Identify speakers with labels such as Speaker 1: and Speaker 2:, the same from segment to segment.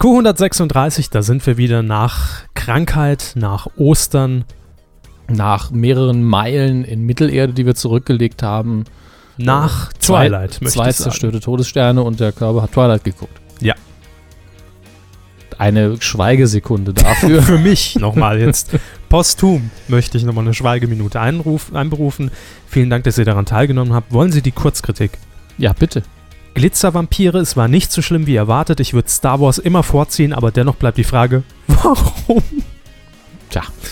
Speaker 1: Q136, da sind wir wieder nach Krankheit, nach Ostern.
Speaker 2: Nach mehreren Meilen in Mittelerde, die wir zurückgelegt haben.
Speaker 1: Nach Twilight,
Speaker 2: zwei,
Speaker 1: möchte
Speaker 2: Zwei
Speaker 1: ich sagen.
Speaker 2: zerstörte Todessterne und der Körper hat Twilight geguckt.
Speaker 1: Ja.
Speaker 2: Eine Schweigesekunde dafür.
Speaker 1: Für mich nochmal jetzt posthum möchte ich nochmal eine Schweigeminute einruf, einberufen. Vielen Dank, dass ihr daran teilgenommen habt. Wollen Sie die Kurzkritik?
Speaker 2: ja, bitte.
Speaker 1: Glitzervampire, es war nicht so schlimm wie erwartet. Ich würde Star Wars immer vorziehen, aber dennoch bleibt die Frage, warum?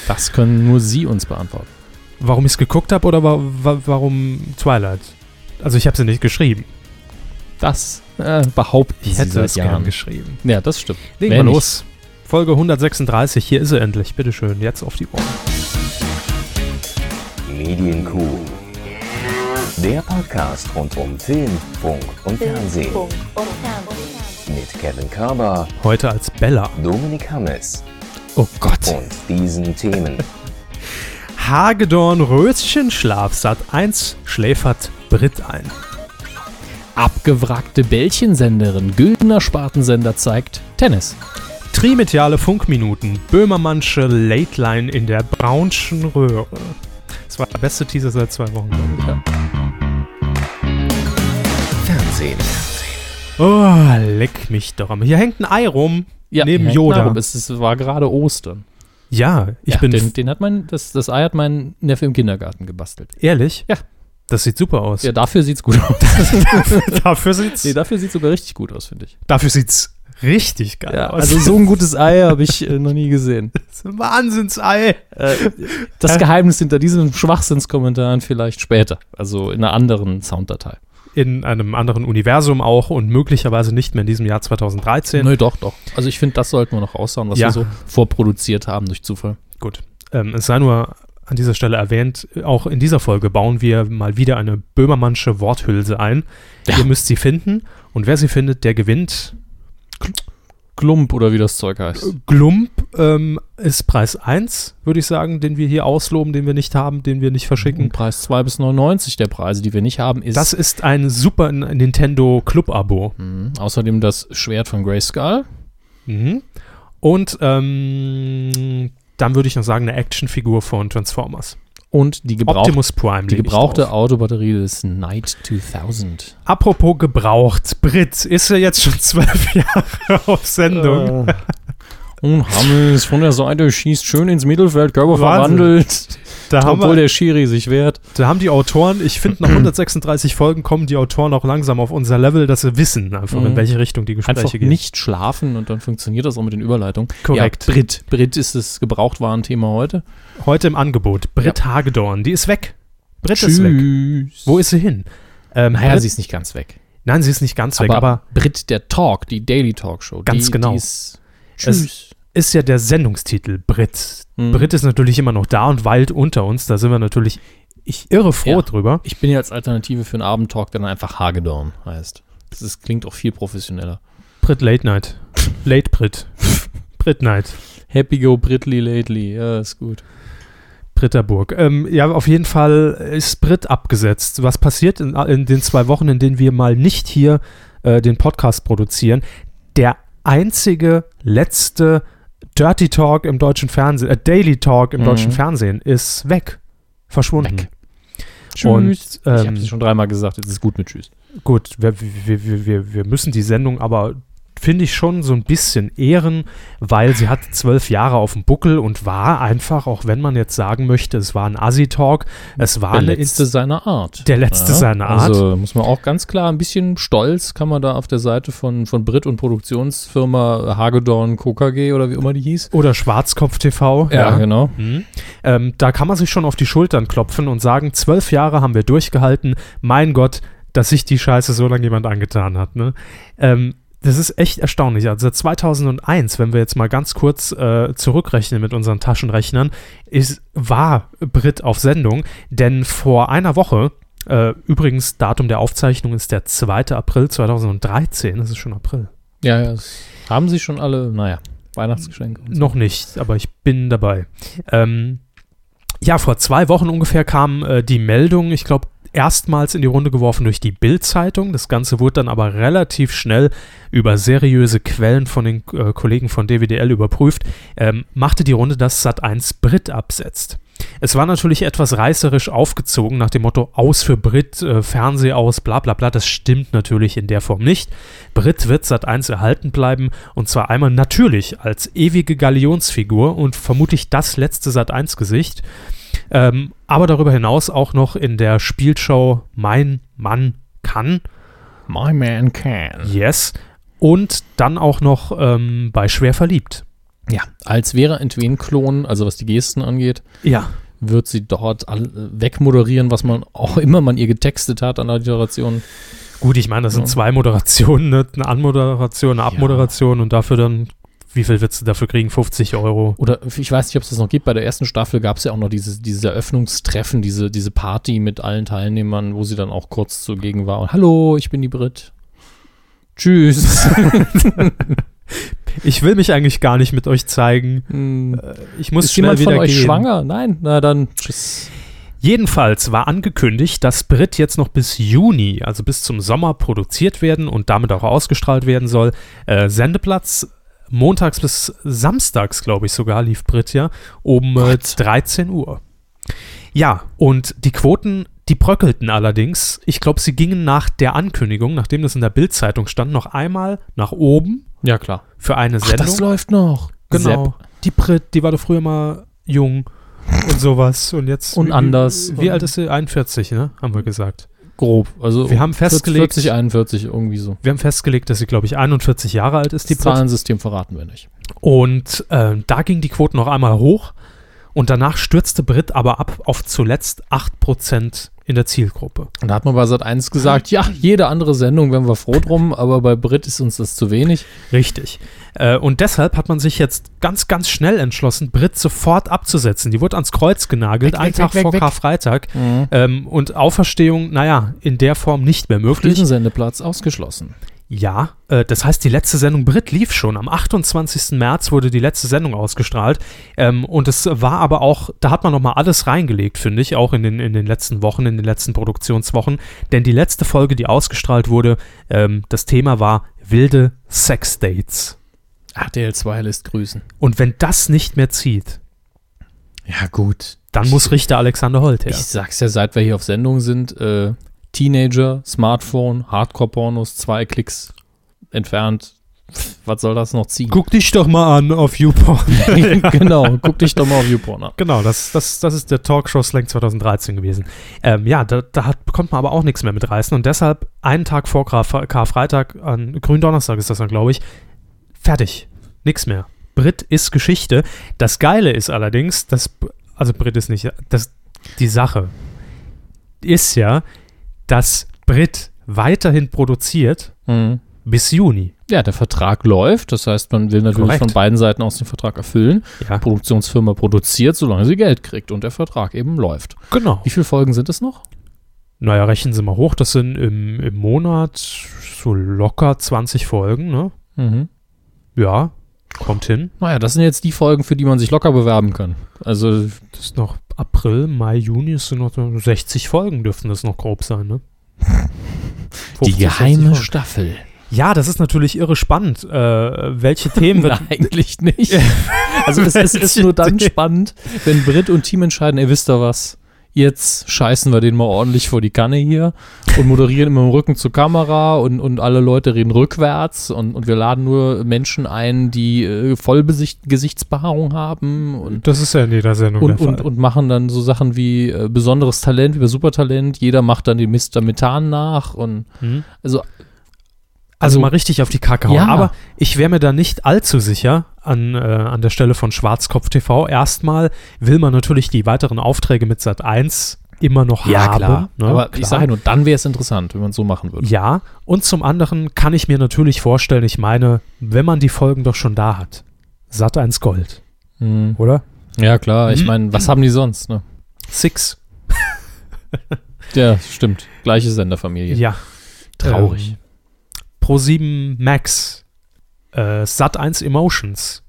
Speaker 2: Das können nur Sie uns beantworten.
Speaker 1: Warum ich es geguckt habe oder wa wa warum Twilight? Also ich habe sie nicht geschrieben.
Speaker 2: Das äh, behaupten
Speaker 1: Ich
Speaker 2: Sie
Speaker 1: hätte
Speaker 2: seit
Speaker 1: es
Speaker 2: Jahren.
Speaker 1: gern geschrieben.
Speaker 2: Ja, das stimmt.
Speaker 1: Legen
Speaker 2: Wenn
Speaker 1: wir
Speaker 2: nicht.
Speaker 1: los. Folge 136, hier ist sie endlich. Bitteschön, jetzt auf die Ohren.
Speaker 3: Medienkuh. Der Podcast rund um Film, Funk und Fernsehen.
Speaker 4: Funk und Fernsehen.
Speaker 3: Mit Kevin Körber,
Speaker 1: Heute als Bella.
Speaker 3: Dominik Hammes
Speaker 2: Oh Gott.
Speaker 3: und diesen Themen.
Speaker 1: Hagedorn Röschenschlaf, Sat 1, schläfert Brit ein.
Speaker 2: Abgewrackte Bällchensenderin, Güldener Spartensender zeigt Tennis.
Speaker 1: Trimediale Funkminuten, Böhmermannsche Late Line in der Braunschen Röhre. Das war der beste Teaser seit zwei Wochen. glaub ich.
Speaker 3: Fernsehen.
Speaker 1: Oh, leck mich doch am. Hier hängt ein Ei rum. neben
Speaker 2: hängt
Speaker 1: Yoda.
Speaker 2: darum. Es, es war gerade Ostern.
Speaker 1: Ja, ich
Speaker 2: ja,
Speaker 1: bin
Speaker 2: den, den hat mein, das, das Ei hat mein Neffe im Kindergarten gebastelt.
Speaker 1: ehrlich.
Speaker 2: Ja.
Speaker 1: Das sieht super aus.
Speaker 2: Ja, dafür sieht's gut aus.
Speaker 1: Dafür sieht's,
Speaker 2: nee, dafür sieht's sogar richtig gut aus, finde ich.
Speaker 1: dafür sieht's richtig geil
Speaker 2: Ja,
Speaker 1: aus.
Speaker 2: also so ein gutes Ei habe ich äh, noch nie gesehen.
Speaker 1: Das ist ein Wahnsinnsei.
Speaker 2: Äh, das Geheimnis hinter diesen Schwachsinnskommentaren vielleicht später. Also in einer anderen Sounddatei.
Speaker 1: In einem anderen Universum auch und möglicherweise nicht mehr in diesem Jahr 2013.
Speaker 2: Nö, doch, doch. Also ich finde, das sollten wir noch raushauen, was
Speaker 1: Ja.
Speaker 2: wir so vorproduziert haben durch Zufall.
Speaker 1: Gut. Ähm, es sei nur an dieser Stelle erwähnt, auch in dieser Folge bauen wir mal wieder eine Böhmermannsche Worthülse ein.
Speaker 2: Ja.
Speaker 1: Ihr müsst sie finden und wer sie findet, der gewinnt.
Speaker 2: Klump oder wie das Zeug
Speaker 1: Äh,
Speaker 2: heißt.
Speaker 1: Glump ähm, ist Preis 1, würde ich sagen, den wir hier ausloben, den wir nicht haben, den wir nicht verschicken.
Speaker 2: Und Preis 2 bis 99 der Preise, die wir nicht haben, ist
Speaker 1: Das ist ein super N- Nintendo Club-Abo.
Speaker 2: Mhm. außerdem das Schwert von Grayskull.
Speaker 1: Mhm. Und ähm, dann würde ich noch sagen, eine Actionfigur von Transformers.
Speaker 2: Und die, gebrauch
Speaker 1: Optimus Prime.
Speaker 2: die
Speaker 1: leg ich
Speaker 2: gebrauchte
Speaker 1: drauf.
Speaker 2: Autobatterie des Knight 2000.
Speaker 1: Apropos gebraucht, Brit, ist ja jetzt schon zwölf Jahre auf Sendung.
Speaker 2: Äh. Und Hammes von der Seite schießt schön ins Mittelfeld, Körper
Speaker 1: Wahnsinn.
Speaker 2: verwandelt.
Speaker 1: da, haben
Speaker 2: Obwohl
Speaker 1: wir,
Speaker 2: der Schiri sich wehrt.
Speaker 1: da haben die Autoren, ich finde, nach 136 Folgen kommen die Autoren auch langsam auf unser Level, dass sie wissen, einfach in
Speaker 2: Mhm.
Speaker 1: welche Richtung die Gespräche
Speaker 2: Einfach
Speaker 1: gehen.
Speaker 2: nicht schlafen und dann funktioniert das auch mit den Überleitungen.
Speaker 1: Korrekt.
Speaker 2: Ja, Brit. Brit ist das Gebrauchtwarenthema heute.
Speaker 1: Heute im Angebot, Brit Hagedorn, die ist weg. Brit ist weg.
Speaker 2: Tschüss.
Speaker 1: Wo ist sie hin? Ähm,
Speaker 2: Naja,
Speaker 1: Brit-
Speaker 2: sie ist nicht ganz weg.
Speaker 1: nein, sie ist nicht ganz weg, aber
Speaker 2: Brit, der Talk, die Daily Talk Show.
Speaker 1: Ganz
Speaker 2: die,
Speaker 1: genau.
Speaker 2: Die ist, tschüss.
Speaker 1: ist ja der Sendungstitel Brit.
Speaker 2: Mhm.
Speaker 1: Brit ist natürlich immer noch da und weit unter uns. Da sind wir natürlich ich, irre froh
Speaker 2: Ja.
Speaker 1: drüber.
Speaker 2: Ich bin ja als Alternative für einen Abendtalk, der dann einfach Hagedorn heißt. Das ist, klingt auch viel professioneller.
Speaker 1: Brit Late Night. Late Brit. Brit Night.
Speaker 2: Happy Go Britly Lately, ja, ist gut.
Speaker 1: Britterburg. Ähm, ja, auf jeden Fall ist Brit abgesetzt. Was passiert in, in den zwei Wochen, in denen wir mal nicht hier äh, den Podcast produzieren? Der einzige letzte Dirty Talk im deutschen Fernsehen, äh, Daily Talk im
Speaker 2: Mhm.
Speaker 1: deutschen Fernsehen ist weg. Verschwunden.
Speaker 2: Weg.
Speaker 1: Tschüss.
Speaker 2: Und, ich
Speaker 1: ähm,
Speaker 2: habe es schon dreimal gesagt, jetzt ist gut mit Tschüss.
Speaker 1: Gut, wir, wir, wir, wir, wir müssen die Sendung aber, finde ich, schon so ein bisschen ehren, weil sie hat zwölf Jahre auf dem Buckel und war einfach, auch wenn man jetzt sagen möchte, es war ein Assi-Talk, es war
Speaker 2: Der
Speaker 1: eine
Speaker 2: letzte seiner Art.
Speaker 1: der letzte seiner Art.
Speaker 2: Also muss man auch ganz klar, ein bisschen stolz kann man da auf der Seite von, von Brit und Produktionsfirma Hagedorn KKG oder wie immer die hieß.
Speaker 1: oder Schwarzkopf TV.
Speaker 2: genau.
Speaker 1: Mhm. Ähm, da kann man sich schon auf die Schultern klopfen und sagen, zwölf Jahre haben wir durchgehalten, mein Gott, dass sich die Scheiße so lange jemand angetan hat. Ne? Ähm, das ist echt erstaunlich. Also seit 2001, wenn wir jetzt mal ganz kurz äh, zurückrechnen mit unseren Taschenrechnern, ist, war Brit auf Sendung, denn vor einer Woche, äh, übrigens Datum der Aufzeichnung ist der 2. April 2013, das ist schon April.
Speaker 2: Ja, ja. es- Haben sie schon alle, naja, Weihnachtsgeschenke. und so.
Speaker 1: Noch nicht, aber ich bin dabei. Ähm, ja, vor zwei Wochen ungefähr kam äh, die Meldung, ich glaube, erstmals in die Runde geworfen durch die Bild-Zeitung. Das Ganze wurde dann aber relativ schnell über seriöse Quellen von den äh, Kollegen von DWDL überprüft, ähm, machte die Runde, dass Sat1 Brit absetzt. Es war natürlich etwas reißerisch aufgezogen nach dem Motto aus für Brit, äh, Fernseh aus, bla bla bla. Das stimmt natürlich in der Form nicht. Brit wird Sat1 erhalten bleiben und zwar einmal natürlich als ewige Galionsfigur und vermutlich das letzte Sat1-Gesicht. Ähm, aber darüber hinaus auch noch in der Spielshow Mein Mann kann.
Speaker 2: My man can.
Speaker 1: Yes. Und dann auch noch ähm, bei Schwer verliebt.
Speaker 2: Ja, als wäre entwen Klon, also was die Gesten angeht,
Speaker 1: Ja.
Speaker 2: wird sie dort all, äh, wegmoderieren, was man auch immer man ihr getextet hat an Alliterationen.
Speaker 1: Gut, ich meine, das sind
Speaker 2: Ja.
Speaker 1: zwei Moderationen, ne? eine Anmoderation, eine
Speaker 2: Ja.
Speaker 1: Abmoderation und dafür dann, wie viel willst du dafür kriegen? 50 Euro.
Speaker 2: Oder ich weiß nicht, ob es das noch gibt. Bei der ersten Staffel gab es ja auch noch dieses, dieses Eröffnungstreffen, diese, diese Party mit allen Teilnehmern, wo sie dann auch kurz zugegen war. Und hallo, ich bin die Brit. Tschüss. Äh,
Speaker 1: Ich will mich eigentlich gar nicht mit euch zeigen.
Speaker 2: Hm.
Speaker 1: Äh, Ich muss
Speaker 2: Ist
Speaker 1: schnell
Speaker 2: jemand
Speaker 1: wieder
Speaker 2: von euch
Speaker 1: gehen.
Speaker 2: schwanger? Nein, na dann tschüss.
Speaker 1: Jedenfalls war angekündigt, dass Brit jetzt noch bis Juni, also bis zum Sommer, produziert werden und damit auch ausgestrahlt werden soll. Äh, Sendeplatz montags bis samstags, glaube ich sogar, lief Brit ja, um äh, 13 Uhr. Ja, und die Quoten, die bröckelten allerdings. Ich glaube, sie gingen nach der Ankündigung, nachdem das in der Bildzeitung stand, noch einmal nach oben
Speaker 2: Ja, klar.
Speaker 1: für eine
Speaker 2: Ach,
Speaker 1: Sendung.
Speaker 2: das läuft noch.
Speaker 1: Genau.
Speaker 2: Sepp.
Speaker 1: Die Brit, die war doch früher mal jung und sowas. Und jetzt.
Speaker 2: Und
Speaker 1: wie-
Speaker 2: anders.
Speaker 1: Wie, wie alt ist sie? 41, ne? Haben wir gesagt.
Speaker 2: Grob. Also
Speaker 1: Wir haben festgelegt-
Speaker 2: 40, 41, irgendwie so.
Speaker 1: Wir haben festgelegt, dass sie, glaube ich, 41 Jahre alt ist, die
Speaker 2: Das
Speaker 1: Brit.
Speaker 2: Zahlensystem verraten wir nicht.
Speaker 1: Und ähm, da ging die Quote noch einmal hoch. Und danach stürzte Brit aber ab auf zuletzt 8% in der Zielgruppe.
Speaker 2: Und da hat man bei Sat 1 gesagt, ja, jede andere Sendung wären wir froh drum, aber bei Brit ist uns das zu wenig.
Speaker 1: Richtig. Äh, und deshalb hat man sich jetzt ganz, ganz schnell entschlossen, Brit sofort abzusetzen. Die wurde ans Kreuz genagelt,
Speaker 2: Weg,
Speaker 1: einen
Speaker 2: weg,
Speaker 1: Tag
Speaker 2: weg,
Speaker 1: vor
Speaker 2: weg. Mhm.
Speaker 1: Karfreitag. Ähm, und Auferstehung, naja, in der Form nicht mehr möglich.
Speaker 2: Diesen Sendeplatz ausgeschlossen.
Speaker 1: Ja, äh, das heißt, die letzte Sendung Brit lief schon. Am 28. März wurde die letzte Sendung ausgestrahlt. Ähm, und es war aber auch, da hat man nochmal alles reingelegt, finde ich, auch in den, in den letzten Wochen, in den letzten Produktionswochen. Denn die letzte Folge, die ausgestrahlt wurde, ähm, das Thema war wilde Sexdates.
Speaker 2: RTL 2 lässt grüßen.
Speaker 1: Und wenn das nicht mehr zieht,
Speaker 2: Ja, gut.
Speaker 1: dann muss Richter Alexander Holt her.
Speaker 2: Ich sag's ja, seit wir hier auf Sendung sind, äh, Teenager, Smartphone, Hardcore-Pornos, zwei Klicks entfernt. Pff, Was soll das noch ziehen?
Speaker 1: Guck dich doch mal an auf YouPorn.
Speaker 2: genau, guck dich doch mal auf YouPorn an.
Speaker 1: Genau, das, das, das ist der Talkshow-Slang 2013 gewesen. Ähm, ja, da, da hat, kommt man aber auch nichts mehr mit reißen und deshalb einen Tag vor Kar Karfreitag, an Gründonnerstag ist das dann, glaube ich, fertig. Nix mehr. Brit ist Geschichte. Das Geile ist allerdings, dass, also Brit ist nicht, das, die Sache ist ja, dass Brit weiterhin produziert
Speaker 2: Mhm.
Speaker 1: bis Juni.
Speaker 2: Ja, der Vertrag läuft. Das heißt, man will natürlich
Speaker 1: Korrekt.
Speaker 2: von beiden Seiten aus den Vertrag erfüllen.
Speaker 1: Ja,
Speaker 2: Produktionsfirma produziert, solange sie Geld kriegt und der Vertrag eben läuft.
Speaker 1: genau.
Speaker 2: Wie viele Folgen sind es noch?
Speaker 1: Naja, rechnen Sie mal hoch, das sind im, im Monat so locker 20 Folgen, ne?
Speaker 2: Mhm.
Speaker 1: Ja, kommt hin.
Speaker 2: Naja, das sind jetzt die Folgen, für die man sich locker bewerben kann. Also,
Speaker 1: Das ist noch April, Mai, Juni, es sind noch so 60 Folgen, dürften das noch grob sein, ne? 50, 60 Folgen.
Speaker 2: Staffel.
Speaker 1: Ja, das ist natürlich irre spannend. Äh, welche Themen wird.
Speaker 2: Nein, eigentlich nicht. Also es, es ist
Speaker 1: Welche
Speaker 2: nur dann
Speaker 1: Themen?
Speaker 2: spannend, wenn Britt und Team entscheiden, ihr wisst da was, jetzt scheißen wir den mal ordentlich vor die Kanne hier und moderieren immer im Rücken zur Kamera und, und alle Leute reden rückwärts und, und wir laden nur Menschen ein, die äh, Vollbesicht- Gesichtsbehaarung haben und
Speaker 1: Das ist ja in jeder Sendung.
Speaker 2: und,
Speaker 1: der
Speaker 2: und,
Speaker 1: Fall.
Speaker 2: und machen dann so Sachen wie äh, besonderes Talent, wie bei Supertalent. Jeder macht dann den Mr. Methan nach und
Speaker 1: Hm?
Speaker 2: also
Speaker 1: Also mal richtig auf die Kacke hauen.
Speaker 2: Ja.
Speaker 1: Aber ich wäre mir da nicht allzu sicher an, äh, an der Stelle von Schwarzkopf TV. Erstmal will man natürlich die weiteren Aufträge mit Sat 1 immer noch haben. ne?
Speaker 2: Aber ich
Speaker 1: Klar.
Speaker 2: sage nur, dann wäre es interessant, wenn man es so machen würde.
Speaker 1: Ja, und zum anderen kann ich mir natürlich vorstellen, ich meine, wenn man die Folgen doch schon da hat, satt eins Gold,
Speaker 2: Mhm.
Speaker 1: oder?
Speaker 2: Ja, klar. Ich
Speaker 1: Mhm.
Speaker 2: meine, was haben die sonst? Ne?
Speaker 1: Six.
Speaker 2: Ja, stimmt. Gleiche Senderfamilie.
Speaker 1: Ja.
Speaker 2: Traurig.
Speaker 1: Ähm, Pro 7 Max. Äh, Sat 1 Emotions.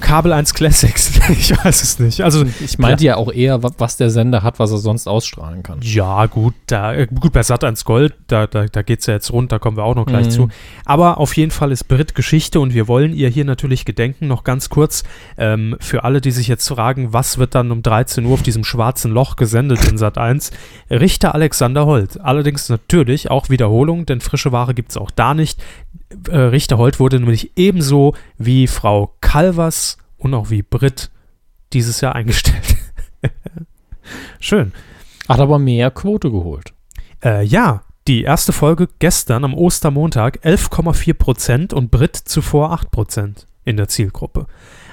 Speaker 1: Kabel 1 Classics. ich weiß es nicht. Also
Speaker 2: Ich meinte ja auch eher, wa- was der Sender hat, was er sonst ausstrahlen kann.
Speaker 1: Ja, gut, da, äh, gut bei Sat 1 Gold, da, da, da geht es ja jetzt rund, da kommen wir auch noch gleich
Speaker 2: Mhm.
Speaker 1: zu. Aber auf jeden Fall ist Brit Geschichte und wir wollen ihr hier natürlich gedenken. Noch ganz kurz ähm, für alle, die sich jetzt fragen, was wird dann um 13 Uhr auf diesem schwarzen Loch gesendet in Sat 1? Richter Alexander Holt. Allerdings natürlich auch Wiederholung, denn frische Ware gibt es auch da nicht. Äh, Richter Holt wurde nämlich ebenso wie Frau Calvers und auch wie Brit dieses Jahr eingestellt. Schön.
Speaker 2: Hat aber mehr Quote geholt.
Speaker 1: Äh, ja, die erste Folge gestern am Ostermontag 11,4% und Brit zuvor 8% in der Zielgruppe.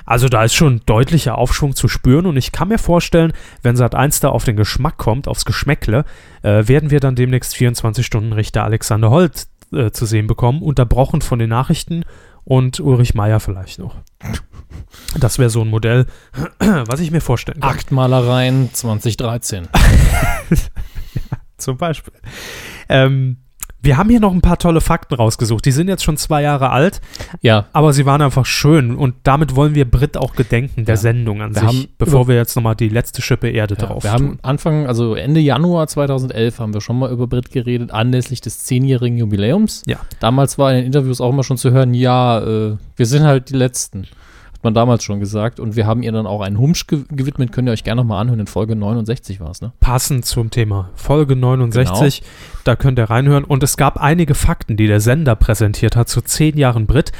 Speaker 1: Also da ist schon deutlicher Aufschwung zu spüren und ich kann mir vorstellen, wenn Sat 1 da auf den Geschmack kommt, aufs Geschmäckle, äh, werden wir dann demnächst 24 Stunden Richter Alexander Holt äh, zu sehen bekommen, unterbrochen von den Nachrichten und Ulrich Meier vielleicht noch. Das wäre so ein Modell, was ich mir vorstellen kann.
Speaker 2: Aktmalereien 2013.
Speaker 1: Zum Beispiel. Ähm, wir haben hier noch ein paar tolle Fakten rausgesucht. Die sind jetzt schon zwei Jahre alt,
Speaker 2: Ja,
Speaker 1: aber sie waren einfach schön. Und damit wollen wir Brit auch gedenken, der
Speaker 2: Ja.
Speaker 1: Sendung an
Speaker 2: Wir
Speaker 1: sich,
Speaker 2: haben
Speaker 1: bevor wir jetzt nochmal die letzte Schippe Erde
Speaker 2: Ja,
Speaker 1: drauf
Speaker 2: wir haben Anfang, also Ende Januar 2011 haben wir schon mal über Brit geredet, anlässlich des zehnjährigen Jubiläums.
Speaker 1: Ja.
Speaker 2: Damals war in den Interviews auch immer schon zu hören, ja, äh, wir sind halt die Letzten. Hat man damals schon gesagt. Und wir haben ihr dann auch einen Humsch ge gewidmet, könnt ihr euch gerne nochmal anhören. In Folge 69 war es, ne?
Speaker 1: Passend zum Thema Folge 69,
Speaker 2: Genau.
Speaker 1: da könnt ihr reinhören. Und es gab einige Fakten, die der Sender präsentiert hat zu zehn Jahren Brit.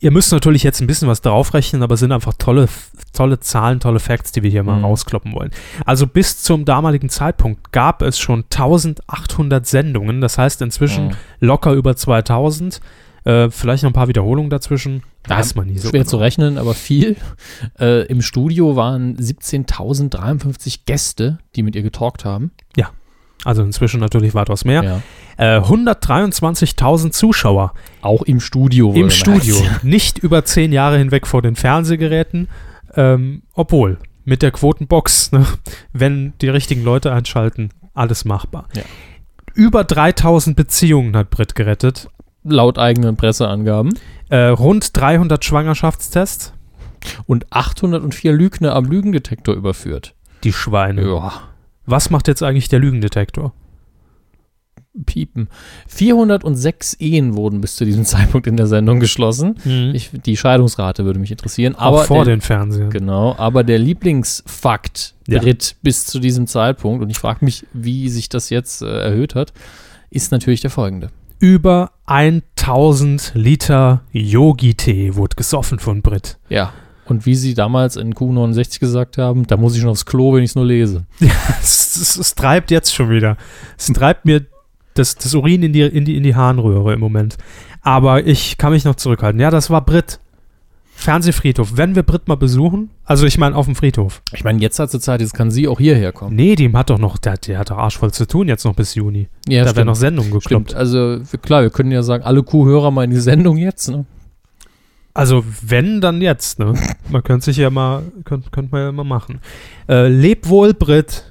Speaker 1: Ihr müsst natürlich jetzt ein bisschen was draufrechnen, aber es sind einfach tolle, tolle Zahlen, tolle Facts, die wir hier mal
Speaker 2: Mhm.
Speaker 1: rauskloppen wollen. Also bis zum damaligen Zeitpunkt gab es schon 1800 Sendungen, das heißt inzwischen
Speaker 2: Mhm.
Speaker 1: locker über 2000. Äh, vielleicht noch ein paar Wiederholungen dazwischen.
Speaker 2: Ja,
Speaker 1: Weiß man nie so. genau.
Speaker 2: Schwer zu rechnen, aber viel. Äh, Im Studio waren 17.053 Gäste, die mit ihr getalkt haben.
Speaker 1: Also inzwischen natürlich weitaus mehr.
Speaker 2: Ja.
Speaker 1: Äh, 123.000 Zuschauer.
Speaker 2: Auch im Studio.
Speaker 1: Im
Speaker 2: wohlgemerkt.
Speaker 1: Studio. Nicht über zehn Jahre hinweg vor den Fernsehgeräten. Ähm, obwohl, mit der Quotenbox, ne, wenn die richtigen Leute einschalten, alles machbar.
Speaker 2: Ja.
Speaker 1: Über 3000 Beziehungen hat Britt gerettet.
Speaker 2: Laut eigenen Presseangaben.
Speaker 1: Äh, rund 300 Schwangerschaftstests.
Speaker 2: und 804 Lügner am Lügendetektor überführt.
Speaker 1: Die Schweine.
Speaker 2: Ja.
Speaker 1: Was macht jetzt eigentlich der Lügendetektor?
Speaker 2: Piepen. 406 Ehen wurden bis zu diesem Zeitpunkt in der Sendung geschlossen. Ich, die Scheidungsrate würde mich interessieren.
Speaker 1: Auch
Speaker 2: Mhm. Aber
Speaker 1: vor
Speaker 2: der,
Speaker 1: den Fernsehern.
Speaker 2: genau, aber der Lieblingsfakt
Speaker 1: Ja.
Speaker 2: Brit bis zu diesem Zeitpunkt, und ich frage mich, wie sich das jetzt äh, erhöht hat, ist natürlich der folgende.
Speaker 1: Über 1000 Liter Yogi-Tee wurde gesoffen von Britt.
Speaker 2: Ja. Und wie sie damals in Q69 gesagt haben, da muss ich schon aufs Klo, wenn ich es nur lese.
Speaker 1: es, es, es treibt jetzt schon wieder. Es treibt mir das, das Urin in die, in, die, in die Harnröhre im Moment. Aber ich kann mich noch zurückhalten. Ja, das war Brit. Fernsehfriedhof. Wenn wir Brit mal besuchen, also ich meine auf dem Friedhof.
Speaker 2: Ich meine, jetzt hat sie Zeit, jetzt kann sie auch hierher kommen.
Speaker 1: Nee, die hat doch noch, der, der hat doch arschvoll zu tun jetzt noch bis Juni.
Speaker 2: Ja,
Speaker 1: da werden noch Sendungen gekloppt.
Speaker 2: Stimmt, also wir- klar, wir können ja sagen, alle Kuhhörer mal in die Sendung jetzt. Ne?
Speaker 1: Also wenn, dann jetzt. Ne? Man könnte sich ja mal, könnte könnt man ja mal machen. Äh, leb wohl, Brit.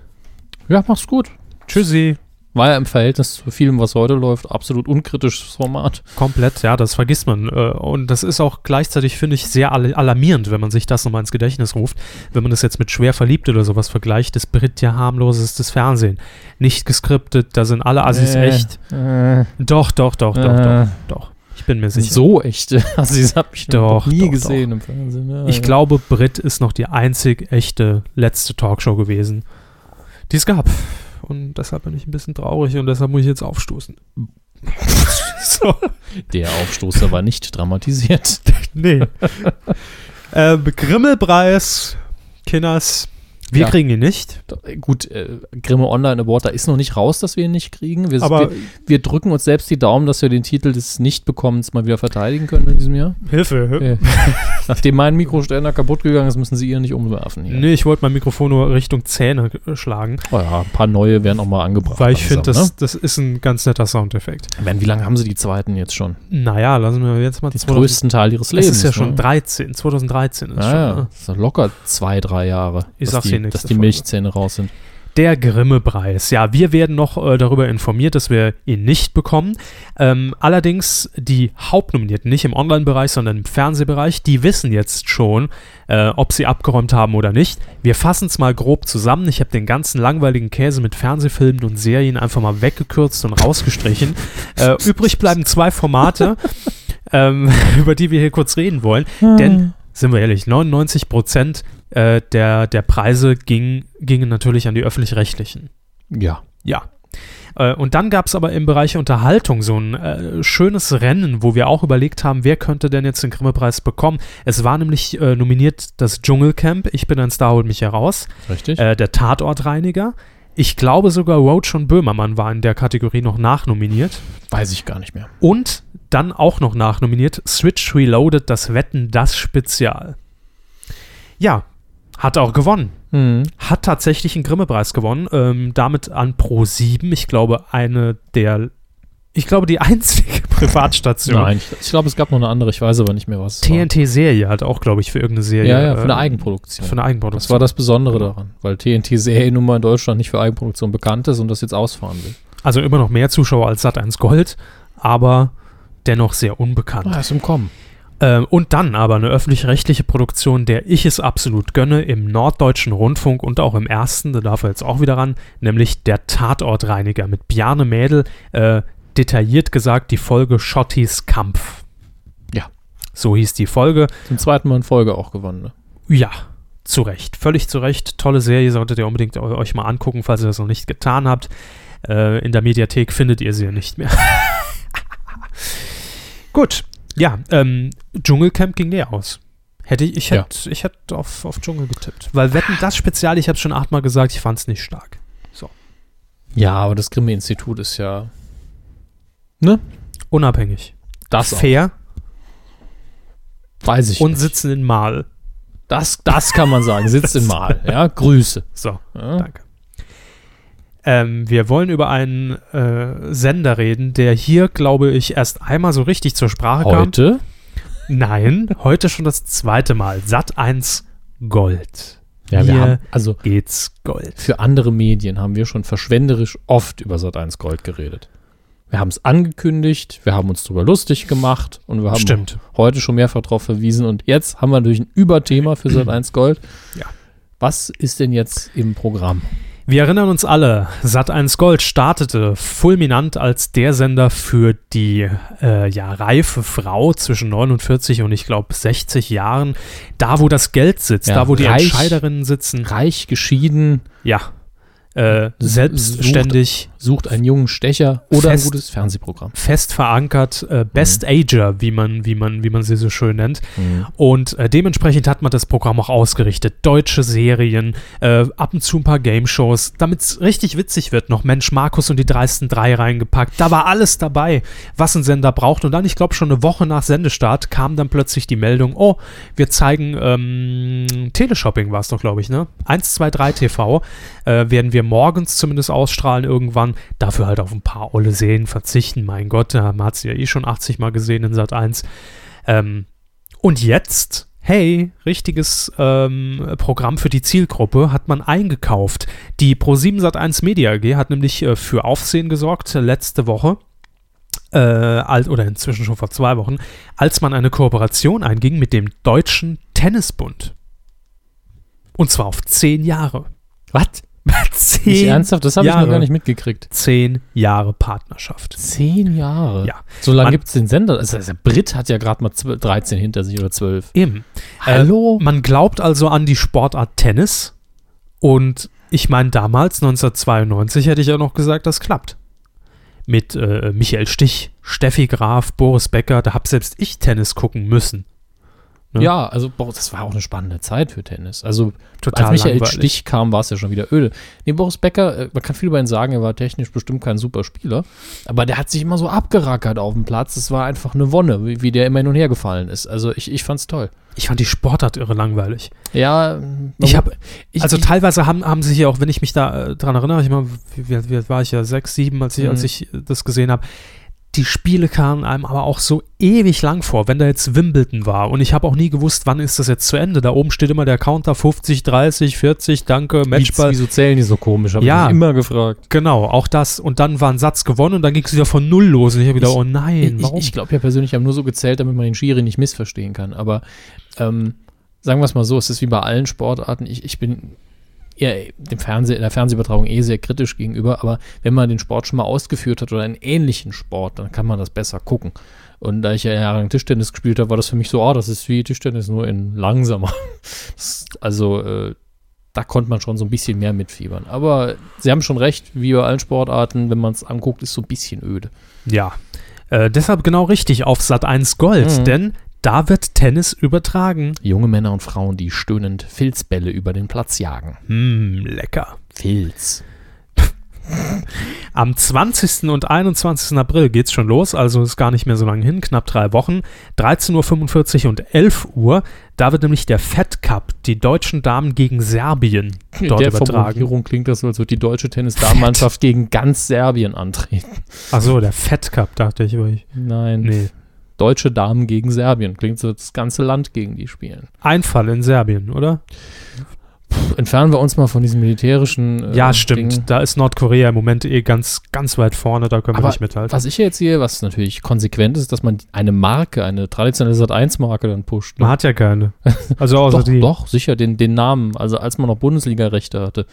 Speaker 2: Ja, mach's gut.
Speaker 1: Tschüssi.
Speaker 2: War ja im Verhältnis zu vielem, was heute läuft, absolut unkritisches Format.
Speaker 1: Komplett, ja, das vergisst man. äh, Und das ist auch gleichzeitig, finde ich, sehr al- alarmierend, wenn man sich das nochmal ins Gedächtnis ruft. Wenn man das jetzt mit schwer verliebt oder sowas vergleicht, ist Brit ja harmlosestes Fernsehen. Nicht geskriptet, da sind alle Assis
Speaker 2: Äh,
Speaker 1: echt.
Speaker 2: äh,
Speaker 1: Doch, doch, doch, doch,
Speaker 2: Äh.
Speaker 1: doch, doch. Ich bin mir sicher.
Speaker 2: so echte. Also, das hab ich
Speaker 1: Doch,
Speaker 2: noch nie
Speaker 1: doch,
Speaker 2: gesehen im Fernsehen. Ja,
Speaker 1: Ich
Speaker 2: ja.
Speaker 1: glaube, Brit ist noch die einzig echte letzte Talkshow gewesen, die es gab. Und deshalb bin ich ein bisschen traurig und deshalb muss ich jetzt aufstoßen. so.
Speaker 2: Der Aufstoßer war nicht dramatisiert.
Speaker 1: Nee. ähm, Grimmelpreis, Kinders. Wir
Speaker 2: Ja.
Speaker 1: kriegen ihn nicht,
Speaker 2: Doch, äh, Gut, äh, Grimme Online Award, da ist noch nicht raus, dass wir ihn nicht kriegen. Wir,
Speaker 1: aber
Speaker 2: wir, wir drücken uns selbst die Daumen, dass wir den Titel des Nichtbekommens mal wieder verteidigen können in diesem Jahr.
Speaker 1: Hilfe.
Speaker 2: Äh, Nachdem mein Mikroständer kaputt gegangen ist, müssen sie ihr nicht umwerfen. hier.
Speaker 1: Nee, ich wollte mein Mikrofon nur Richtung Zähne äh, schlagen,
Speaker 2: Oh ja, ein paar neue werden auch mal angebracht.
Speaker 1: weil ich finde,
Speaker 2: langsam,
Speaker 1: das, das ist ein ganz netter Soundeffekt.
Speaker 2: Ne? Man, wie lange haben sie die zweiten jetzt schon?
Speaker 1: Naja, lassen wir jetzt mal
Speaker 2: Den größten Teil ihres
Speaker 1: Es
Speaker 2: Lebens.
Speaker 1: ist ja schon
Speaker 2: ne?
Speaker 1: 13, 2013 ist
Speaker 2: Ja,
Speaker 1: schon.
Speaker 2: ja,
Speaker 1: ne?
Speaker 2: das ist doch locker zwei, drei Jahre.
Speaker 1: Ich
Speaker 2: dass
Speaker 1: sag's
Speaker 2: die,
Speaker 1: dir nächste
Speaker 2: Dass die
Speaker 1: Folge.
Speaker 2: Milchzähne raus sind.
Speaker 1: Der Grimme-Preis. Ja, wir werden noch äh, darüber informiert, dass wir ihn nicht bekommen. Ähm, allerdings die Hauptnominierten, nicht im Online-Bereich, sondern im Fernsehbereich, die wissen jetzt schon, äh, ob sie abgeräumt haben oder nicht. Wir fassen es mal grob zusammen. Ich habe den ganzen langweiligen Käse mit Fernsehfilmen und Serien einfach mal weggekürzt und rausgestrichen. äh, übrig bleiben zwei Formate, ähm, über die wir hier kurz reden wollen. Denn, sind wir ehrlich, 99 Prozent äh, der, der Preise ging, gingen natürlich an die öffentlich-rechtlichen.
Speaker 2: Ja.
Speaker 1: Ja. Äh, Und dann gab es aber im Bereich Unterhaltung so ein äh, schönes Rennen, wo wir auch überlegt haben, wer könnte denn jetzt den Grimme-Preis bekommen. Es war nämlich äh, nominiert das Dschungelcamp, Ich bin ein Star, holt mich heraus,
Speaker 2: Richtig?
Speaker 1: äh, der Tatortreiniger. Ich glaube sogar Roach und Böhmermann war in der Kategorie noch nachnominiert.
Speaker 2: Weiß ich gar nicht mehr.
Speaker 1: Und dann auch noch nachnominiert Switch Reloaded, das Wetten, das Spezial. Ja, hat auch gewonnen.
Speaker 2: Hm.
Speaker 1: Hat tatsächlich einen Grimme-Preis gewonnen. Ähm, damit an Pro 7, ich glaube, eine der, ich glaube, die einzige Privatstation.
Speaker 2: Nein, ich, ich glaube, es gab noch eine andere, ich weiß aber nicht mehr was. es war.
Speaker 1: TNT-Serie hat auch, glaube ich, für irgendeine Serie.
Speaker 2: Ja, ja, für eine
Speaker 1: äh,
Speaker 2: Eigenproduktion.
Speaker 1: Für eine
Speaker 2: das
Speaker 1: Eigenproduktion.
Speaker 2: war das Besondere daran, weil TNT-Serie nun mal in Deutschland nicht für Eigenproduktion bekannt ist und das jetzt ausfahren will.
Speaker 1: also immer noch mehr Zuschauer als Sat1 Gold, aber dennoch sehr unbekannt.
Speaker 2: ist im Kommen.
Speaker 1: Ähm, und dann aber eine öffentlich-rechtliche Produktion, der ich es absolut gönne, im Norddeutschen Rundfunk und auch im Ersten, da darf er jetzt auch wieder ran, nämlich der Tatortreiniger mit Bjarne Mädel, äh, detailliert gesagt die Folge Schottis Kampf.
Speaker 2: Ja.
Speaker 1: So hieß die Folge.
Speaker 2: Zum zweiten Mal in Folge auch gewonnen. Ne?
Speaker 1: Ja, zu Recht, völlig zu Recht. Tolle Serie, solltet ihr unbedingt eu- euch mal angucken, falls ihr das noch nicht getan habt. Äh, in der Mediathek findet ihr sie ja nicht mehr. Gut, ja, ähm, Dschungelcamp ging leer aus. Hätte ich, ich
Speaker 2: Ja.
Speaker 1: hätte, ich hätte auf, auf Dschungel getippt. Weil Wetten, das Spezial, ich habe schon achtmal gesagt, ich fand es nicht stark.
Speaker 2: Ja, aber das Grimme-Institut ist ja
Speaker 1: Unabhängig.
Speaker 2: das auch.
Speaker 1: Fair
Speaker 2: Weiß ich
Speaker 1: und
Speaker 2: nicht.
Speaker 1: sitzen in Mal.
Speaker 2: Das, das kann man sagen. Sitzt im Mal. Ja, Grüße.
Speaker 1: So.
Speaker 2: Ja.
Speaker 1: Danke. Ähm, wir wollen über einen äh, Sender reden, der hier, glaube ich, erst einmal so richtig zur Sprache kam.
Speaker 2: Heute
Speaker 1: Nein, heute schon das zweite Mal. Sat 1 Gold.
Speaker 2: Ja, wir
Speaker 1: Hier
Speaker 2: haben, also
Speaker 1: geht's Gold.
Speaker 2: für andere Medien haben wir schon verschwenderisch oft über Sat1 Gold geredet. Wir haben es angekündigt, wir haben uns drüber lustig gemacht und wir haben
Speaker 1: Stimmt.
Speaker 2: heute schon mehrfach darauf verwiesen und jetzt haben wir natürlich ein Überthema für Sat1 Gold.
Speaker 1: Ja.
Speaker 2: Was ist denn jetzt im Programm?
Speaker 1: Wir erinnern uns alle, Sat1 Gold startete fulminant als der Sender für die äh, ja, reife Frau zwischen 49 und ich glaube 60 Jahren. Da, wo das Geld sitzt,
Speaker 2: Ja,
Speaker 1: da, wo die
Speaker 2: reich.
Speaker 1: Entscheiderinnen sitzen.
Speaker 2: Reich geschieden,
Speaker 1: Ja. Äh, selbstständig,
Speaker 2: sucht einen jungen Stecher oder
Speaker 1: Fest-
Speaker 2: ein gutes Fernsehprogramm.
Speaker 1: fest verankert, äh, Best Ager, wie man, wie man, wie man sie so schön nennt. Und äh, dementsprechend hat man das Programm auch ausgerichtet. Deutsche Serien, äh, ab und zu ein paar Game-Shows, damit es richtig witzig wird. Noch Mensch, Markus und die dreisten drei reingepackt. Da war alles dabei, was ein Sender braucht. Und dann, ich glaube, schon eine Woche nach Sendestart kam dann plötzlich die Meldung, oh, wir zeigen ähm, Teleshopping war es doch, glaube ich, ne? 123 TV äh, werden wir morgens zumindest ausstrahlen irgendwann. Dafür halt auf ein paar olle Serien verzichten. Mein Gott, da hat sie ja eh schon 80 Mal gesehen in Sat 1. Ähm, und jetzt, hey, richtiges ähm, Programm für die Zielgruppe hat man eingekauft. Die Pro7 Sat1 Media AG hat nämlich äh, für Aufsehen gesorgt äh, letzte Woche. Äh, als- oder inzwischen schon vor zwei Wochen, als man eine Kooperation einging mit dem Deutschen Tennisbund. Und zwar auf zehn Jahre.
Speaker 2: Was?
Speaker 1: zehn,
Speaker 2: Nicht ernsthaft? Das habe ich noch
Speaker 1: Jahre.
Speaker 2: gar nicht mitgekriegt.
Speaker 1: zehn Jahre Partnerschaft.
Speaker 2: Zehn Jahre?
Speaker 1: Ja.
Speaker 2: So lange
Speaker 1: Man-
Speaker 2: gibt es den Sender. Also, also Brit hat ja gerade mal 12, 13 hinter sich oder 12.
Speaker 1: Eben.
Speaker 2: Hallo?
Speaker 1: Äh, man glaubt also an die Sportart Tennis. Und ich meine, damals, 1992, hätte ich ja noch gesagt, das klappt. Mit äh, Michael Stich, Steffi Graf, Boris Becker, da hab selbst ich Tennis gucken müssen. ne?
Speaker 2: Ja, also boah, das war auch eine spannende Zeit für Tennis. Also
Speaker 1: Total
Speaker 2: als Michael
Speaker 1: langweilig.
Speaker 2: Stich kam, war es ja schon wieder öde. Nee, Boris Becker, äh, man kann viel über ihn sagen, er war technisch bestimmt kein super Spieler, aber der hat sich immer so abgerackert auf dem Platz. Das war einfach eine Wonne, wie, wie der immer hin und her gefallen ist. Also ich, ich fand's toll.
Speaker 1: Ich fand die Sportart irre langweilig.
Speaker 2: Ja, ähm,
Speaker 1: Ich hab-
Speaker 2: ich,
Speaker 1: also
Speaker 2: ich,
Speaker 1: teilweise haben, haben sich ja auch, wenn ich mich da äh, dran erinnere, ich meine, wie, wie, wie alt war ich ja, sechs, sieben, als ich, als
Speaker 2: Mhm.
Speaker 1: ich äh, das gesehen habe, die Spiele kamen einem aber auch so ewig lang vor, wenn da jetzt Wimbledon war. Und ich habe auch nie gewusst, wann ist das jetzt zu Ende. Da oben steht immer der Counter 50, 30, 40, danke, Matchball.
Speaker 2: Wieso zählen die so komisch? Hab
Speaker 1: Ja.
Speaker 2: ich mich immer gefragt.
Speaker 1: Genau, auch das. Und dann war ein Satz gewonnen und dann ging es wieder von Null los. Und ich habe wieder,
Speaker 2: Ich-
Speaker 1: oh nein,
Speaker 2: Ich,
Speaker 1: warum?
Speaker 2: ich glaube ja persönlich, ich habe nur so gezählt, damit man den Schiri nicht missverstehen kann. Aber ähm, sagen wir es mal so, es ist wie bei allen Sportarten. Ich, ich bin eher dem Fernseh, der Fernsehübertragung eh sehr kritisch gegenüber, aber wenn man den Sport schon mal ausgeführt hat oder einen ähnlichen Sport, dann kann man das besser gucken. Und da ich ja jahrelang Tischtennis gespielt habe, war das für mich so, oh, das ist wie Tischtennis, nur in langsamer. Das, also äh, da konnte man schon so ein bisschen mehr mitfiebern. Aber Sie haben schon recht, wie bei allen Sportarten, wenn man es anguckt, ist so ein bisschen öde.
Speaker 1: Ja, äh, deshalb genau richtig auf Sat 1 Gold,
Speaker 2: Mhm.
Speaker 1: denn da wird Tennis übertragen.
Speaker 2: Junge Männer und Frauen, die stöhnend Filzbälle über den Platz jagen.
Speaker 1: Hm, lecker.
Speaker 2: Filz.
Speaker 1: Am 20. und 21. April geht's schon los, also ist gar nicht mehr so lange hin, knapp drei Wochen. 13.45 Uhr und 11 Uhr, da wird nämlich der Fed Cup, die deutschen Damen gegen Serbien,
Speaker 2: In
Speaker 1: dort
Speaker 2: der
Speaker 1: übertragen.
Speaker 2: Formulierung klingt das so, als würde die deutsche Tennis-Damenmannschaft gegen ganz Serbien antreten.
Speaker 1: Achso, der Fed Cup, dachte ich. aber ich-
Speaker 2: Nein.
Speaker 1: Nee.
Speaker 2: Deutsche Damen gegen Serbien. Klingt so, das ganze Land gegen die spielen.
Speaker 1: Einfall in Serbien, oder?
Speaker 2: Puh, entfernen wir uns mal von diesem militärischen. äh,
Speaker 1: ja, stimmt.
Speaker 2: Ding.
Speaker 1: Da ist Nordkorea im Moment eh ganz, ganz weit vorne, da können wir
Speaker 2: Aber
Speaker 1: nicht mithalten.
Speaker 2: Was ich jetzt sehe, was natürlich konsequent ist, dass man eine Marke, eine traditionelle Sat1-Marke dann pusht. ne?
Speaker 1: Man hat ja keine. Also außer
Speaker 2: doch,
Speaker 1: die.
Speaker 2: doch, sicher, den, den Namen. Also als man noch Bundesliga-Rechte hatte.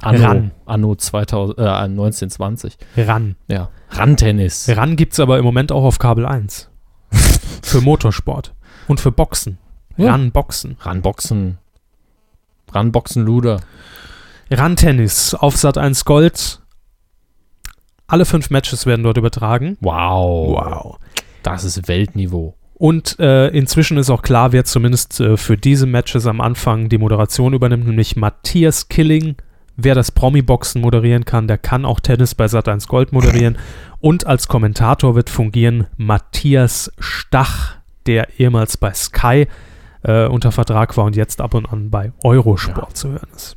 Speaker 2: Anno,
Speaker 1: Ran.
Speaker 2: Anno 2000, äh, 1920.
Speaker 1: Ran.
Speaker 2: Ja. Randtennis.
Speaker 1: Ran gibt's aber im Moment auch auf Kabel 1. für Motorsport. Und für Boxen.
Speaker 2: Ja.
Speaker 1: Ran Boxen.
Speaker 2: Ranboxen. Ranboxen Luder.
Speaker 1: Ran Tennis auf Sat 1 Gold. Alle fünf Matches werden dort übertragen.
Speaker 2: Wow. Das ist Weltniveau.
Speaker 1: Und äh, inzwischen ist auch klar, wer zumindest äh, für diese Matches am Anfang die Moderation übernimmt, nämlich Matthias Killing. Wer das Promi-Boxen moderieren kann, der kann auch Tennis bei Sat1 Gold moderieren. Und als Kommentator wird fungieren Matthias Stach, der ehemals bei Sky äh, unter Vertrag war und jetzt ab und an bei Eurosport zu hören ist.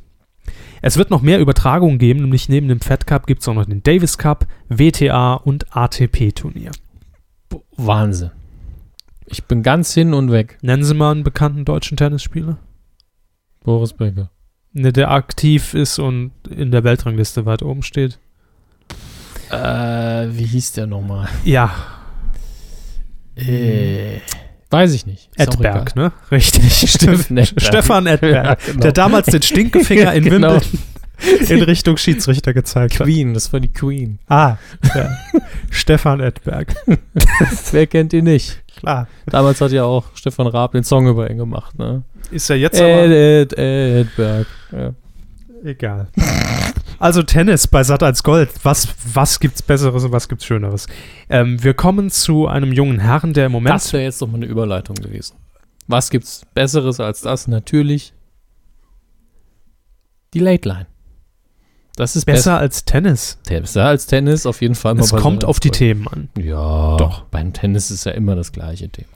Speaker 1: Es wird noch mehr Übertragungen geben, nämlich neben dem Fed Cup gibt es auch noch den Davis Cup, WTA und ATP-Turnier.
Speaker 2: B- Wahnsinn. Ich bin ganz hin und weg.
Speaker 1: Nennen Sie mal einen bekannten deutschen Tennisspieler.
Speaker 2: Boris Becker.
Speaker 1: Ne, der aktiv ist und in der Weltrangliste weit oben steht.
Speaker 2: Äh, wie hieß der nochmal?
Speaker 1: Ja,
Speaker 2: Äh. Weiß ich nicht. Ist auch
Speaker 1: Edberg, ne? Richtig.
Speaker 2: Steffen Edberg.
Speaker 1: Stefan Edberg,
Speaker 2: Ja, genau.
Speaker 1: der damals den Stinkefinger in
Speaker 2: Genau.
Speaker 1: Wimbledon in Richtung Schiedsrichter gezeigt
Speaker 2: egal.
Speaker 1: hat.
Speaker 2: Queen, das war die Queen.
Speaker 1: Ah, ja. Stefan Edberg,
Speaker 2: Wer kennt ihn nicht?
Speaker 1: klar.
Speaker 2: Damals hat ja auch Stefan Raab den Song über ihn gemacht, ne?
Speaker 1: Ist ja jetzt aber
Speaker 2: Ed, Ed, Edberg. Ja.
Speaker 1: egal. Also Tennis bei Sat als Gold. Was, was gibt's Besseres und was gibt's Schöneres? Ähm, wir kommen zu einem jungen Herrn, der im Moment
Speaker 2: Das wäre jetzt doch mal eine Überleitung gewesen. Was gibt's Besseres als das? Natürlich die Late Line. Das ist besser,
Speaker 1: besser als Tennis.
Speaker 2: besser als Tennis, auf jeden Fall. mal
Speaker 1: Es
Speaker 2: bei
Speaker 1: kommt
Speaker 2: so-
Speaker 1: auf die Themen an. Doch.
Speaker 2: Ja, doch. Beim Tennis ist ja immer das gleiche Thema.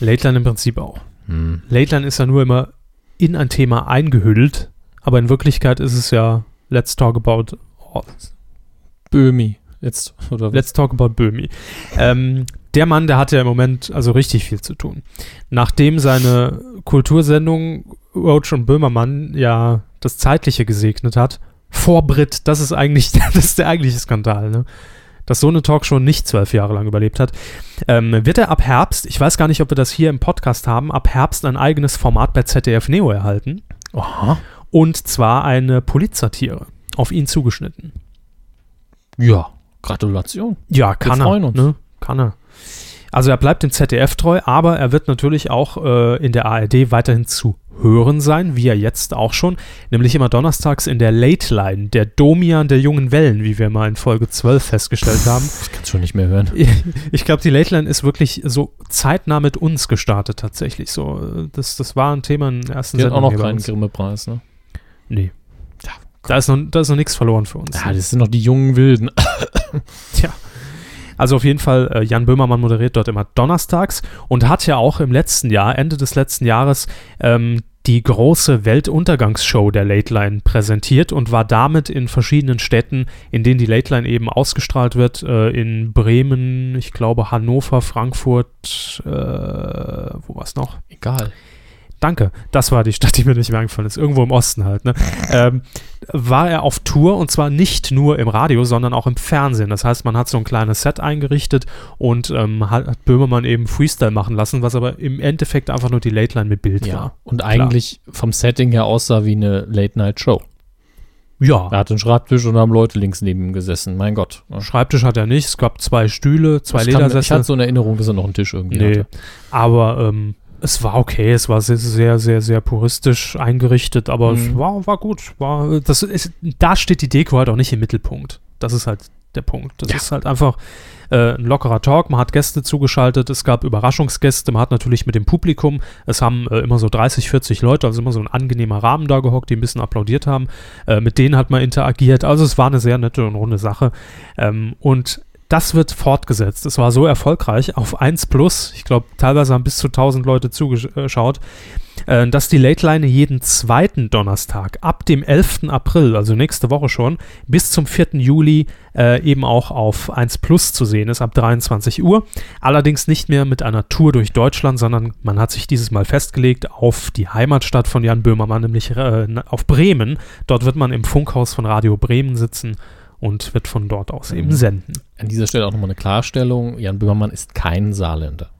Speaker 1: Lateland im Prinzip auch.
Speaker 2: Hm.
Speaker 1: Lateland ist ja nur immer in ein Thema eingehüllt, aber in Wirklichkeit ist es ja Let's Talk About
Speaker 2: Böhmi. Jetzt, oder
Speaker 1: Let's Talk About Böhmi. Ähm, der Mann, der hat ja im Moment also richtig viel zu tun. Nachdem seine Kultursendung Roach und Böhmermann ja das Zeitliche gesegnet hat, vor Brit, das ist eigentlich, das ist der eigentliche Skandal, ne? Dass so eine Talkshow nicht zwölf Jahre lang überlebt hat, ähm, wird er ab Herbst, ich weiß gar nicht, ob wir das hier im Podcast haben, ab Herbst ein eigenes Format bei ZDF Neo erhalten.
Speaker 2: Aha.
Speaker 1: Und zwar eine Polizsatire, auf ihn zugeschnitten.
Speaker 2: Ja, Gratulation.
Speaker 1: Ja, kann
Speaker 2: Wir freuen
Speaker 1: er.
Speaker 2: uns.
Speaker 1: Ne? Kann er. Also er bleibt dem ZDF treu, aber er wird natürlich auch äh, in der ARD weiterhin zu hören sein, wie er jetzt auch schon, nämlich immer donnerstags in der Late Line, der Domian der jungen Wellen, wie wir mal in Folge 12 festgestellt haben.
Speaker 2: Das kannst du schon nicht mehr hören.
Speaker 1: Ich glaube, die Late Line ist wirklich so zeitnah mit uns gestartet tatsächlich. So, äh, das, das war ein Thema in der ersten
Speaker 2: Die hat auch noch
Speaker 1: hier bei
Speaker 2: keinen
Speaker 1: uns.
Speaker 2: Grimme-Preis, ne?
Speaker 1: Nee.
Speaker 2: Ja,
Speaker 1: Da ist noch, da ist noch nichts verloren für uns.
Speaker 2: Ja, das sind noch die jungen Wilden.
Speaker 1: Also auf jeden Fall, äh, Jan Böhmermann moderiert dort immer donnerstags und hat ja auch im letzten Jahr, Ende des letzten Jahres, ähm, die große Weltuntergangsshow der Late Line präsentiert und war damit in verschiedenen Städten, in denen die Late Line eben ausgestrahlt wird, äh, in Bremen, ich glaube Hannover, Frankfurt, äh, wo war es noch?
Speaker 2: Egal.
Speaker 1: Danke, das war die Stadt, die mir nicht mehr eingefallen ist. Irgendwo im Osten halt. Ne? Ähm, war er auf Tour und zwar nicht nur im Radio, sondern auch im Fernsehen. Das heißt, man hat so ein kleines Set eingerichtet und ähm, hat, hat Böhmermann eben Freestyle machen lassen, was aber im Endeffekt einfach nur die Late Line mit Bild war.
Speaker 2: Ja. Und eigentlich vom Setting her aussah wie eine Late-Night-Show.
Speaker 1: Ja,
Speaker 2: Er hatte einen Schreibtisch und da haben Leute links neben ihm gesessen. Mein Gott. Ja.
Speaker 1: Schreibtisch hat er nicht. Es gab zwei Stühle, zwei
Speaker 2: Das kam- Ich
Speaker 1: Ledersessel.
Speaker 2: hatte so eine Erinnerung, dass er noch einen Tisch irgendwie
Speaker 1: Nee,
Speaker 2: hatte.
Speaker 1: aber ähm, es war okay, es war sehr, sehr, sehr, sehr puristisch eingerichtet, aber es
Speaker 2: Mhm.
Speaker 1: war, war gut. War, das ist, da steht die Deko halt auch nicht im Mittelpunkt. Das ist halt der Punkt. Das
Speaker 2: Ja.
Speaker 1: ist halt einfach äh, ein lockerer Talk. Man hat Gäste zugeschaltet, es gab Überraschungsgäste, man hat natürlich mit dem Publikum, es haben äh, immer so 30, 40 Leute, also immer so ein angenehmer Rahmen da gehockt, die ein bisschen applaudiert haben. Äh, mit denen hat man interagiert. Also es war eine sehr nette und runde Sache. Ähm, und das wird fortgesetzt. Es war so erfolgreich auf 1 Plus, ich glaube, teilweise haben bis zu 1000 Leute zugeschaut, äh, dass die Late Line jeden zweiten Donnerstag ab dem 11. April, also nächste Woche schon, bis zum 4. Juli äh, eben auch auf 1 Plus zu sehen ist, ab 23 Uhr. Allerdings nicht mehr mit einer Tour durch Deutschland, sondern man hat sich dieses Mal festgelegt auf die Heimatstadt von Jan Böhmermann, nämlich äh, auf Bremen. Dort wird man im Funkhaus von Radio Bremen sitzen und wird von dort aus eben senden.
Speaker 2: An dieser Stelle auch nochmal eine Klarstellung. Jan Böhmermann ist kein Saarländer,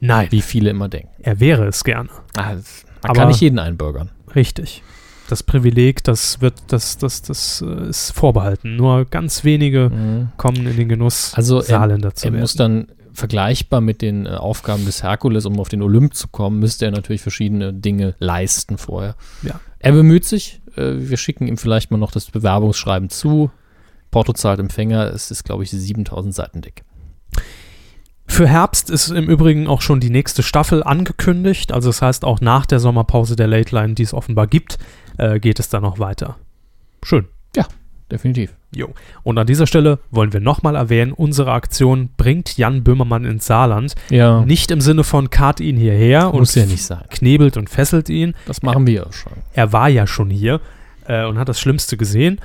Speaker 1: Nein.
Speaker 2: wie viele immer denken.
Speaker 1: Er wäre es gerne.
Speaker 2: Ah, das- Man
Speaker 1: Aber-
Speaker 2: kann nicht jeden einbürgern.
Speaker 1: Richtig. Das Privileg, das wird, das, das, das äh, ist vorbehalten. Nur ganz wenige kommen in den Genuss,
Speaker 2: Mhm. Also, ähm,
Speaker 1: Mhm. Saarländer zu
Speaker 2: Er
Speaker 1: werden.
Speaker 2: muss dann vergleichbar mit den äh, Aufgaben des Herkules, um auf den Olymp zu kommen, müsste er natürlich verschiedene Dinge leisten vorher.
Speaker 1: Ja.
Speaker 2: Er bemüht sich. Äh, wir schicken ihm vielleicht mal noch das Bewerbungsschreiben zu. Porto zahlt Empfänger. Es ist, glaube ich, 7000 Seiten dick.
Speaker 1: Für Herbst ist im Übrigen auch schon die nächste Staffel angekündigt. Also das heißt, auch nach der Sommerpause der Late Line, die es offenbar gibt, äh, geht es dann noch weiter. Schön.
Speaker 2: Definitiv.
Speaker 1: Jo. Und an dieser Stelle wollen wir nochmal erwähnen, unsere Aktion bringt Jan Böhmermann ins Saarland.
Speaker 2: Ja.
Speaker 1: Nicht im Sinne von kart ihn hierher
Speaker 2: muss
Speaker 1: und
Speaker 2: ja nicht sein.
Speaker 1: knebelt und fesselt ihn,
Speaker 2: Das machen wir ja schon.
Speaker 1: er war ja schon hier äh, und hat das Schlimmste gesehen.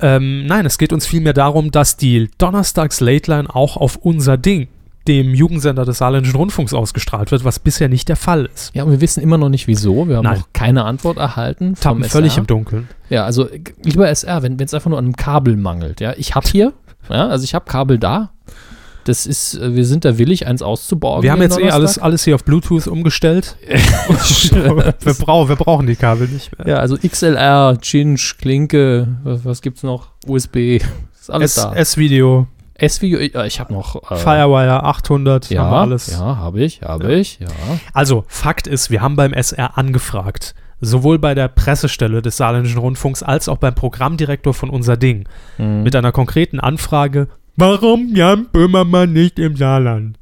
Speaker 1: Ähm, nein, es geht uns vielmehr darum, dass die Donnerstags Late Line auch auf unser Ding, dem Jugendsender des Saarländischen Rundfunks, ausgestrahlt wird, was bisher nicht der Fall ist.
Speaker 2: Ja, und wir wissen immer noch nicht wieso. Wir haben
Speaker 1: Nein.
Speaker 2: noch keine Antwort erhalten.
Speaker 1: Tappen
Speaker 2: SR.
Speaker 1: völlig im Dunkeln.
Speaker 2: Ja, also g- lieber SR, wenn es einfach nur an einem Kabel mangelt. Ja, ich habe hier, ja, also ich habe Kabel da. Das ist, äh, wir sind da willig, eins auszubauen.
Speaker 1: wir haben jetzt eh alles, alles hier auf Bluetooth umgestellt. wir, brauchen, wir brauchen die Kabel nicht mehr.
Speaker 2: Ja, also XLR, Cinch, Klinke, was, was gibt's noch? USB, ist alles
Speaker 1: S-
Speaker 2: da.
Speaker 1: S-Video,
Speaker 2: SVU, äh, ich habe noch. Äh,
Speaker 1: Firewire 800,
Speaker 2: ja,
Speaker 1: haben wir alles.
Speaker 2: ja, habe ich, habe ich, ja.
Speaker 1: Also, Fakt ist, wir haben beim SR angefragt. Sowohl bei der Pressestelle des Saarländischen Rundfunks als auch beim Programmdirektor von Unser Ding. Mit einer konkreten Anfrage: Warum Jan Böhmermann nicht im Saarland?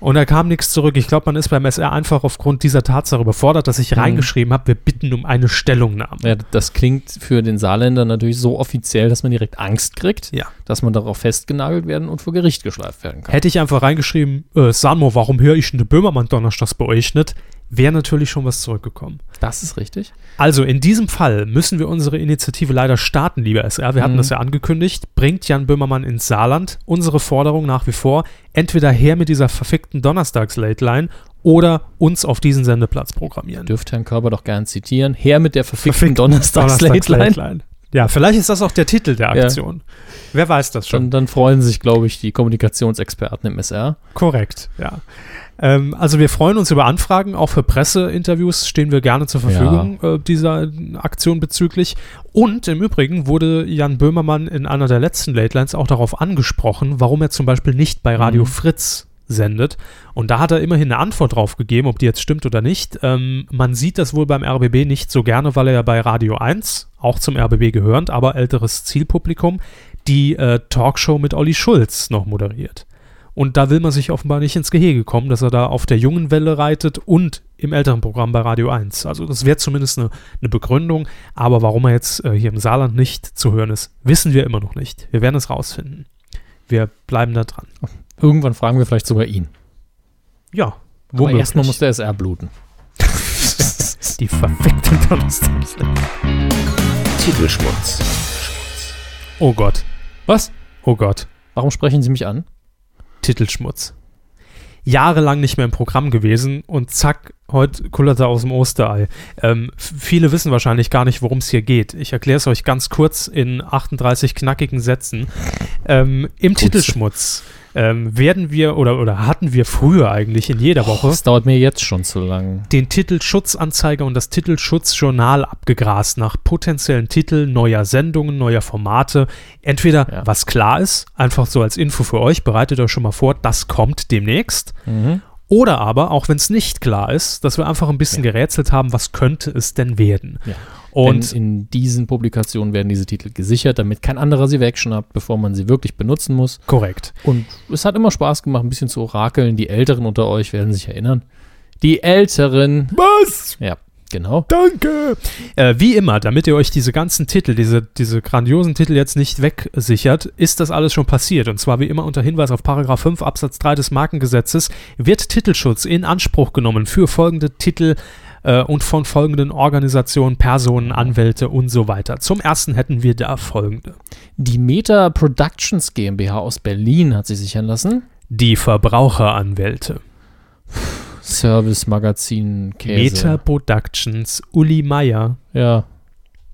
Speaker 1: Und da kam nichts zurück. Ich glaube, man ist beim SR einfach aufgrund dieser Tatsache überfordert, dass ich reingeschrieben habe, wir bitten um eine Stellungnahme.
Speaker 2: Ja, das klingt für den Saarländer natürlich so offiziell, dass man direkt Angst kriegt,
Speaker 1: Ja.
Speaker 2: dass man darauf festgenagelt werden und vor Gericht geschleift werden kann.
Speaker 1: Hätte ich einfach reingeschrieben, äh, Samo, warum höre ich denn den Böhmermann Donnerstags bei euch nicht? Wäre natürlich schon was zurückgekommen.
Speaker 2: Das ist richtig.
Speaker 1: Also in diesem Fall müssen wir unsere Initiative leider starten, lieber SR.
Speaker 2: Mhm.
Speaker 1: Wir hatten das ja angekündigt. Bringt Jan Böhmermann ins Saarland. Unsere Forderung nach wie vor, entweder her mit dieser verfickten Donnerstags-Late-Line oder uns auf diesen Sendeplatz programmieren.
Speaker 2: Dürfte Herrn Körber doch gern zitieren. Her mit der verfickten Donnerstags-Late-Line.
Speaker 1: Donnerstags-Late-Line. Ja, vielleicht ist das auch der Titel der
Speaker 2: Ja.
Speaker 1: Aktion. Wer weiß das schon.
Speaker 2: Dann, dann freuen sich, glaube ich, die Kommunikationsexperten im SR.
Speaker 1: Korrekt, ja. Ähm, also wir freuen uns über Anfragen, auch für Presseinterviews stehen wir gerne zur Verfügung äh, dieser Aktion bezüglich. Und im Übrigen wurde Jan Böhmermann in einer der letzten Late Lines auch darauf angesprochen, warum er zum Beispiel nicht bei Radio
Speaker 2: Mhm.
Speaker 1: Fritz sendet. Und da hat er immerhin eine Antwort drauf gegeben, ob die jetzt stimmt oder nicht. Ähm, man sieht das wohl beim RBB nicht so gerne, weil er ja bei Radio 1, auch zum RBB gehörend, aber älteres Zielpublikum, die äh, Talkshow mit Olli Schulz noch moderiert. Und da will man sich offenbar nicht ins Gehege kommen, dass er da auf der jungen Welle reitet und im älteren Programm bei Radio 1. Also das wäre zumindest eine, eine Begründung. Aber warum er jetzt äh, hier im Saarland nicht zu hören ist, wissen wir immer noch nicht. Wir werden es rausfinden. Wir bleiben da dran.
Speaker 2: Irgendwann fragen wir vielleicht sogar ihn.
Speaker 1: Ja,
Speaker 2: Aber
Speaker 1: womöglich.
Speaker 2: erstmal muss der SR bluten.
Speaker 1: die verfickte Donnerstags.
Speaker 3: Titelschmutz.
Speaker 1: Oh Gott,
Speaker 2: Was?
Speaker 1: oh Gott.
Speaker 2: Warum sprechen Sie mich an?
Speaker 1: Titelschmutz. Jahrelang nicht mehr im Programm gewesen und zack, heute kullert er aus dem Osterei. Ähm, f- viele wissen wahrscheinlich gar nicht, worum es hier geht. Ich erkläre es euch ganz kurz in 38 knackigen Sätzen. Ähm, Im Titelschmutz ähm, werden wir oder, oder hatten wir früher eigentlich in
Speaker 2: Oh,
Speaker 1: jeder Woche
Speaker 2: Das dauert mir jetzt schon zu lang.
Speaker 1: den Titel Schutzanzeiger und das Titel Schutzjournal abgegrast nach potenziellen Titeln neuer Sendungen, neuer Formate. Entweder
Speaker 2: Ja.
Speaker 1: was klar ist, einfach so als Info für euch, bereitet euch schon mal vor, das kommt demnächst.
Speaker 2: Mhm.
Speaker 1: Oder aber, auch wenn es nicht klar ist, dass wir einfach ein bisschen gerätselt haben, was könnte es denn werden.
Speaker 2: Ja.
Speaker 1: Und
Speaker 2: Denn in diesen Publikationen werden diese Titel gesichert, damit kein anderer sie wegschnappt, bevor man sie wirklich benutzen muss.
Speaker 1: korrekt.
Speaker 2: Und es hat immer Spaß gemacht, ein bisschen zu orakeln. Die Älteren unter euch werden sich erinnern. Die Älteren,
Speaker 1: Was?
Speaker 2: ja, genau.
Speaker 1: Danke! Äh, wie immer, damit ihr euch diese ganzen Titel, diese, diese grandiosen Titel jetzt nicht wegsichert, ist das alles schon passiert. Und zwar wie immer unter Hinweis auf Paragraph 5 Absatz 3 des Markengesetzes wird Titelschutz in Anspruch genommen für folgende Titel äh, und von folgenden Organisationen, Personen, Anwälte und so weiter. Zum ersten hätten wir da folgende.
Speaker 2: Die Meta Productions GmbH aus Berlin hat sie sichern lassen.
Speaker 1: Die Verbraucheranwälte.
Speaker 2: Service Magazin Käse.
Speaker 1: Meta Productions, Uli Meier.
Speaker 2: Ja,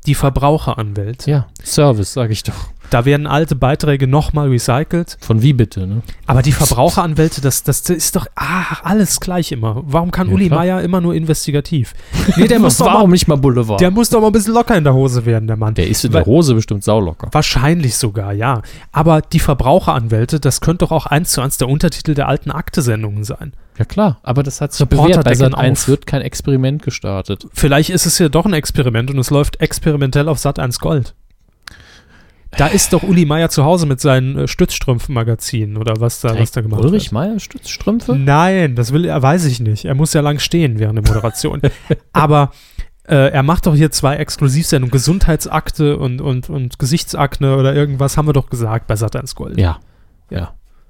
Speaker 1: Die Verbraucheranwälte.
Speaker 2: ja, Service, sage ich doch.
Speaker 1: Da werden alte Beiträge nochmal recycelt.
Speaker 2: Von wie bitte, ne?
Speaker 1: Aber die Verbraucheranwälte, das, das ist doch ach, alles gleich immer. Warum kann
Speaker 2: Ja,
Speaker 1: Uli
Speaker 2: klar.
Speaker 1: Meier immer nur investigativ? Nee, der muss, doch
Speaker 2: Warum
Speaker 1: mal,
Speaker 2: nicht mal Boulevard?
Speaker 1: der muss doch mal ein bisschen locker in der Hose werden, der Mann.
Speaker 2: Der ist in der
Speaker 1: Weil-
Speaker 2: Hose bestimmt saulocker.
Speaker 1: Wahrscheinlich sogar, ja. Aber die Verbraucheranwälte, das könnte doch auch eins zu eins der Untertitel der alten Akte-Sendungen sein.
Speaker 2: Ja klar, aber das hat sich
Speaker 1: Reporter
Speaker 2: bewährt. Bei
Speaker 1: decken
Speaker 2: Sat 1
Speaker 1: auf.
Speaker 2: wird kein Experiment gestartet.
Speaker 1: Vielleicht ist es hier doch ein Experiment und es läuft experimentell auf Sat 1 Gold. Da ist doch Uli Meier zu Hause mit seinen äh, Stützstrümpfen-Magazinen oder was da, was da gemacht wird.
Speaker 2: Ulrich Meier Stützstrümpfe?
Speaker 1: Nein, das will er, weiß ich nicht. Er muss ja lang stehen während der Moderation. Aber äh, er macht doch hier zwei Exklusivsendungen, Gesundheitsakte und, und, und Gesichtsakne oder irgendwas, haben wir doch gesagt bei Satan Gold.
Speaker 2: Ja,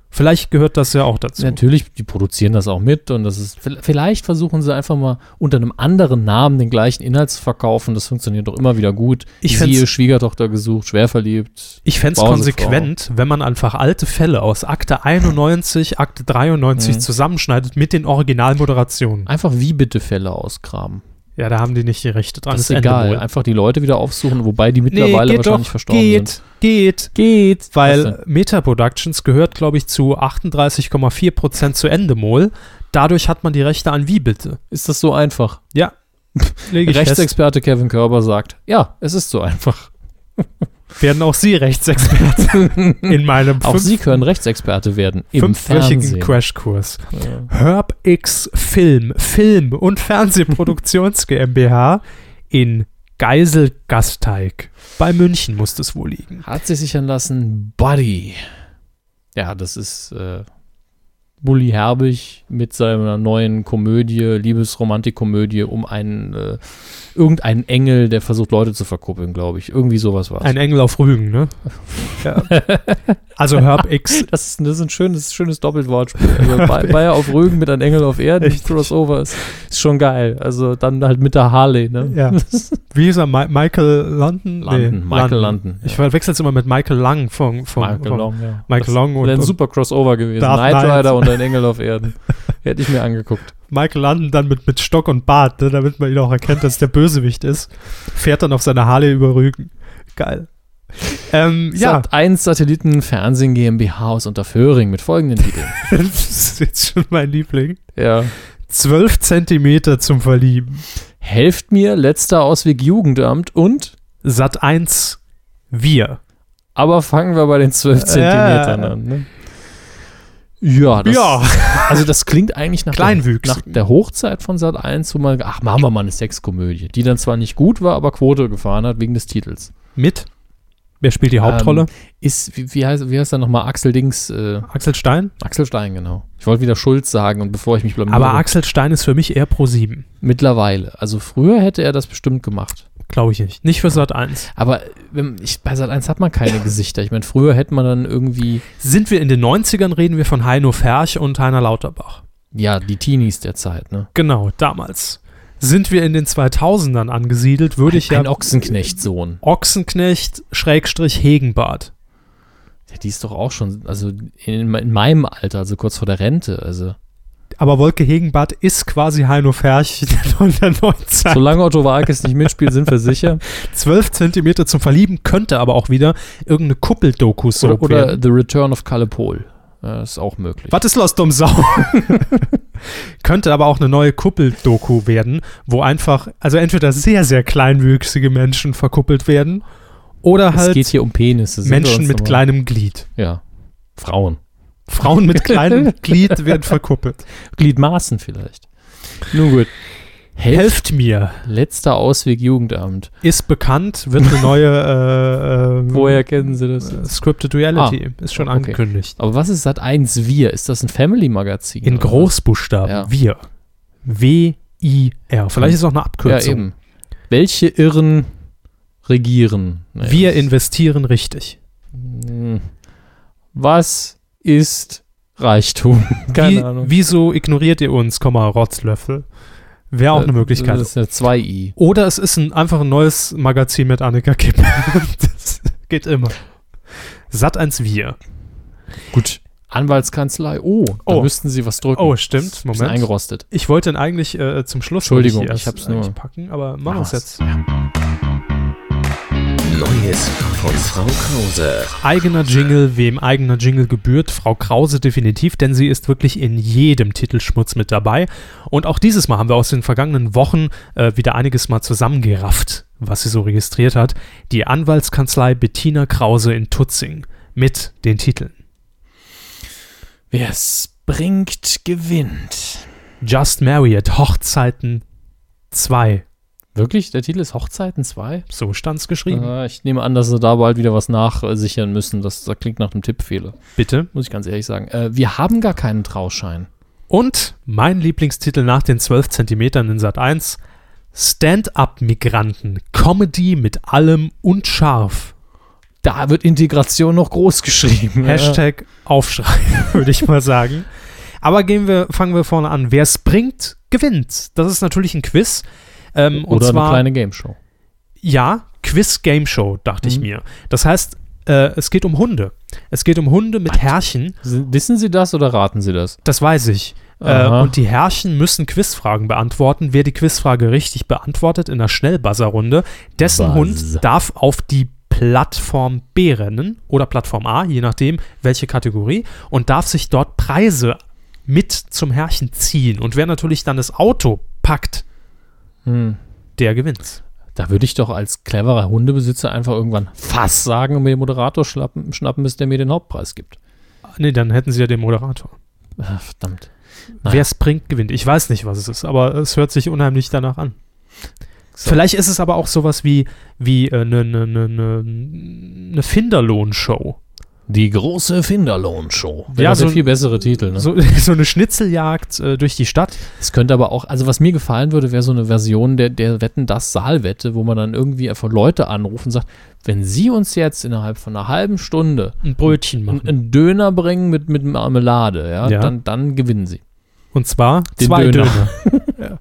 Speaker 1: Vielleicht gehört das ja auch dazu.
Speaker 2: Natürlich, die produzieren das auch mit und das ist. Vielleicht versuchen sie einfach mal unter einem anderen Namen den gleichen Inhalt zu verkaufen. Das funktioniert doch immer wieder gut.
Speaker 1: Ich
Speaker 2: Siehe
Speaker 1: fänd's-
Speaker 2: Schwiegertochter gesucht, schwer verliebt.
Speaker 1: Ich fände es
Speaker 2: Braune
Speaker 1: konsequent, wenn man einfach alte Fälle aus Akte 91, Akte 93
Speaker 2: Mhm.
Speaker 1: zusammenschneidet mit den Originalmoderationen.
Speaker 2: Einfach wie bitte Fälle ausgraben.
Speaker 1: Ja, da haben die nicht die Rechte dran.
Speaker 2: Das ist
Speaker 1: ist Ende
Speaker 2: egal.
Speaker 1: wohl.
Speaker 2: Einfach die Leute wieder aufsuchen, wobei die mittlerweile
Speaker 1: geht
Speaker 2: wahrscheinlich
Speaker 1: doch,
Speaker 2: verstorben
Speaker 1: geht,
Speaker 2: sind.
Speaker 1: Geht,
Speaker 2: Geht.
Speaker 1: Weil Meta Productions gehört, glaube ich, zu 38,4% zu Endemol. Dadurch hat man die Rechte an wie bitte?
Speaker 2: Ist das so einfach?
Speaker 1: Lege ich fest,
Speaker 2: Rechtsexperte Kevin Körber sagt, ja, es ist so einfach.
Speaker 1: werden auch Sie Rechtsexperte in meinem
Speaker 2: Auch
Speaker 1: fünf-
Speaker 2: Sie können Rechtsexperte werden. Im
Speaker 1: fünfwöchigen
Speaker 2: Fernsehen.
Speaker 1: Crashkurs.
Speaker 2: Ja.
Speaker 1: HerbX Film, Film und Fernsehproduktions GmbH in Geiselgasteig. Bei München muss das wohl liegen.
Speaker 2: Hat sich sichern lassen, Buddy. Ja, das ist äh, Bully Herbig mit seiner neuen Komödie, Liebesromantikkomödie um einen, äh, irgendeinen Engel, der versucht, Leute zu verkuppeln, glaube ich. Irgendwie sowas war
Speaker 1: Ein Engel auf Rügen, ne? Ja. Also HerbX
Speaker 2: Das ist, das ist ein schönes, schönes Doppelwortspiel. Also Bay- Bayer auf Rügen mit einem Engel auf Erden,
Speaker 1: Richtig.
Speaker 2: Crossover ist, ist schon geil. Also dann halt mit der Harley, ne?
Speaker 1: Ja. Wie hieß er? Mi Michael London?
Speaker 2: London, Michael London,
Speaker 1: Ich verwechsel es immer mit Michael Lang von, von,
Speaker 2: Michael
Speaker 1: von
Speaker 2: Long, ja.
Speaker 1: Michael Long
Speaker 2: Das wäre
Speaker 1: und,
Speaker 2: ein
Speaker 1: und
Speaker 2: super Crossover gewesen.
Speaker 1: Darth
Speaker 2: Knight
Speaker 1: Knight.
Speaker 2: Rider und ein Engel auf Erden. Hätte ich mir angeguckt.
Speaker 1: Michael London dann mit, mit Stock und Bart, ne, damit man ihn auch erkennt, dass der Bösewicht ist. Fährt dann auf seiner Harley über Rügen. Geil. Ähm, ja,
Speaker 2: Sat 1 Satelliten Fernsehen GmbH aus Unterföhring mit folgenden Titeln.
Speaker 1: das ist jetzt schon mein Liebling.
Speaker 2: ja.
Speaker 1: Zwölf Zentimeter zum Verlieben.
Speaker 2: Helft mir, letzter Ausweg Jugendamt und
Speaker 1: Sat 1, wir.
Speaker 2: aber fangen wir bei den 12 Zentimetern an. Ne? Ja, das, also das klingt eigentlich nach, der, nach
Speaker 1: Kleinwüchs.
Speaker 2: der Hochzeit von Sat 1, wo man, ach, machen wir mal eine Sexkomödie, die dann zwar nicht gut war, aber Quote gefahren hat wegen des Titels.
Speaker 1: Mit? Wer spielt die Hauptrolle?
Speaker 2: Ähm, ist, wie, wie heißt, wie heißt er nochmal, Axel Dings, äh,
Speaker 1: Axel Stein?
Speaker 2: Axel Stein, genau. Ich wollte wieder Schulz sagen und bevor ich mich blamiere.
Speaker 1: Aber Axel Stein ist für mich eher pro 7.
Speaker 2: Mittlerweile. Also früher hätte er das bestimmt gemacht.
Speaker 1: Glaube ich nicht. Nicht für Sat 1.
Speaker 2: Aber wenn, ich, bei Sat 1 hat man keine Gesichter. Ich meine, früher hätte man dann irgendwie,
Speaker 1: Sind wir in den 90ern, reden wir von Heino Ferch und Heiner Lauterbach.
Speaker 2: ja, die Teenies der Zeit, ne?
Speaker 1: Genau, damals. sind wir in den 2000ern angesiedelt, würde ich ja
Speaker 2: Ein Ochsenknechtsohn.
Speaker 1: Ochsenknecht Schrägstrich Hegenbart.
Speaker 2: Ja, die ist doch auch schon, also in, in meinem Alter, also kurz vor der Rente. Also
Speaker 1: Aber Wolke Hegenbart ist quasi Heino Ferch der neuen Zeit.
Speaker 2: solange Otto Walkes nicht mitspielt, sind wir sicher.
Speaker 1: Zwölf Zentimeter zum Verlieben könnte aber auch wieder irgendeine Kuppeldoku so
Speaker 2: Oder, oder The Return of Kalle Pohl. Ja, ist auch möglich.
Speaker 1: Was ist los, dumm Sau? Könnte aber auch eine neue Kuppeldoku werden, wo einfach, also entweder sehr, sehr kleinwüchsige Menschen verkuppelt werden oder
Speaker 2: es geht
Speaker 1: halt
Speaker 2: hier um Penisse. sind wir
Speaker 1: Menschen
Speaker 2: uns
Speaker 1: mit
Speaker 2: nochmal-
Speaker 1: kleinem Glied.
Speaker 2: Ja. Frauen.
Speaker 1: Frauen mit kleinem Glied werden verkuppelt.
Speaker 2: Gliedmaßen vielleicht. Nun gut. Helft,
Speaker 1: Helft mir.
Speaker 2: letzter Ausweg Jugendamt.
Speaker 1: Ist bekannt, wird eine neue äh, äh,
Speaker 2: Woher kennen Sie das?
Speaker 1: äh, Scripted Reality. ist schon
Speaker 2: okay.
Speaker 1: angekündigt.
Speaker 2: Aber was ist Sat 1 Wir? Ist das ein Family-Magazin?
Speaker 1: In
Speaker 2: oder was?
Speaker 1: Großbuchstaben.
Speaker 2: Ja. Hm.
Speaker 1: Wir. W-I-R. Vielleicht ist auch eine
Speaker 2: Ja,
Speaker 1: Abkürzung.
Speaker 2: eben. Welche Irren regieren? Naja,
Speaker 1: Wir
Speaker 2: das-
Speaker 1: investieren richtig.
Speaker 2: Hm. Was ist Reichtum?
Speaker 1: Wie, Wieso ignoriert ihr uns, Komma, Rotzlöffel? Wäre auch eine Möglichkeit.
Speaker 2: Äh, Das ist eine 2i.
Speaker 1: Oder es ist ein, einfach ein neues Magazin mit Annika Kipp. das geht immer. Satt eins Wir.
Speaker 2: Gut. Anwaltskanzlei. Oh, da
Speaker 1: Oh.
Speaker 2: müssten Sie was drücken.
Speaker 1: Oh, stimmt.
Speaker 2: Ist ein bisschen
Speaker 1: Moment.
Speaker 2: eingerostet.
Speaker 1: Ich wollte ihn eigentlich äh, zum Schluss
Speaker 2: Entschuldigung,
Speaker 1: noch nicht
Speaker 2: ich
Speaker 1: erst
Speaker 2: hab's nur-
Speaker 1: eigentlich packen, aber machen wir es
Speaker 2: Mach
Speaker 1: jetzt.
Speaker 3: Neues von Frau Krause.
Speaker 1: Eigener Jingle, wem eigener Jingle gebührt, Frau Krause definitiv, denn sie ist wirklich in jedem Titelschmutz mit dabei. Und auch dieses Mal haben wir aus den vergangenen Wochen äh, wieder einiges mal zusammengerafft, was sie so registriert hat. Die Anwaltskanzlei Bettina Krause in Tutzing mit den Titeln
Speaker 2: Wer es bringt, gewinnt.
Speaker 1: Just Marriott, Hochzeiten 2.
Speaker 2: Wirklich? Der Titel ist Hochzeiten 2?
Speaker 1: So stand's geschrieben.
Speaker 2: Äh, ich nehme an, dass sie da bald wieder was nachsichern müssen. Das, das klingt nach einem Tippfehler.
Speaker 1: Bitte.
Speaker 2: Muss ich ganz ehrlich sagen. Äh, wir haben gar keinen Trauschein.
Speaker 1: Und mein Lieblingstitel nach den 12 Zentimetern in Sat 1: Stand-up-Migranten. Comedy mit allem und scharf.
Speaker 2: Da wird Integration noch groß geschrieben.
Speaker 1: Hashtag Aufschrei, würde ich mal sagen. Aber gehen wir, fangen wir vorne an. Wer springt, gewinnt. Das ist natürlich ein Quiz. Ähm,
Speaker 2: Oder
Speaker 1: und zwar,
Speaker 2: eine kleine Gameshow.
Speaker 1: ja, Quiz Game Show, dachte ich
Speaker 2: Mhm.
Speaker 1: mir. Das heißt, äh, es geht um Hunde. Es geht um Hunde mit Herrchen.
Speaker 2: Sind- Wissen Sie das oder raten Sie das?
Speaker 1: Das weiß ich. Äh,
Speaker 2: Aha.
Speaker 1: und die Herrchen müssen Quizfragen beantworten. Wer die Quizfrage richtig beantwortet in der Schnellbuzzer-Runde, dessen
Speaker 2: Buzz.
Speaker 1: Hund darf auf die Plattform B rennen oder Plattform A, je nachdem welche Kategorie, und darf sich dort Preise mit zum Herrchen ziehen. Und wer natürlich dann das Auto packt,
Speaker 2: Hm.
Speaker 1: der gewinnt.
Speaker 2: Da würde ich doch als cleverer Hundebesitzer einfach irgendwann Fass sagen und mir den Moderator schlappen, schnappen, bis der mir den Hauptpreis gibt.
Speaker 1: Ah, Nee, dann hätten sie ja den Moderator.
Speaker 2: Ah, verdammt. Naja.
Speaker 1: Wer es bringt, gewinnt. Ich weiß nicht, was es ist, aber es hört sich unheimlich danach an.
Speaker 2: So.
Speaker 1: Vielleicht ist es aber auch sowas wie wie eine ne, ne, ne, ne Finderlohnshow.
Speaker 2: Die große Finderlohn-Show.
Speaker 1: Ja,
Speaker 2: Ja, so
Speaker 1: so
Speaker 2: der
Speaker 1: ein-
Speaker 2: viel bessere Titel. Ne?
Speaker 1: So, so eine Schnitzeljagd äh, durch die Stadt.
Speaker 2: Es könnte aber auch, also was mir gefallen würde, wäre so eine Version der, der Wetten das Saalwette, wo man dann irgendwie einfach Leute anruft und sagt, wenn Sie uns jetzt innerhalb von einer halben Stunde
Speaker 1: Ein Brötchen machen.
Speaker 2: einen, einen Döner bringen mit, mit Marmelade, ja,
Speaker 1: Ja.
Speaker 2: Dann, dann gewinnen Sie.
Speaker 1: Und zwar
Speaker 2: Den
Speaker 1: zwei Döner.
Speaker 2: Döner.
Speaker 1: Ja.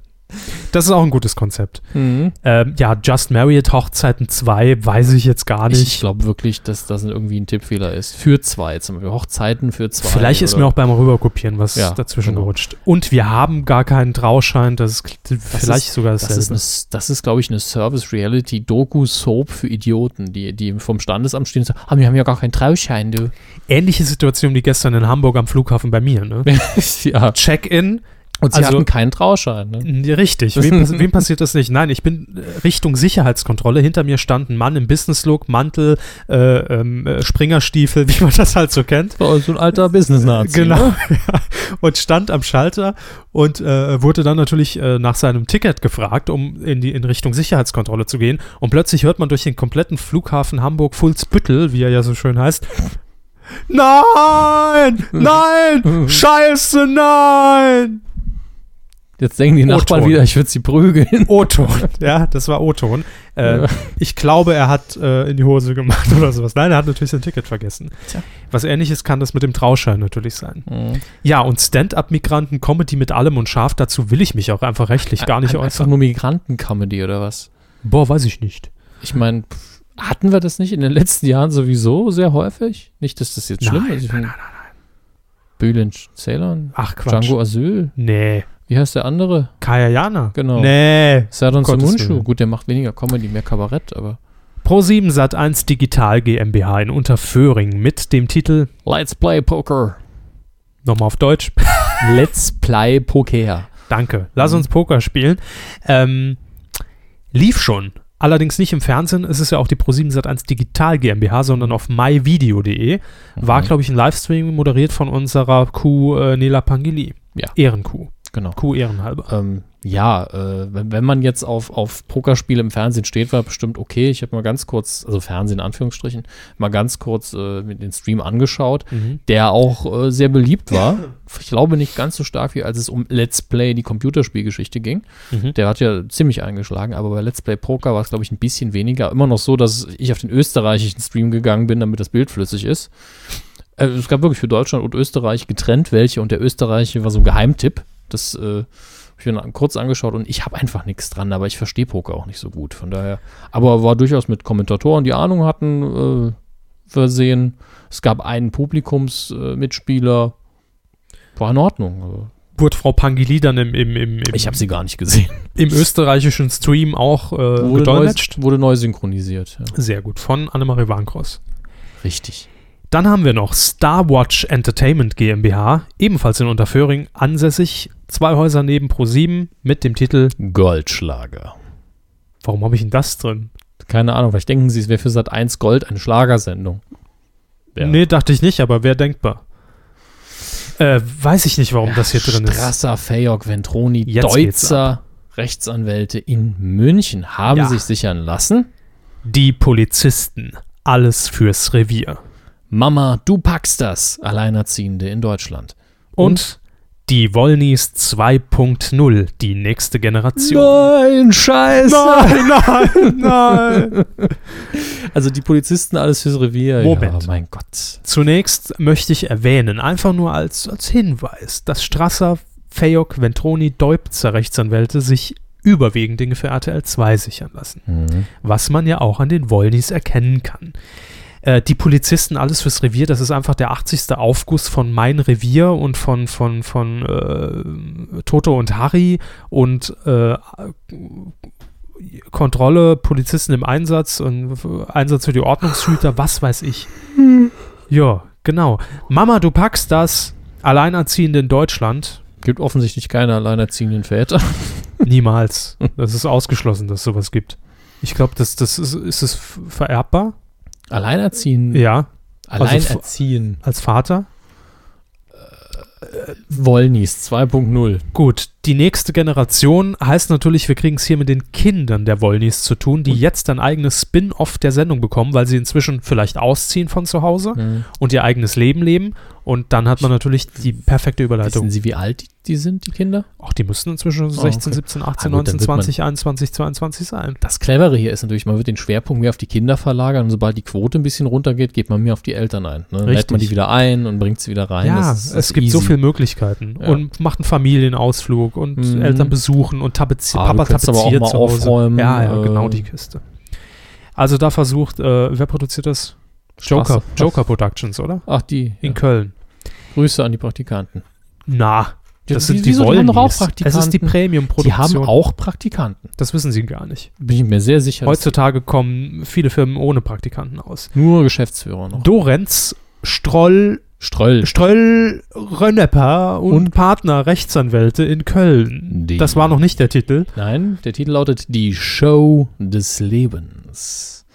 Speaker 1: Das ist auch ein gutes Konzept.
Speaker 2: Mhm.
Speaker 1: Ähm, ja, Just Marriott Hochzeiten 2 weiß ich jetzt gar
Speaker 2: Ich,
Speaker 1: nicht.
Speaker 2: ich glaube wirklich, dass das irgendwie ein Tippfehler ist. Für zwei zum Beispiel. Hochzeiten für zwei.
Speaker 1: Vielleicht ist
Speaker 2: oder-
Speaker 1: mir auch beim Rüberkopieren was
Speaker 2: Ja,
Speaker 1: dazwischen
Speaker 2: genau.
Speaker 1: gerutscht. Und wir haben gar keinen Trauschein. Das ist kl- vielleicht
Speaker 2: ist-
Speaker 1: sogar
Speaker 2: Das ist,
Speaker 1: dasselbe.
Speaker 2: eine, das ist, glaube ich, eine Service-Reality-Doku-Soap für Idioten, die, die vom Standesamt stehen und sagen, ah, wir haben ja gar keinen Trauschein, du.
Speaker 1: Ähnliche Situation wie gestern in Hamburg am Flughafen bei mir. Ne?
Speaker 2: ja.
Speaker 1: Check-in.
Speaker 2: Und sie
Speaker 1: Also-
Speaker 2: hatten keinen Trauschein, ne?
Speaker 1: Nee, Richtig. Wem, pass- wem passiert das nicht? Nein, ich bin äh, Richtung Sicherheitskontrolle. Hinter mir stand ein Mann im Business-Look, Mantel, äh, ähm, äh, Springerstiefel, wie man das halt so kennt.
Speaker 2: War so ein alter Business-Nazi.
Speaker 1: Genau. ja. Und stand am Schalter und äh, wurde dann natürlich äh, nach seinem Ticket gefragt, um in, die, in Richtung Sicherheitskontrolle zu gehen. Und plötzlich hört man durch den kompletten Flughafen Hamburg-Fulzbüttel, wie er ja so schön heißt, Nein! Nein! Scheiße, nein!
Speaker 2: Jetzt denken die Nachbarn
Speaker 1: O-Ton.
Speaker 2: wieder, ich würde sie prügeln.
Speaker 1: O-Ton, ja, das war O-Ton. Äh,
Speaker 2: Ja.
Speaker 1: Ich glaube, er hat äh, in die Hose gemacht oder sowas. Nein, er hat natürlich sein Ticket vergessen.
Speaker 2: Tja.
Speaker 1: Was ähnliches kann das mit dem Trauschein natürlich sein. Ja, und Stand-up-Migranten, Comedy mit allem und scharf, dazu will ich mich auch einfach rechtlich gar nicht
Speaker 2: Ein- Einfach
Speaker 1: äußern.
Speaker 2: nur Migranten-Comedy oder was?
Speaker 1: Boah, weiß ich nicht.
Speaker 2: Ich meine, hatten wir das nicht in den letzten Jahren sowieso sehr häufig? Nicht, dass das jetzt schlimm ist. Ich mein, Bülent Ceylan,
Speaker 1: Ach, Quatsch.
Speaker 2: Django Asyl,
Speaker 1: Nee.
Speaker 2: wie heißt der andere?
Speaker 1: Kayayana.
Speaker 2: Genau.
Speaker 1: Nee. um
Speaker 2: Serdon
Speaker 1: Gottes
Speaker 2: Samunshu.
Speaker 1: Willen.
Speaker 2: Gut, der macht weniger Comedy, mehr Kabarett, aber
Speaker 1: Pro7 Sat1 Digital GmbH in Unterföhring mit dem Titel,
Speaker 2: Let's Play Poker.
Speaker 1: nochmal auf Deutsch,
Speaker 2: Let's Play Poker.
Speaker 1: Danke. Lass
Speaker 2: Mhm.
Speaker 1: uns Poker spielen. Ähm, lief schon. Allerdings nicht im Fernsehen. Es ist ja auch die Pro7 Sat1 Digital GmbH, sondern auf myvideo.de. War,
Speaker 2: Mhm.
Speaker 1: glaube ich, ein Livestream moderiert von unserer Kuh äh, Nela Pangili.
Speaker 2: Ja.
Speaker 1: Ehrenkuh.
Speaker 2: Genau.
Speaker 1: Kuh ehrenhalber.
Speaker 2: Ähm, ja, äh, wenn, wenn man jetzt auf, auf Pokerspiele im Fernsehen steht, war bestimmt okay. Ich habe mal ganz kurz, also Fernsehen in Anführungsstrichen, mal ganz kurz äh, mit den Stream angeschaut,
Speaker 1: Mhm.
Speaker 2: der auch äh, sehr beliebt war. Ich glaube nicht ganz so stark, wie als es um Let's Play, die Computerspielgeschichte ging.
Speaker 1: Mhm.
Speaker 2: Der hat ja ziemlich eingeschlagen, aber bei Let's Play Poker war es, glaube ich, ein bisschen weniger. Immer noch so, dass ich auf den österreichischen Stream gegangen bin, damit das Bild flüssig ist. Äh, es gab wirklich für Deutschland und Österreich getrennt welche und der österreichische war so ein Geheimtipp. Das äh, habe ich mir dann kurz angeschaut und ich habe einfach nichts dran, aber ich verstehe Poker auch nicht so gut. Von daher, aber war durchaus mit Kommentatoren, die Ahnung hatten, äh, versehen. Es gab einen Publikumsmitspieler. Äh, War in Ordnung. Also,
Speaker 1: Wurde Frau Pangili dann im, im, im, im,
Speaker 2: Ich habe sie gar nicht gesehen.
Speaker 1: im österreichischen Stream auch äh,
Speaker 2: neu,
Speaker 1: gedolmetscht?
Speaker 2: wurde neu synchronisiert. Ja.
Speaker 1: Sehr gut. Von Annemarie Warnkross.
Speaker 2: Richtig.
Speaker 1: Dann haben wir noch Starwatch Entertainment GmbH, ebenfalls in Unterföhring, ansässig, zwei Häuser neben Pro7 mit dem Titel
Speaker 2: Goldschlager.
Speaker 1: Warum habe ich denn das drin?
Speaker 2: Keine Ahnung, vielleicht denken Sie, es wäre für Sat 1 Gold eine Schlagersendung. Ja.
Speaker 1: Nee, dachte ich nicht, aber wäre denkbar. Äh, weiß ich nicht, warum das hier drin ist.
Speaker 2: Strasser, Fayok, Ventroni,
Speaker 1: Jetzt geht's
Speaker 2: Deutzer, Rechtsanwälte in München haben
Speaker 1: Ja.
Speaker 2: sich sichern lassen.
Speaker 1: Die Polizisten. Alles fürs Revier.
Speaker 2: Mama, du packst das, Alleinerziehende in Deutschland.
Speaker 1: Und, die Wollnies 2.0, die nächste Generation.
Speaker 2: Nein, Scheiße!
Speaker 1: nein, nein.
Speaker 2: Also die Polizisten alles fürs Revier.
Speaker 1: Moment.
Speaker 2: Ja, mein Gott.
Speaker 1: Zunächst möchte ich erwähnen, einfach nur als, als Hinweis, dass Strasser, Fayok, Ventroni, Deubzer Rechtsanwälte sich überwiegend Dinge für RTL 2 sichern lassen.
Speaker 2: Mhm.
Speaker 1: was man ja auch an den Wollnis erkennen kann. Äh, die Polizisten, alles fürs Revier, das ist einfach der 80. Aufguss von Mein Revier und von, von, von äh, Toto und Harry und äh, Kontrolle, Polizisten im Einsatz und f- Einsatz für die Ordnungshüter, was weiß ich. Ja, genau. Mama, du packst das. Alleinerziehende in Deutschland.
Speaker 2: Gibt offensichtlich keine alleinerziehenden Väter.
Speaker 1: Niemals. Das ist ausgeschlossen, dass sowas gibt. Ich glaube, das, das ist, ist es f- vererbbar?
Speaker 2: Alleinerziehen.
Speaker 1: Ja. also
Speaker 2: Alleinerziehen.
Speaker 1: als Vater.
Speaker 2: Wollnies 2.0.
Speaker 1: Gut, die nächste Generation heißt natürlich, wir kriegen es hier mit den Kindern der Wollnys zu tun, die jetzt ein eigenes Spin-off der Sendung bekommen, weil sie inzwischen vielleicht ausziehen von zu Hause und ihr eigenes Leben leben. Und dann hat man natürlich die perfekte
Speaker 2: Wissen
Speaker 1: Überleitung.
Speaker 2: Sie, wie alt die, die sind, die Kinder?
Speaker 1: Ach, die müssten inzwischen so
Speaker 2: Oh, okay.
Speaker 1: 16, 17, 18,
Speaker 2: Ah, gut, dann
Speaker 1: 19,
Speaker 2: wird man-
Speaker 1: 20, 21, 22 sein.
Speaker 2: Das Clevere hier ist natürlich, man wird den Schwerpunkt mehr auf die Kinder verlagern und sobald die Quote ein bisschen runtergeht, geht man mehr auf die Eltern ein. Ne? Dann
Speaker 1: Richtig.
Speaker 2: Lädt man die wieder ein und bringt sie wieder rein.
Speaker 1: ja,
Speaker 2: Das ist- das
Speaker 1: es
Speaker 2: ist
Speaker 1: gibt so
Speaker 2: easy.
Speaker 1: viele Möglichkeiten.
Speaker 2: Ja.
Speaker 1: Und macht einen Familienausflug und
Speaker 2: Mhm.
Speaker 1: Eltern besuchen und tapeziert,
Speaker 2: Ah, du
Speaker 1: Papa
Speaker 2: kannst aber auch
Speaker 1: tapeziert
Speaker 2: mal
Speaker 1: zu Hause.
Speaker 2: aufräumen,
Speaker 1: Ja, ja,
Speaker 2: äh,
Speaker 1: genau die Kiste. Also da versucht, äh, wer produziert das? Joker,
Speaker 2: Straße.
Speaker 1: Joker Productions, oder?
Speaker 2: Ach, die.
Speaker 1: In
Speaker 2: Ja.
Speaker 1: Köln.
Speaker 2: Grüße an die Praktikanten.
Speaker 1: Na,
Speaker 2: Ja,
Speaker 1: das
Speaker 2: wie-
Speaker 1: sind die
Speaker 2: wieso, die
Speaker 1: Wollen.
Speaker 2: haben doch auch
Speaker 1: Es ist die
Speaker 2: Praktikanten. Die haben
Speaker 1: Premium-Produktion.
Speaker 2: auch Praktikanten.
Speaker 1: Das wissen sie gar nicht.
Speaker 2: Bin ich mir sehr sicher. dass
Speaker 1: Heutzutage kommen viele Firmen ohne Praktikanten aus.
Speaker 2: nur Geschäftsführer noch.
Speaker 1: Dorenz, Stroll,
Speaker 2: Stroll.
Speaker 1: Stroll, Rönnepper und, Partner Rechtsanwälte in Köln.
Speaker 2: Die-
Speaker 1: Das war noch nicht der Titel.
Speaker 2: Nein, der Titel lautet Die Show des Lebens.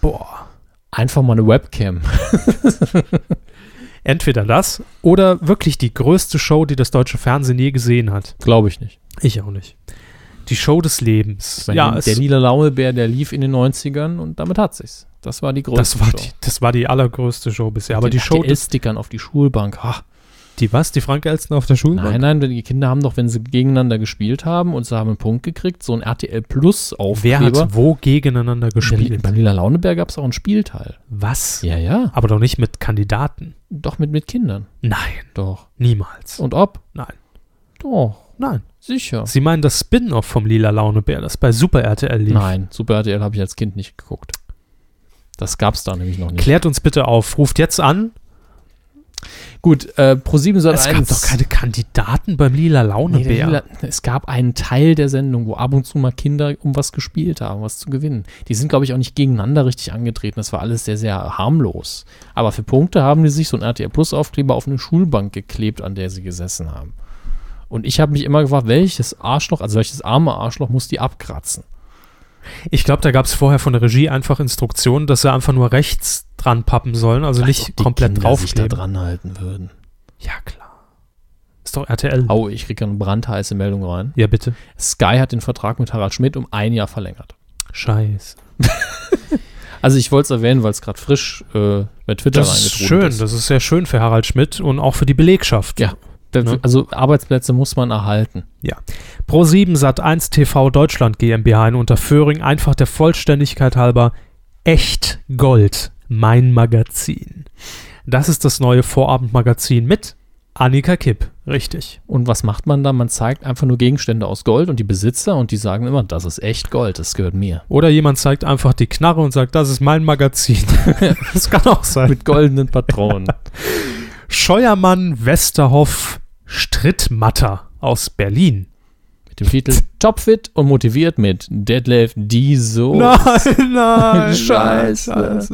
Speaker 1: Boah.
Speaker 2: Einfach mal eine Webcam.
Speaker 1: Entweder das oder wirklich die größte Show, die das deutsche Fernsehen je gesehen hat.
Speaker 2: Glaube ich nicht.
Speaker 1: Ich auch nicht. Die Show des Lebens.
Speaker 2: Ich meine, der- der lila Launebär, der lief in den 90ern und damit hat sich's. Das war die größte
Speaker 1: Das war,
Speaker 2: Show.
Speaker 1: die, das war die allergrößte Show bisher.
Speaker 2: Mit
Speaker 1: Aber die
Speaker 2: den
Speaker 1: Show, des,
Speaker 2: RTL-Stickern auf die Schulbank. Ha.
Speaker 1: Die was? Die Frank Elstner auf der Schulbank?
Speaker 2: Nein, nein, wenn die Kinder haben doch, wenn sie gegeneinander gespielt haben und sie haben einen Punkt gekriegt, so ein RTL Plus
Speaker 1: Wer
Speaker 2: Aufkleber.
Speaker 1: hat wo gegeneinander
Speaker 2: gespielt?
Speaker 1: gespielt?
Speaker 2: Beim Lila Launeberg gab es auch einen Spielteil.
Speaker 1: Was?
Speaker 2: Ja, ja.
Speaker 1: Aber doch nicht mit Kandidaten.
Speaker 2: Doch mit, mit Kindern.
Speaker 1: Nein,
Speaker 2: Doch.
Speaker 1: niemals.
Speaker 2: Und ob?
Speaker 1: Nein.
Speaker 2: Doch.
Speaker 1: Nein.
Speaker 2: Sicher.
Speaker 1: Sie meinen das Spin-off vom Lila Launebär, das bei Super RTL lief.
Speaker 2: Nein, Super RTL habe ich als Kind nicht geguckt. Das gab es da nämlich noch nicht.
Speaker 1: Klärt uns bitte auf, ruft jetzt an.
Speaker 2: Gut, äh, Pro 7 Sat
Speaker 1: Es gab doch keine Kandidaten beim Lila
Speaker 2: Nee, der
Speaker 1: Launebär.
Speaker 2: Lila, es gab einen Teil der Sendung, wo ab und zu mal Kinder um was gespielt haben, was zu gewinnen. Die sind, glaube ich, auch nicht gegeneinander richtig angetreten. Das war alles sehr, sehr harmlos. Aber für Punkte haben die sich so einen RTL Plus Aufkleber auf eine Schulbank geklebt, an der sie gesessen haben. Und ich habe mich immer gefragt, welches Arschloch, also welches arme Arschloch muss die abkratzen?
Speaker 1: ich glaube, da gab es vorher von der Regie einfach Instruktionen, dass sie einfach nur rechts dran pappen sollen, also nicht
Speaker 2: die
Speaker 1: komplett
Speaker 2: Kinder sich da
Speaker 1: draufkleben.
Speaker 2: dran halten würden.
Speaker 1: Ja, klar. Ist doch RTL.
Speaker 2: Au, ich kriege eine brandheiße Meldung rein.
Speaker 1: Ja, bitte.
Speaker 2: Sky hat den Vertrag mit Harald Schmidt um ein Jahr verlängert.
Speaker 1: Scheiße.
Speaker 2: Also ich wollte es erwähnen, weil es gerade frisch äh, bei Twitter
Speaker 1: Das ist
Speaker 2: reingetrudelt
Speaker 1: schön, das ist sehr schön für Harald Schmidt und auch für die Belegschaft.
Speaker 2: Ja. Da-
Speaker 1: Ne?
Speaker 2: Also Arbeitsplätze muss man erhalten.
Speaker 1: Pro7 Sat1 TV Deutschland GmbH in Unterföhring einfach der Vollständigkeit halber Echt Gold, mein Magazin. Das ist das neue Vorabendmagazin mit Annika Kipp, richtig.
Speaker 2: Und was macht man da? Man zeigt einfach nur Gegenstände aus Gold und die Besitzer und die sagen immer, das ist echt Gold, das gehört mir.
Speaker 1: Oder jemand zeigt einfach die Knarre und sagt, das ist mein Magazin. das kann auch sein.
Speaker 2: Mit goldenen Patronen.
Speaker 1: Scheuermann Westerhoff Strittmatter aus Berlin.
Speaker 2: mit dem Titel Topfit und motiviert mit Deadlift
Speaker 1: Oh.
Speaker 2: Diesel.
Speaker 1: Nein, nein,
Speaker 2: Scheiße.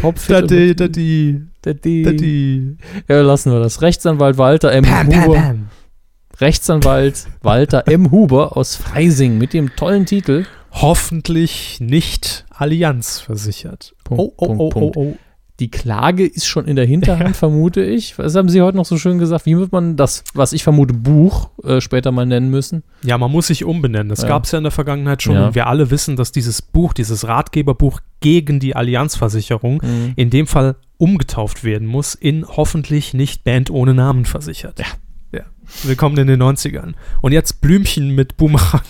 Speaker 2: Topfit und
Speaker 1: Daddy, daddy,
Speaker 2: Daddy.
Speaker 1: daddy.
Speaker 2: Ja, lassen wir das. Rechtsanwalt Walter M. Huber. Rechtsanwalt Walter M. Huber aus Freising mit dem tollen Titel
Speaker 1: hoffentlich nicht Allianz versichert.
Speaker 2: Punkt, Punkt, Punkt.
Speaker 1: oh.
Speaker 2: Die Klage ist schon in der Hinterhand, vermute ich. Was haben Sie heute noch so schön gesagt? Wie wird man das, was ich vermute, Buch äh, später mal nennen müssen?
Speaker 1: Ja, man muss sich umbenennen. Das
Speaker 2: Ja.
Speaker 1: gab es ja in der Vergangenheit schon.
Speaker 2: Ja.
Speaker 1: Und wir alle wissen, dass dieses Buch, dieses Ratgeberbuch gegen die Allianzversicherung
Speaker 2: Mhm.
Speaker 1: in dem Fall umgetauft werden muss in hoffentlich nicht Band ohne Namen versichert. Ja. Willkommen in den 90ern. Und jetzt Blümchen mit Boomerang.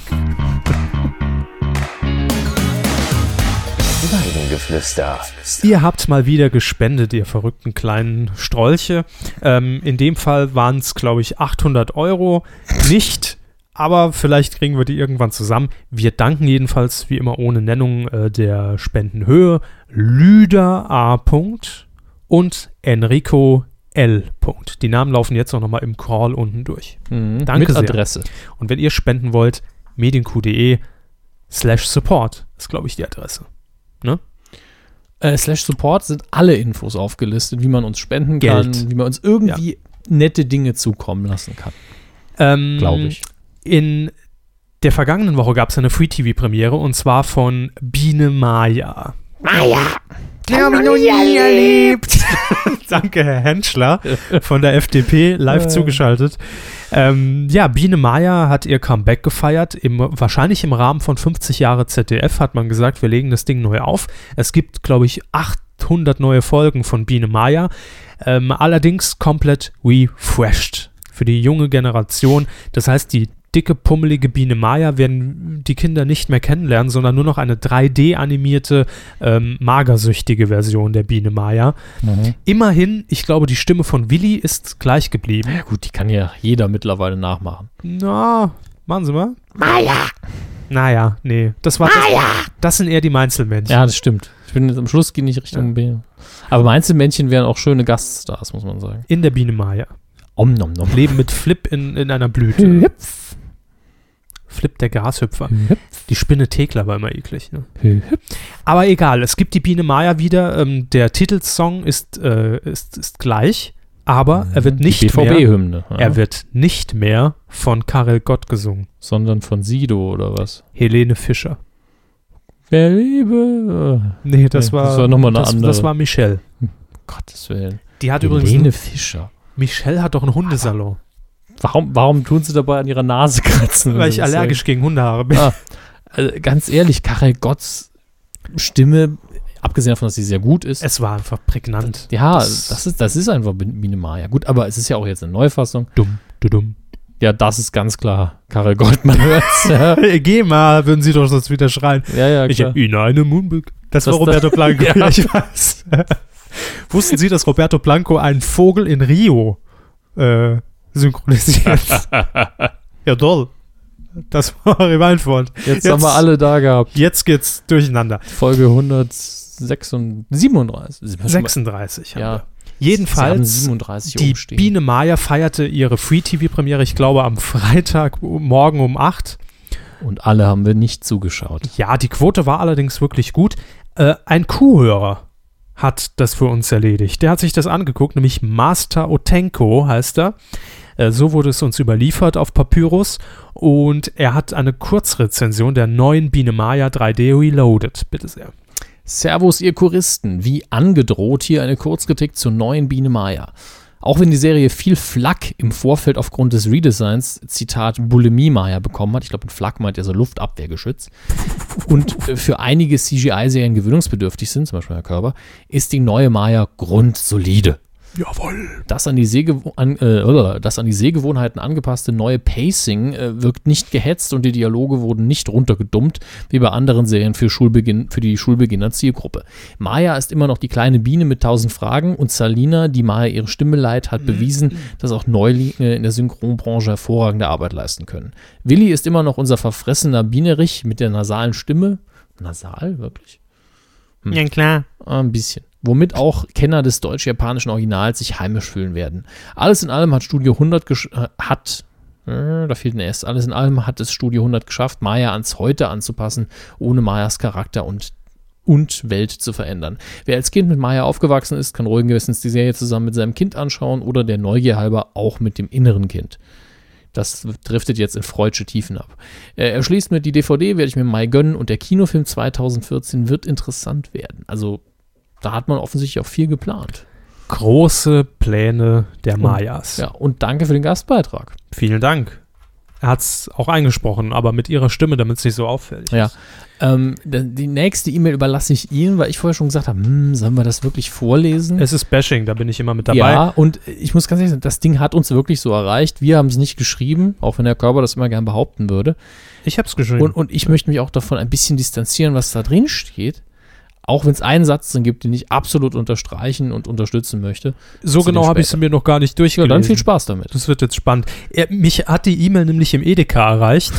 Speaker 3: Weidengeflüster.
Speaker 1: Ihr habt mal wieder gespendet, ihr verrückten kleinen Strolche. Ähm, in dem Fall waren es, glaube ich, 800 Euro. Nicht, aber vielleicht kriegen wir die irgendwann zusammen. Wir danken jedenfalls, wie immer, ohne Nennung äh, der Spendenhöhe. Lüder A. Punkt und Enrico L. Punkt. Die Namen laufen jetzt auch nochmal im Call unten durch.
Speaker 2: Mhm.
Speaker 1: Danke
Speaker 2: Mit
Speaker 1: sehr.
Speaker 2: Adresse.
Speaker 1: Und wenn ihr spenden wollt, medienq.de slash support ist, glaube ich, die Adresse.
Speaker 2: Äh, slash Support sind alle Infos aufgelistet, wie man uns spenden
Speaker 1: Geld.
Speaker 2: kann, wie man uns irgendwie nette Dinge zukommen lassen kann,
Speaker 1: Ähm,
Speaker 2: glaube ich.
Speaker 1: In der vergangenen Woche gab es eine Free-TV-Premiere und zwar von Biene Maya. Maya! Haben noch nie erlebt! Danke, Herr Henschler von der FDP, live
Speaker 2: Äh.
Speaker 1: zugeschaltet. Ähm, ja, Biene Maya hat ihr Comeback gefeiert, im, wahrscheinlich im Rahmen von 50 Jahre ZDF hat man gesagt, wir legen das Ding neu auf. Es gibt, glaube ich, 800 neue Folgen von Biene Maya, ähm, allerdings komplett refreshed für die junge Generation. Das heißt, die dicke, pummelige Biene Maya werden die Kinder nicht mehr kennenlernen, sondern nur noch eine 3D-animierte, ähm, magersüchtige Version der Biene Maya.
Speaker 2: Mhm.
Speaker 1: Immerhin, ich glaube, die Stimme von Willi ist gleich geblieben.
Speaker 2: Ja gut, die kann ja jeder mittlerweile nachmachen.
Speaker 1: Na, machen Sie mal. Maya! Naja, nee, das war. Das, das sind eher die Meinzelmännchen.
Speaker 2: Ja, das stimmt. Ich bin jetzt am Schluss gehe ich Richtung B. Aber Einzelmännchen wären auch schöne Gaststars, muss man sagen.
Speaker 1: In der Biene Maya.
Speaker 2: Om nom nom.
Speaker 1: Leben mit Flip in, in einer Blüte.
Speaker 2: Hüpf.
Speaker 1: Flip der Grashüpfer.
Speaker 2: Hüpf.
Speaker 1: Die Spinne Thekla war immer eklig. Ne?
Speaker 2: Hüpf.
Speaker 1: Aber egal, es gibt die Biene Maya wieder. Ähm, der Titelsong ist, äh, ist, ist gleich, aber er wird nicht
Speaker 2: Mhm. Die
Speaker 1: mehr.
Speaker 2: BVB-Hymne.
Speaker 1: Er wird nicht mehr von Karel Gott gesungen.
Speaker 2: sondern von Sido oder was?
Speaker 1: Helene Fischer.
Speaker 2: Wer Oh, liebe.
Speaker 1: Nee, das
Speaker 2: Nee,
Speaker 1: war,
Speaker 2: das war noch mal eine
Speaker 1: das,
Speaker 2: andere.
Speaker 1: das war Michelle.
Speaker 2: äh, Gottes Willen.
Speaker 1: Die hat
Speaker 2: Helene
Speaker 1: übrigens.
Speaker 2: Fischer.
Speaker 1: Michelle hat doch einen Hundesalon.
Speaker 2: Warum, warum tun sie dabei an ihrer Nase kratzen?
Speaker 1: Weil ich
Speaker 2: Das ist ja-
Speaker 1: allergisch gegen Hundehaare bin.
Speaker 2: Ah, also ganz ehrlich, Karel Gotts Stimme abgesehen davon, dass sie sehr gut ist.
Speaker 1: Es war einfach prägnant.
Speaker 2: ja,
Speaker 1: das-
Speaker 2: das, ist, das ist einfach Biene Maya. Gut, aber es ist ja auch jetzt eine Neufassung.
Speaker 1: Dumm, du dumm.
Speaker 2: Ja, das ist ganz klar. Karel Goldmann hört's. ja,
Speaker 1: Geh mal, würden sie doch sonst wieder schreien.
Speaker 2: ja,
Speaker 1: Ich
Speaker 2: klar.
Speaker 1: habe Ihnen eine Moonbook. Das, war
Speaker 2: Das- das-
Speaker 1: Roberto Blanco.
Speaker 2: Ja.
Speaker 1: ja, ich weiß. Wussten Sie, dass Roberto Blanco einen Vogel in Rio äh, synchronisiert? ja, toll. Das war Harry Weinfurt.
Speaker 2: Jetzt,
Speaker 1: Jetzt-
Speaker 2: haben wir alle da gehabt.
Speaker 1: Jetzt geht's durcheinander.
Speaker 2: Folge 137.
Speaker 1: 36. haben wir.
Speaker 2: Ja, sie haben
Speaker 1: Jedenfalls,
Speaker 2: 37
Speaker 1: die
Speaker 2: oben stehen.
Speaker 1: Biene Maya feierte ihre Free-TV-Premiere, ich glaube, am Freitag morgen um 8.
Speaker 2: Und alle haben wir nicht zugeschaut.
Speaker 1: Ja, die Quote war allerdings wirklich gut. Äh, ein Kuhhörer hat das für uns erledigt. Der hat sich das angeguckt, nämlich Master Otenko heißt er. Äh, so wurde es uns überliefert auf Papyrus. Und er hat eine Kurzrezension der neuen Biene Maya 3D Reloaded. Bitte sehr.
Speaker 2: Servus, ihr Choristen. Wie angedroht hier eine Kurzkritik zur neuen Biene Maya. Auch wenn die Serie viel Flack im Vorfeld aufgrund des Redesigns, Zitat Bulimie Maya bekommen hat, ich glaube, ein Flack meint ja so Luftabwehrgeschütz, und äh, für einige CGI-Serien gewöhnungsbedürftig sind, zum Beispiel Herr Körber, ist die neue Maya grundsolide.
Speaker 1: Jawohl.
Speaker 2: Das an die, Sehgew an, äh, oder das an die Sehgewohnheiten angepasste neue Pacing äh, wirkt nicht gehetzt und die Dialoge wurden nicht runtergedummt, wie bei anderen Serien für, Schulbeginn, für die Schulbeginner-Zielgruppe. Maya ist immer noch die kleine Biene mit tausend Fragen und Salina, die Maya ihre Stimme leiht, hat bewiesen, dass auch Neulinge in der Synchronbranche hervorragende Arbeit leisten können. Willi ist immer noch unser verfressener Bienerich mit der nasalen Stimme. Nasal, wirklich?
Speaker 1: Ja, klar.
Speaker 2: Äh, Ein bisschen. Womit auch Kenner des deutsch-japanischen Originals sich heimisch fühlen werden. Alles in allem hat Studio 100 gesch äh, hat äh, da fehlt ein S. Alles in allem hat es Studio 100 geschafft, Maya ans Heute anzupassen, ohne Mayas Charakter und und Welt zu verändern. Wer als Kind mit Maya aufgewachsen ist, kann ruhigen Gewissens die Serie zusammen mit seinem Kind anschauen oder der Neugier halber auch mit dem inneren Kind. Das driftet jetzt in freudsche Tiefen ab. Äh, er schließt mit, die DVD werde ich mir im Mai gönnen und der Kinofilm 2014 wird interessant werden. Also da hat man offensichtlich auch viel geplant.
Speaker 1: Große Pläne der Mayas.
Speaker 2: Oh, Ja, und danke für den Gastbeitrag.
Speaker 1: Vielen Dank. Er hat es auch eingesprochen, aber mit ihrer Stimme, damit es nicht so auffällt.
Speaker 2: Ja. Ähm, dann die nächste E-Mail überlasse ich Ihnen, weil ich vorher schon gesagt habe, hm, sollen wir das wirklich vorlesen?
Speaker 1: Es ist Bashing, da bin ich immer mit dabei.
Speaker 2: Ja, und ich muss ganz ehrlich sagen, das Ding hat uns wirklich so erreicht. Wir haben es nicht geschrieben, auch wenn Herr Körber das immer gern behaupten würde.
Speaker 1: Ich hab's geschrieben.
Speaker 2: Und, und ich möchte mich auch davon ein bisschen distanzieren, was da drin steht. Auch wenn es einen Satz drin gibt, den ich absolut unterstreichen und unterstützen möchte.
Speaker 1: so
Speaker 2: zu
Speaker 1: genau
Speaker 2: dem
Speaker 1: habe ich es
Speaker 2: später.
Speaker 1: mir noch gar nicht
Speaker 2: Ja,
Speaker 1: durchgelesen.
Speaker 2: dann viel Spaß damit.
Speaker 1: Das wird jetzt spannend. Er, mich hat die E-Mail nämlich im Edeka erreicht,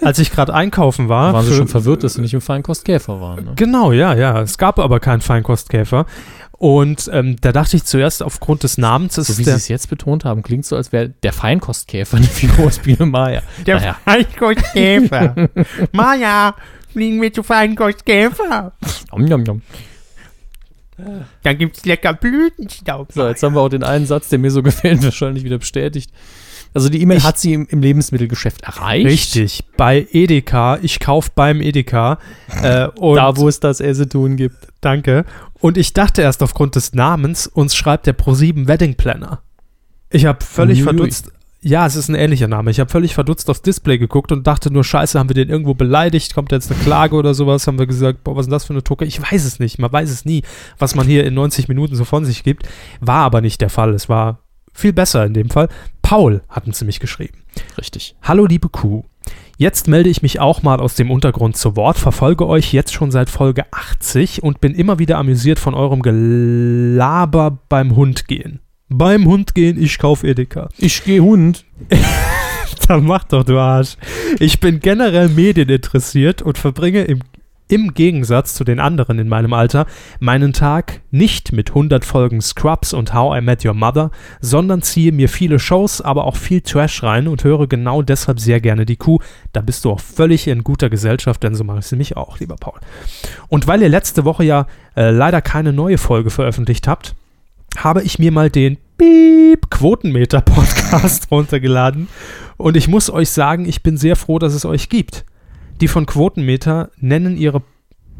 Speaker 1: als ich gerade einkaufen war.
Speaker 2: Waren Sie
Speaker 1: Für-
Speaker 2: schon verwirrt, dass Sie nicht im Feinkostkäfer waren? Ne?
Speaker 1: Genau, ja, ja. Es gab aber keinen Feinkostkäfer. Und ähm, da dachte ich zuerst aufgrund des Namens, es
Speaker 2: So wie
Speaker 1: ist
Speaker 2: Sie
Speaker 1: der,
Speaker 2: es jetzt betont haben, klingt so, als wäre der Feinkostkäfer eine Figur aus Biene Maya.
Speaker 1: der
Speaker 2: naja.
Speaker 1: Feinkostkäfer. Maja, fliegen wir zu Feinkostkäfer.
Speaker 2: Nom, nom, nom.
Speaker 1: Da gibt's lecker Blütenstaub.
Speaker 2: So, jetzt haben wir auch den einen Satz, der mir so gefällt, wahrscheinlich wieder bestätigt. Also die E-Mail
Speaker 1: Ich-
Speaker 2: hat sie im, im Lebensmittelgeschäft erreicht.
Speaker 1: Richtig, bei Edeka. Ich kauf beim Edeka. Äh, und
Speaker 2: Da, wo es das Esse-Tun gibt.
Speaker 1: Danke. Und ich dachte erst aufgrund des Namens, uns schreibt der ProSieben Wedding Planner. Ich habe völlig
Speaker 2: Uiuiui.
Speaker 1: verdutzt. Ja, es ist ein ähnlicher Name. Ich habe völlig verdutzt aufs Display geguckt und dachte nur, scheiße, haben wir den irgendwo beleidigt? Kommt jetzt eine Klage oder sowas? Haben wir gesagt, boah, was ist denn das für eine Tucke? Ich weiß es nicht. Man weiß es nie, was man hier in 90 Minuten so von sich gibt. War aber nicht der Fall. Es war viel besser in dem Fall. Paul hatten sie mich geschrieben.
Speaker 2: Richtig.
Speaker 1: Hallo liebe Kuh. Jetzt melde ich mich auch mal aus dem Untergrund zu Wort, verfolge euch jetzt schon seit Folge 80 und bin immer wieder amüsiert von eurem Gelaber beim Hund gehen. Beim Hund gehen, ich kauf Edeka.
Speaker 2: Ich gehe Hund.
Speaker 1: Dann mach doch, du Arsch. Ich bin generell medieninteressiert und verbringe im, im Gegensatz zu den anderen in meinem Alter meinen Tag nicht mit 100 Folgen Scrubs und How I Met Your Mother, sondern ziehe mir viele Shows, aber auch viel Trash rein und höre genau deshalb sehr gerne die Kuh. Da bist du auch völlig in guter Gesellschaft, denn so mache ich sie mich auch, lieber Paul. Und weil ihr letzte Woche ja äh, leider keine neue Folge veröffentlicht habt, habe ich mir mal den Piep Quotenmeter Podcast runtergeladen und ich muss euch sagen, ich bin sehr froh, dass es euch gibt. Die von Quotenmeter nennen, ihre,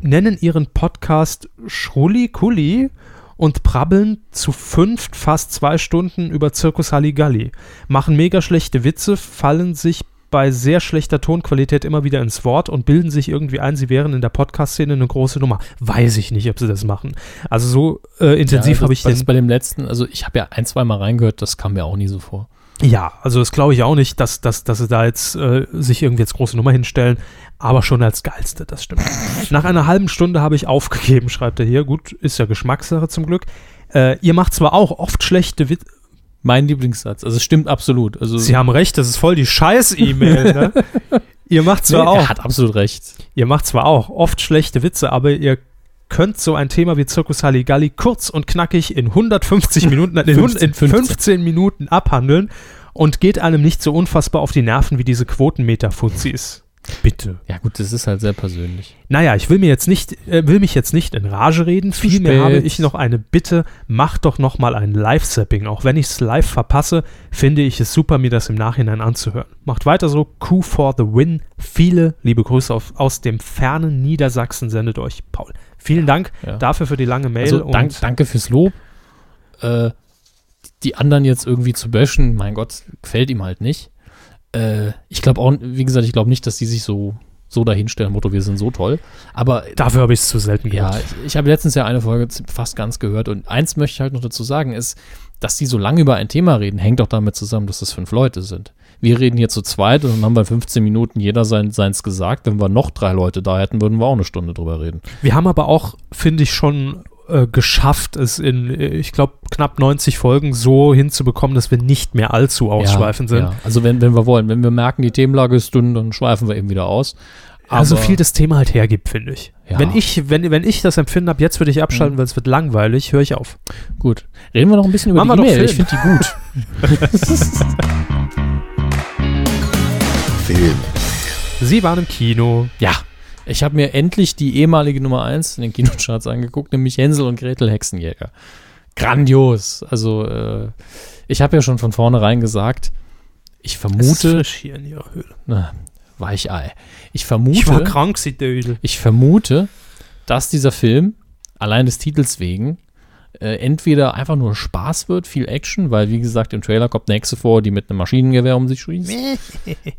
Speaker 1: nennen ihren Podcast Schrulli Kulli und prabbeln zu fünft fast zwei Stunden über Zirkus Halligalli. Machen mega schlechte Witze, fallen sich bei sehr schlechter Tonqualität immer wieder ins Wort und bilden sich irgendwie ein, sie wären in der Podcast-Szene eine große Nummer. Weiß ich nicht, ob sie das machen. Also so äh, intensiv
Speaker 2: das-
Speaker 1: habe ich
Speaker 2: das
Speaker 1: den.
Speaker 2: bei dem letzten, also ich habe ja ein, zwei Mal reingehört, das kam mir auch nie so vor.
Speaker 1: Ja, also das glaube ich auch nicht, dass, dass, dass sie da jetzt äh, sich irgendwie als große Nummer hinstellen, aber schon als geilste, das stimmt. Nach einer halben Stunde habe ich aufgegeben, schreibt er hier. Gut, ist ja Geschmackssache zum Glück. Äh, ihr macht zwar auch oft schlechte Witze,
Speaker 2: Mein Lieblingssatz, also es stimmt absolut. Also
Speaker 1: Sie haben recht, das ist voll die Scheiß-E-Mail, ne? Ihr macht
Speaker 2: nee,
Speaker 1: zwar auch,
Speaker 2: er hat absolut recht.
Speaker 1: ihr macht zwar auch oft schlechte Witze, aber ihr könnt so ein Thema wie Zirkus Halligalli kurz und knackig in 150 Minuten, in, 100 in
Speaker 2: 15.
Speaker 1: 15 Minuten abhandeln und geht einem nicht so unfassbar auf die Nerven wie diese Quotenmeter-Fuzis. Bitte.
Speaker 2: Ja gut, das ist halt sehr persönlich.
Speaker 1: Naja, ich will mir jetzt nicht, äh, will mich jetzt nicht in Rage reden. Vielmehr
Speaker 2: spät.
Speaker 1: habe ich noch eine Bitte. Macht doch noch mal ein Live-Sapping. Auch wenn ich es live verpasse, finde ich es super, mir das im Nachhinein anzuhören. Macht weiter so. Q for the win. Viele liebe Grüße auf, aus dem fernen Niedersachsen sendet euch Paul. Vielen Dank
Speaker 2: Ja.
Speaker 1: dafür für die lange Mail.
Speaker 2: Also
Speaker 1: und
Speaker 2: dank, danke fürs Lob. Äh, die anderen jetzt irgendwie zu bashen, mein Gott, gefällt ihm halt nicht. Äh, ich glaube auch, wie gesagt, ich glaube nicht, dass die sich so, so dahinstellen, Motto, wir sind so toll. Aber
Speaker 1: Dafür habe ich es zu selten
Speaker 2: Ja,
Speaker 1: gehört.
Speaker 2: ich, ich habe letztens ja eine Folge z- fast ganz gehört und eins möchte ich halt noch dazu sagen ist, dass die so lange über ein Thema reden, hängt doch damit zusammen, dass das fünf Leute sind. Wir reden hier zu zweit und dann haben wir in 15 Minuten jeder sein, seins gesagt. Wenn wir noch drei Leute da hätten, würden wir auch eine Stunde drüber reden.
Speaker 1: Wir haben aber auch, finde ich, schon äh, geschafft, es in, äh, ich glaube, knapp 90 Folgen so hinzubekommen, dass wir nicht mehr allzu ausschweifend
Speaker 2: ja,
Speaker 1: sind.
Speaker 2: Ja. Also wenn, wenn wir wollen, wenn wir merken, die Themenlage ist dünn, dann schweifen wir eben wieder aus.
Speaker 1: also
Speaker 2: Aber-
Speaker 1: viel das Thema halt hergibt, finde ich.
Speaker 2: Ja. Mhm.
Speaker 1: Wenn ich, wenn, wenn ich das Empfinden habe, jetzt würde ich abschalten, weil es wird langweilig, höre ich auf.
Speaker 2: Gut. Reden wir noch ein bisschen über
Speaker 1: Machen
Speaker 2: die
Speaker 1: wir doch
Speaker 2: E-Mail. Ich
Speaker 1: Film.
Speaker 2: finde die gut.
Speaker 3: Film.
Speaker 1: Sie waren im Kino.
Speaker 2: Ja, ich habe mir endlich die ehemalige Nummer 1 in den Kinocharts angeguckt, nämlich Hänsel und Gretel Hexenjäger. Grandios. Also, äh, ich habe ja schon von vornherein gesagt, ich vermute,
Speaker 1: hier in ihrer Höhle.
Speaker 2: na, Weichei. Ich vermute,
Speaker 1: Ich war krank, sie Dödel.
Speaker 2: ich vermute, dass dieser Film allein des Titels wegen äh, entweder einfach nur Spaß wird, viel Action, weil wie gesagt im Trailer kommt eine Hexe vor, die mit einem Maschinengewehr um sich schießt.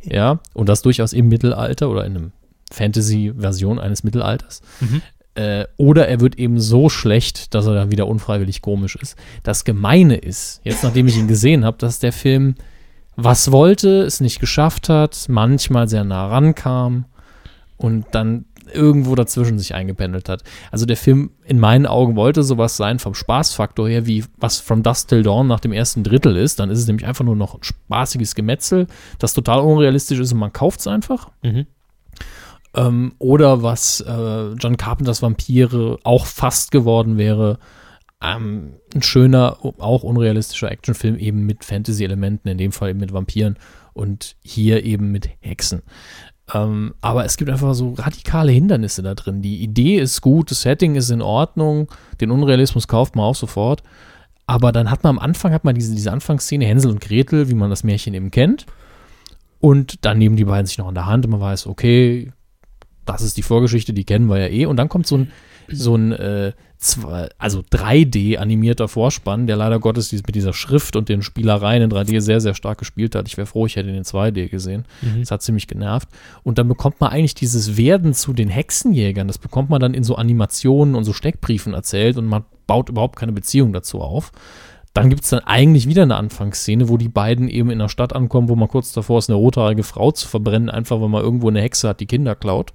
Speaker 2: ja, und das durchaus im Mittelalter oder in einem Fantasy-Version eines Mittelalters.
Speaker 1: Mhm.
Speaker 2: Äh, oder er wird eben so schlecht, dass er dann wieder unfreiwillig komisch ist. Das Gemeine ist, jetzt nachdem ich ihn gesehen habe, dass der Film was wollte, es nicht geschafft hat, manchmal sehr nah rankam und dann irgendwo dazwischen sich eingependelt hat. Also der Film in meinen Augen wollte sowas sein vom Spaßfaktor her, wie was From Dust Till Dawn nach dem ersten Drittel ist. Dann ist es nämlich einfach nur noch ein spaßiges Gemetzel, das total unrealistisch ist und man kauft es einfach.
Speaker 1: Mhm.
Speaker 2: Ähm, oder was äh, John Carpenters Vampire auch fast geworden wäre. Ähm, ein schöner, auch unrealistischer Actionfilm eben mit Fantasy-Elementen, in dem Fall eben mit Vampiren und hier eben mit Hexen. Ähm, aber es gibt einfach so radikale Hindernisse da drin. Die Idee ist gut, das Setting ist in Ordnung, den Unrealismus kauft man auch sofort. Aber dann hat man am Anfang, hat man diese, diese Anfangsszene, Hänsel und Gretel, wie man das Märchen eben kennt. Und dann nehmen die beiden sich noch an der Hand und man weiß, okay, das ist die Vorgeschichte, die kennen wir ja eh. Und dann kommt so ein, so ein äh, zwei, also 3D-animierter Vorspann, der leider Gottes dies- mit dieser Schrift und den Spielereien in 3D sehr, sehr stark gespielt hat. Ich wäre froh, ich hätte ihn in 2D gesehen.
Speaker 1: Mhm.
Speaker 2: Das hat ziemlich genervt. Und dann bekommt man eigentlich dieses Werden zu den Hexenjägern, das bekommt man dann in so Animationen und so Steckbriefen erzählt und man baut überhaupt keine Beziehung dazu auf. Dann gibt es dann eigentlich wieder eine Anfangsszene, wo die beiden eben in einer Stadt ankommen, wo man kurz davor ist, eine rothaarige Frau zu verbrennen, einfach weil man irgendwo eine Hexe hat, die Kinder klaut.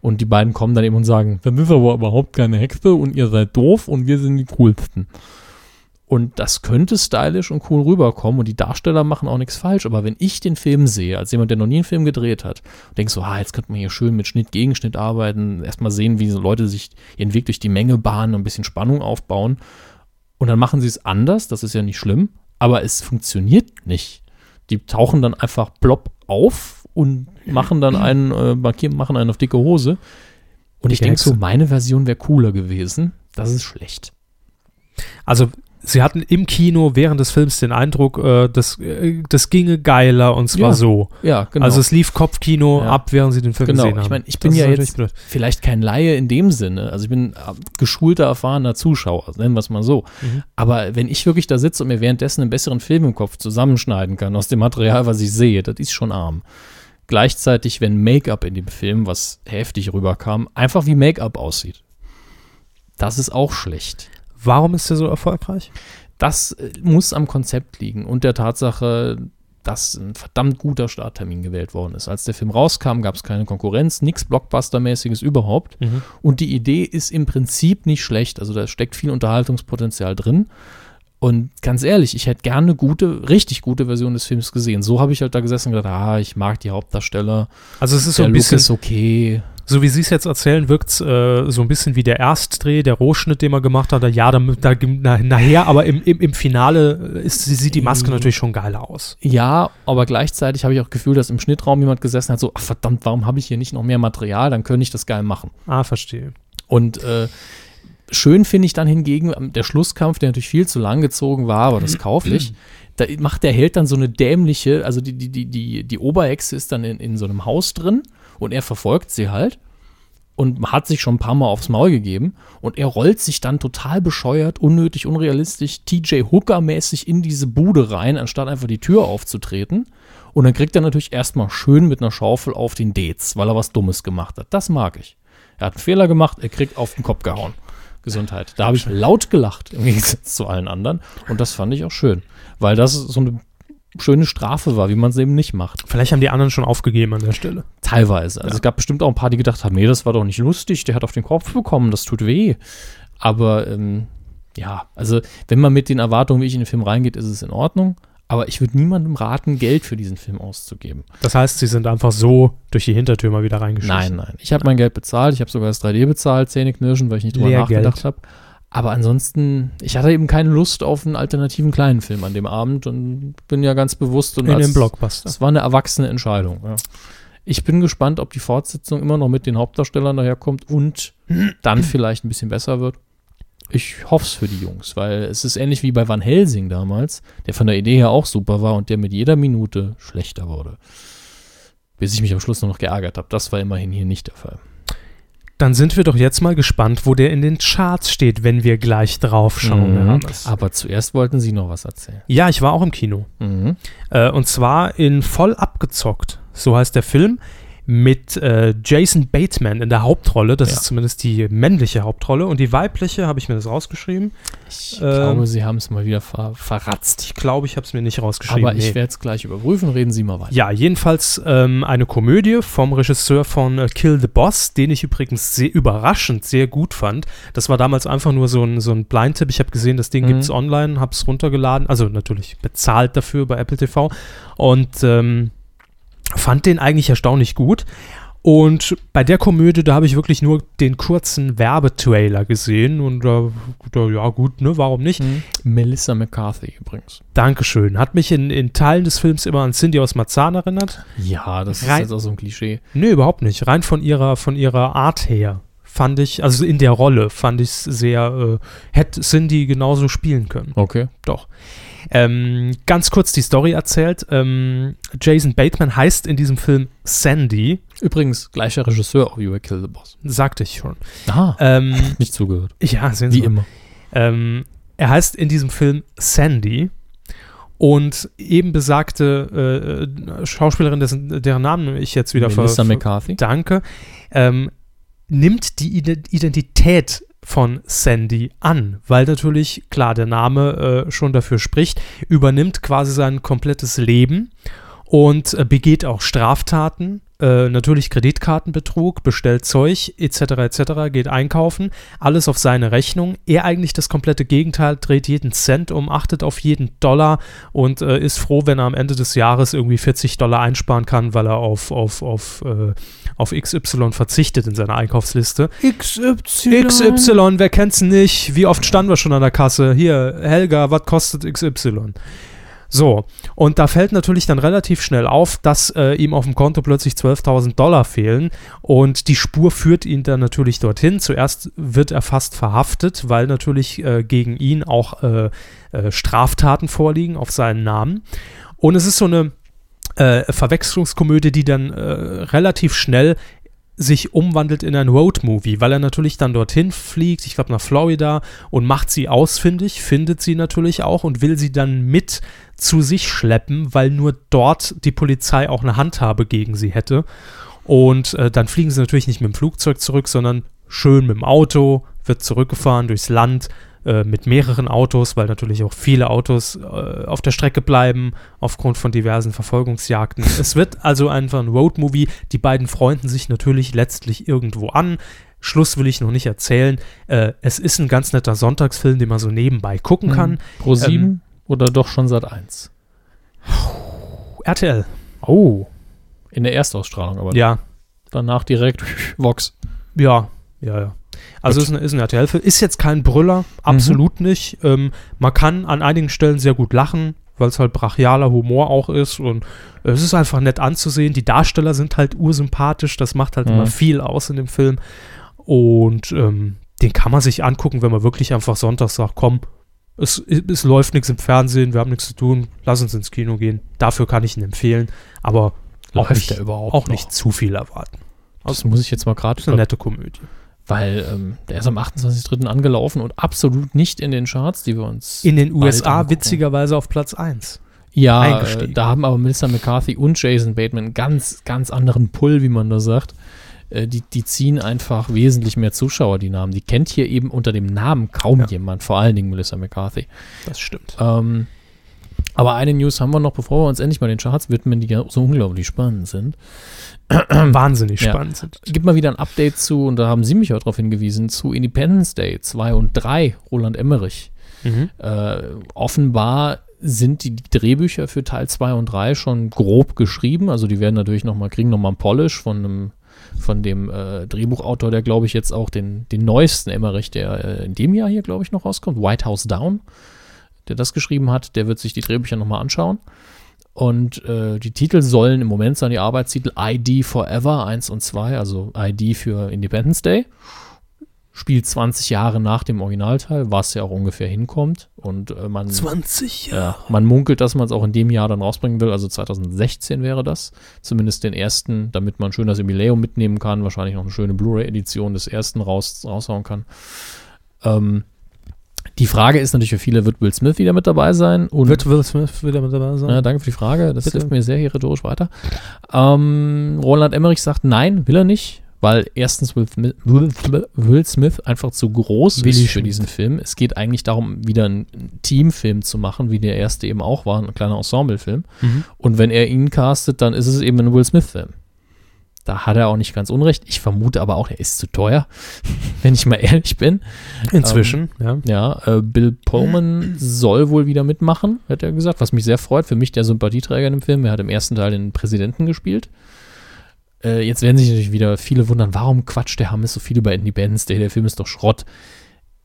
Speaker 2: Und die beiden kommen dann eben und sagen, dann ist aber überhaupt keine Hexe und ihr seid doof und wir sind die coolsten. Und das könnte stylisch und cool rüberkommen und die Darsteller machen auch nichts falsch. Aber wenn ich den Film sehe, als jemand, der noch nie einen Film gedreht hat, und denk so, ah, jetzt könnte man hier schön mit Schnitt gegen Schnitt arbeiten, erstmal sehen, wie so Leute sich ihren Weg durch die Menge bahnen und ein bisschen Spannung aufbauen. Und dann machen sie es anders, das ist ja nicht schlimm, aber es funktioniert nicht. Die tauchen dann einfach plopp auf und machen dann einen, äh, markieren, machen einen auf dicke Hose. Und ich
Speaker 1: Dicke
Speaker 2: denke so,
Speaker 1: Hexe.
Speaker 2: meine Version wäre cooler gewesen. Das ist schlecht.
Speaker 1: Also, sie hatten im Kino während des Films den Eindruck, äh, das, äh, das ginge geiler und zwar
Speaker 2: Ja,
Speaker 1: so.
Speaker 2: Ja, genau.
Speaker 1: Also, es lief Kopfkino
Speaker 2: Ja.
Speaker 1: ab, während sie den Film
Speaker 2: Genau,
Speaker 1: gesehen haben.
Speaker 2: ich meine, ich bin
Speaker 1: Das
Speaker 2: ja
Speaker 1: ist natürlich
Speaker 2: jetzt
Speaker 1: blöd.
Speaker 2: vielleicht kein Laie in dem Sinne. Also ich bin äh, geschulter, erfahrener Zuschauer, nennen wir es mal so.
Speaker 1: Mhm.
Speaker 2: Aber wenn ich wirklich da sitze und mir währenddessen einen besseren Film im Kopf zusammenschneiden kann aus dem Material, was ich sehe, das ist schon arm. gleichzeitig, wenn Make-up in dem Film, was heftig rüberkam, einfach wie Make-up aussieht. Das ist auch schlecht.
Speaker 1: Warum ist der so erfolgreich?
Speaker 2: Das äh, muss am Konzept liegen und der Tatsache, dass ein verdammt guter Starttermin gewählt worden ist. Als der Film rauskam, gab es keine Konkurrenz, nichts Blockbuster-mäßiges überhaupt. Und die Idee ist im Prinzip nicht schlecht. Also da steckt viel Unterhaltungspotenzial drin. Und ganz ehrlich, ich hätte gerne eine gute, richtig gute Version des Films gesehen. So habe ich halt da gesessen und gedacht, ah, ich mag die Hauptdarsteller.
Speaker 1: Also es ist so
Speaker 2: der
Speaker 1: ein
Speaker 2: Look
Speaker 1: bisschen,
Speaker 2: ist okay.
Speaker 1: so wie Sie es jetzt erzählen, wirkt es äh, so ein bisschen wie der Erstdreh, der Rohschnitt, den man gemacht hat. Ja, da, da, na, nachher, aber im, im, im Finale äh, ist, sieht die Maske
Speaker 2: Mhm.
Speaker 1: natürlich schon geil aus.
Speaker 2: Ja, aber gleichzeitig habe ich auch Gefühl, dass im Schnittraum jemand gesessen hat, so, ach verdammt, warum habe ich hier nicht noch mehr Material? Dann könnte ich das geil machen.
Speaker 1: Ah, verstehe.
Speaker 2: Und äh, schön finde ich dann hingegen ähm, der Schlusskampf, der natürlich viel zu lang gezogen war, aber das kaufe ich. Da macht der Held dann so eine dämliche, also die, die, die, die, die Oberhexe ist dann in, in so einem Haus drin und er verfolgt sie halt und hat sich schon ein paar Mal aufs Maul gegeben und er rollt sich dann total bescheuert, unnötig, unrealistisch, TJ Hooker-mäßig in diese Bude rein, anstatt einfach die Tür aufzutreten. Und dann kriegt er natürlich erstmal schön mit einer Schaufel auf den Dates, weil er was Dummes gemacht hat. Das mag ich. Er hat einen Fehler gemacht, er kriegt auf den Kopf gehauen. Gesundheit. Da habe ich laut gelacht im Gegensatz zu allen anderen. Und das fand ich auch schön, weil das so eine schöne Strafe war, wie man es eben nicht macht.
Speaker 1: Vielleicht haben die anderen schon aufgegeben an der Stelle.
Speaker 2: Teilweise. Also es gab bestimmt auch ein paar, die gedacht haben, nee, das war doch nicht lustig, der hat auf den Kopf bekommen, das tut weh. Aber ähm, ja, also wenn man mit den Erwartungen, wie ich in den Film reingeht, ist es in Ordnung. Aber ich würde niemandem raten, Geld für diesen Film auszugeben.
Speaker 1: Das heißt, sie sind einfach so durch die Hintertür mal wieder
Speaker 2: Nein,
Speaker 1: reingeschossen.
Speaker 2: nein. Ich habe mein Geld bezahlt. Ich habe sogar das 3D bezahlt, Zähneknirschen, weil ich nicht drüber
Speaker 1: Lehrgeld.
Speaker 2: nachgedacht habe. Aber ansonsten, ich hatte eben keine Lust auf einen alternativen kleinen Film an dem Abend und bin ja ganz bewusst und
Speaker 1: In
Speaker 2: als-
Speaker 1: dem Blockbuster.
Speaker 2: Das war eine erwachsene Entscheidung. Ja. Ich bin gespannt, ob die Fortsetzung immer noch mit den Hauptdarstellern daherkommt und dann vielleicht ein bisschen besser wird. Ich hoffe es für die Jungs, weil es ist ähnlich wie bei Van Helsing damals, der von der Idee her auch super war und der mit jeder Minute schlechter wurde. Bis ich mich am Schluss nur noch geärgert habe. Das war immerhin hier nicht der Fall.
Speaker 1: Dann sind wir doch jetzt mal gespannt, wo der in den Charts steht, wenn wir gleich drauf schauen. Herr
Speaker 2: Mhm.
Speaker 1: Hammes.
Speaker 2: Aber zuerst wollten Sie noch was erzählen.
Speaker 1: Ja, ich war auch im Kino.
Speaker 2: Mhm.
Speaker 1: Äh, und zwar in Voll abgezockt, so heißt der Film, mit äh, Jason Bateman in der Hauptrolle. Das
Speaker 2: Ja.
Speaker 1: ist zumindest die männliche Hauptrolle. Und die weibliche, habe ich mir das rausgeschrieben?
Speaker 2: Ich
Speaker 1: Ähm.
Speaker 2: glaube, Sie haben es mal wieder ver verratzt.
Speaker 1: Ich glaube, ich habe es mir nicht rausgeschrieben.
Speaker 2: Aber ich
Speaker 1: nee.
Speaker 2: werde es gleich überprüfen. Reden Sie mal weiter.
Speaker 1: Ja, jedenfalls ähm, eine Komödie vom Regisseur von äh, Kill the Boss, den ich übrigens sehr überraschend sehr gut fand. Das war damals einfach nur so ein, so ein Blind-Tipp. Ich habe gesehen, das Ding
Speaker 2: Mhm.
Speaker 1: gibt's online, habe es runtergeladen, also natürlich bezahlt dafür bei Apple TV und ähm, fand den eigentlich erstaunlich gut. Und bei der Komödie, da habe ich wirklich nur den kurzen Werbetrailer gesehen und da, da, ja gut, ne, warum nicht?
Speaker 2: Mhm. Melissa McCarthy übrigens.
Speaker 1: Dankeschön. Hat mich in, in Teilen des Films immer an Cindy aus Marzahn erinnert.
Speaker 2: Ja, das
Speaker 1: Rein-
Speaker 2: ist jetzt auch so ein Klischee.
Speaker 1: Nö, überhaupt nicht. Rein von ihrer, von ihrer Art her fand ich, also in der Rolle fand ich es sehr, äh, hätte Cindy genauso spielen können.
Speaker 2: Okay.
Speaker 1: Doch. Ähm, ganz kurz die Story erzählt. Ähm, Jason Bateman heißt in diesem Film Sandy,
Speaker 2: Übrigens, gleicher Regisseur auch wie bei Kill the Boss.
Speaker 1: sagte ich schon.
Speaker 2: Ah,
Speaker 1: Ähm,
Speaker 2: nicht zugehört.
Speaker 1: ja, sehen Sie
Speaker 2: Wie
Speaker 1: mal.
Speaker 2: immer.
Speaker 1: Ähm, er heißt in diesem Film Sandy. Und eben besagte äh, Schauspielerin, dessen, deren Namen ich jetzt wieder ver-
Speaker 2: Melissa
Speaker 1: ver-
Speaker 2: McCarthy.
Speaker 1: Danke. Ähm, nimmt die Ide- Identität von Sandy an, weil natürlich, klar, der Name äh, schon dafür spricht, übernimmt quasi sein komplettes Leben und äh, begeht auch Straftaten, äh, natürlich Kreditkartenbetrug, bestellt Zeug etc. etc., geht einkaufen, alles auf seine Rechnung. Er eigentlich das komplette Gegenteil, dreht jeden Cent um, achtet auf jeden Dollar und äh, ist froh, wenn er am Ende des Jahres irgendwie 40 Dollar einsparen kann, weil er auf, auf, auf, äh, auf XY verzichtet in seiner Einkaufsliste.
Speaker 2: XY.
Speaker 1: XY, wer kennt's nicht? Wie oft standen wir schon an der Kasse? Hier, Helga, was kostet XY? So, und da fällt natürlich dann relativ schnell auf, dass äh, ihm auf dem Konto plötzlich 12.000 Dollar fehlen und die Spur führt ihn dann natürlich dorthin. Zuerst wird er fast verhaftet, weil natürlich äh, gegen ihn auch äh, äh, Straftaten vorliegen auf seinen Namen. Und es ist so eine äh, Verwechslungskomödie, die dann äh, relativ schnell sich umwandelt in ein Roadmovie, weil er natürlich dann dorthin fliegt, ich glaube nach Florida und macht sie ausfindig, findet sie natürlich auch und will sie dann mit zu sich schleppen, weil nur dort die Polizei auch eine Handhabe gegen sie hätte. Und äh, dann fliegen sie natürlich nicht mit dem Flugzeug zurück, sondern schön mit dem Auto, wird zurückgefahren durchs Land äh, mit mehreren Autos, weil natürlich auch viele Autos äh, auf der Strecke bleiben aufgrund von diversen Verfolgungsjagden. es wird also einfach ein Roadmovie. Die beiden freunden sich natürlich letztlich irgendwo an. Schluss will ich noch nicht erzählen. Äh, es ist ein ganz netter Sonntagsfilm, den man so nebenbei gucken kann.
Speaker 2: Mhm. Pro 7
Speaker 1: Ähm,
Speaker 2: oder doch schon seit 1?
Speaker 1: RTL,
Speaker 2: Oh. In der Erstausstrahlung, aber
Speaker 1: ja.
Speaker 2: danach direkt Vox.
Speaker 1: Ja, ja, ja. Also ist ein, ist ein RTL-Film. Ist jetzt kein
Speaker 2: Mhm.
Speaker 1: Brüller, absolut nicht. Ähm, man kann an einigen Stellen sehr gut lachen, weil es halt brachialer Humor auch ist und es ist einfach nett anzusehen. Die Darsteller sind halt ursympathisch, das macht halt
Speaker 2: Mhm.
Speaker 1: immer viel aus in dem Film. Und ähm, den kann man sich angucken, wenn man wirklich einfach sonntags sagt, komm, es, es läuft nichts im Fernsehen, wir haben nichts zu tun, lass uns ins Kino gehen. Dafür kann ich ihn empfehlen, aber auch
Speaker 2: Läuft
Speaker 1: nicht,
Speaker 2: der überhaupt
Speaker 1: auch
Speaker 2: noch?
Speaker 1: nicht zu viel erwarten.
Speaker 2: Das muss ich jetzt mal gerade
Speaker 1: Ist eine nette Komödie.
Speaker 2: Weil ähm, der ist am 28.03. angelaufen und absolut nicht in den Charts, die wir uns.
Speaker 1: In den USA
Speaker 2: angucken.
Speaker 1: witzigerweise auf Platz 1.
Speaker 2: ja, äh,
Speaker 1: eingestiegen.
Speaker 2: da haben aber Melissa McCarthy und Jason Bateman einen ganz, ganz anderen Pull, wie man da sagt. Äh, die, die ziehen einfach wesentlich mehr Zuschauer, die Namen. Die kennt hier eben unter dem Namen kaum
Speaker 1: Ja.
Speaker 2: jemand, vor allen Dingen Melissa McCarthy.
Speaker 1: Das stimmt.
Speaker 2: Ähm, aber eine News haben wir noch, bevor wir uns endlich mal den Charts widmen, die ja so unglaublich spannend sind.
Speaker 1: Wahnsinnig
Speaker 2: Ja.
Speaker 1: spannend. sind.
Speaker 2: Gib mal wieder ein Update zu, und da haben Sie mich auch darauf hingewiesen, zu Independence Day 2 und 3, Roland Emmerich.
Speaker 1: Mhm.
Speaker 2: Äh, offenbar sind die Drehbücher für Teil 2 und 3 schon grob geschrieben. Also die werden natürlich noch mal, kriegen nochmal einen Polish von einem von dem äh, Drehbuchautor, der glaube ich jetzt auch den, den neuesten Emmerich, der äh, in dem Jahr hier glaube ich noch rauskommt, White House Down, der das geschrieben hat, der wird sich die Drehbücher nochmal anschauen. Und äh, die Titel sollen im Moment sein, die Arbeitstitel ID Forever 1 und 2, also ID für Independence Day spielt 20 Jahre nach dem Originalteil, was ja auch ungefähr hinkommt. Und äh, man,
Speaker 1: 20
Speaker 2: ja, äh, man munkelt, dass man es auch in dem Jahr dann rausbringen will. Also 2016 wäre das. Zumindest den ersten, damit man schön das Jubiläum mitnehmen kann. Wahrscheinlich noch eine schöne Blu-ray-Edition des ersten raus, raushauen kann. Ähm, die Frage ist natürlich für viele, wird Will Smith wieder mit dabei sein? Und
Speaker 1: Wird Will Smith wieder mit dabei sein?
Speaker 2: ja, Ne, danke für die Frage. Das
Speaker 1: Bitte.
Speaker 2: hilft mir sehr hier rhetorisch weiter. Ähm, Roland Emmerich sagt, nein, will er nicht, weil erstens Will, Smith- Will, Will Smith einfach zu groß
Speaker 1: Willi
Speaker 2: ist für
Speaker 1: Schmidt.
Speaker 2: diesen Film. Es geht eigentlich darum, wieder einen Teamfilm zu machen, wie der erste eben auch war, ein kleiner Ensemblefilm.
Speaker 1: Mhm.
Speaker 2: Und wenn er ihn castet, dann ist es eben ein Will Smith-Film. Da hat er auch nicht ganz unrecht. Ich vermute aber auch, er ist zu teuer, wenn ich mal ehrlich bin.
Speaker 1: Inzwischen, Ähm, ja.
Speaker 2: Ja, äh, Bill Pullman soll wohl wieder mitmachen, hat er gesagt, was mich sehr freut. Für mich der Sympathieträger in dem Film. Er hat im ersten Teil den Präsidenten gespielt. Äh, jetzt werden sich natürlich wieder viele wundern, warum quatscht der Hammes so viel über Independence Day? Der Film ist doch Schrott.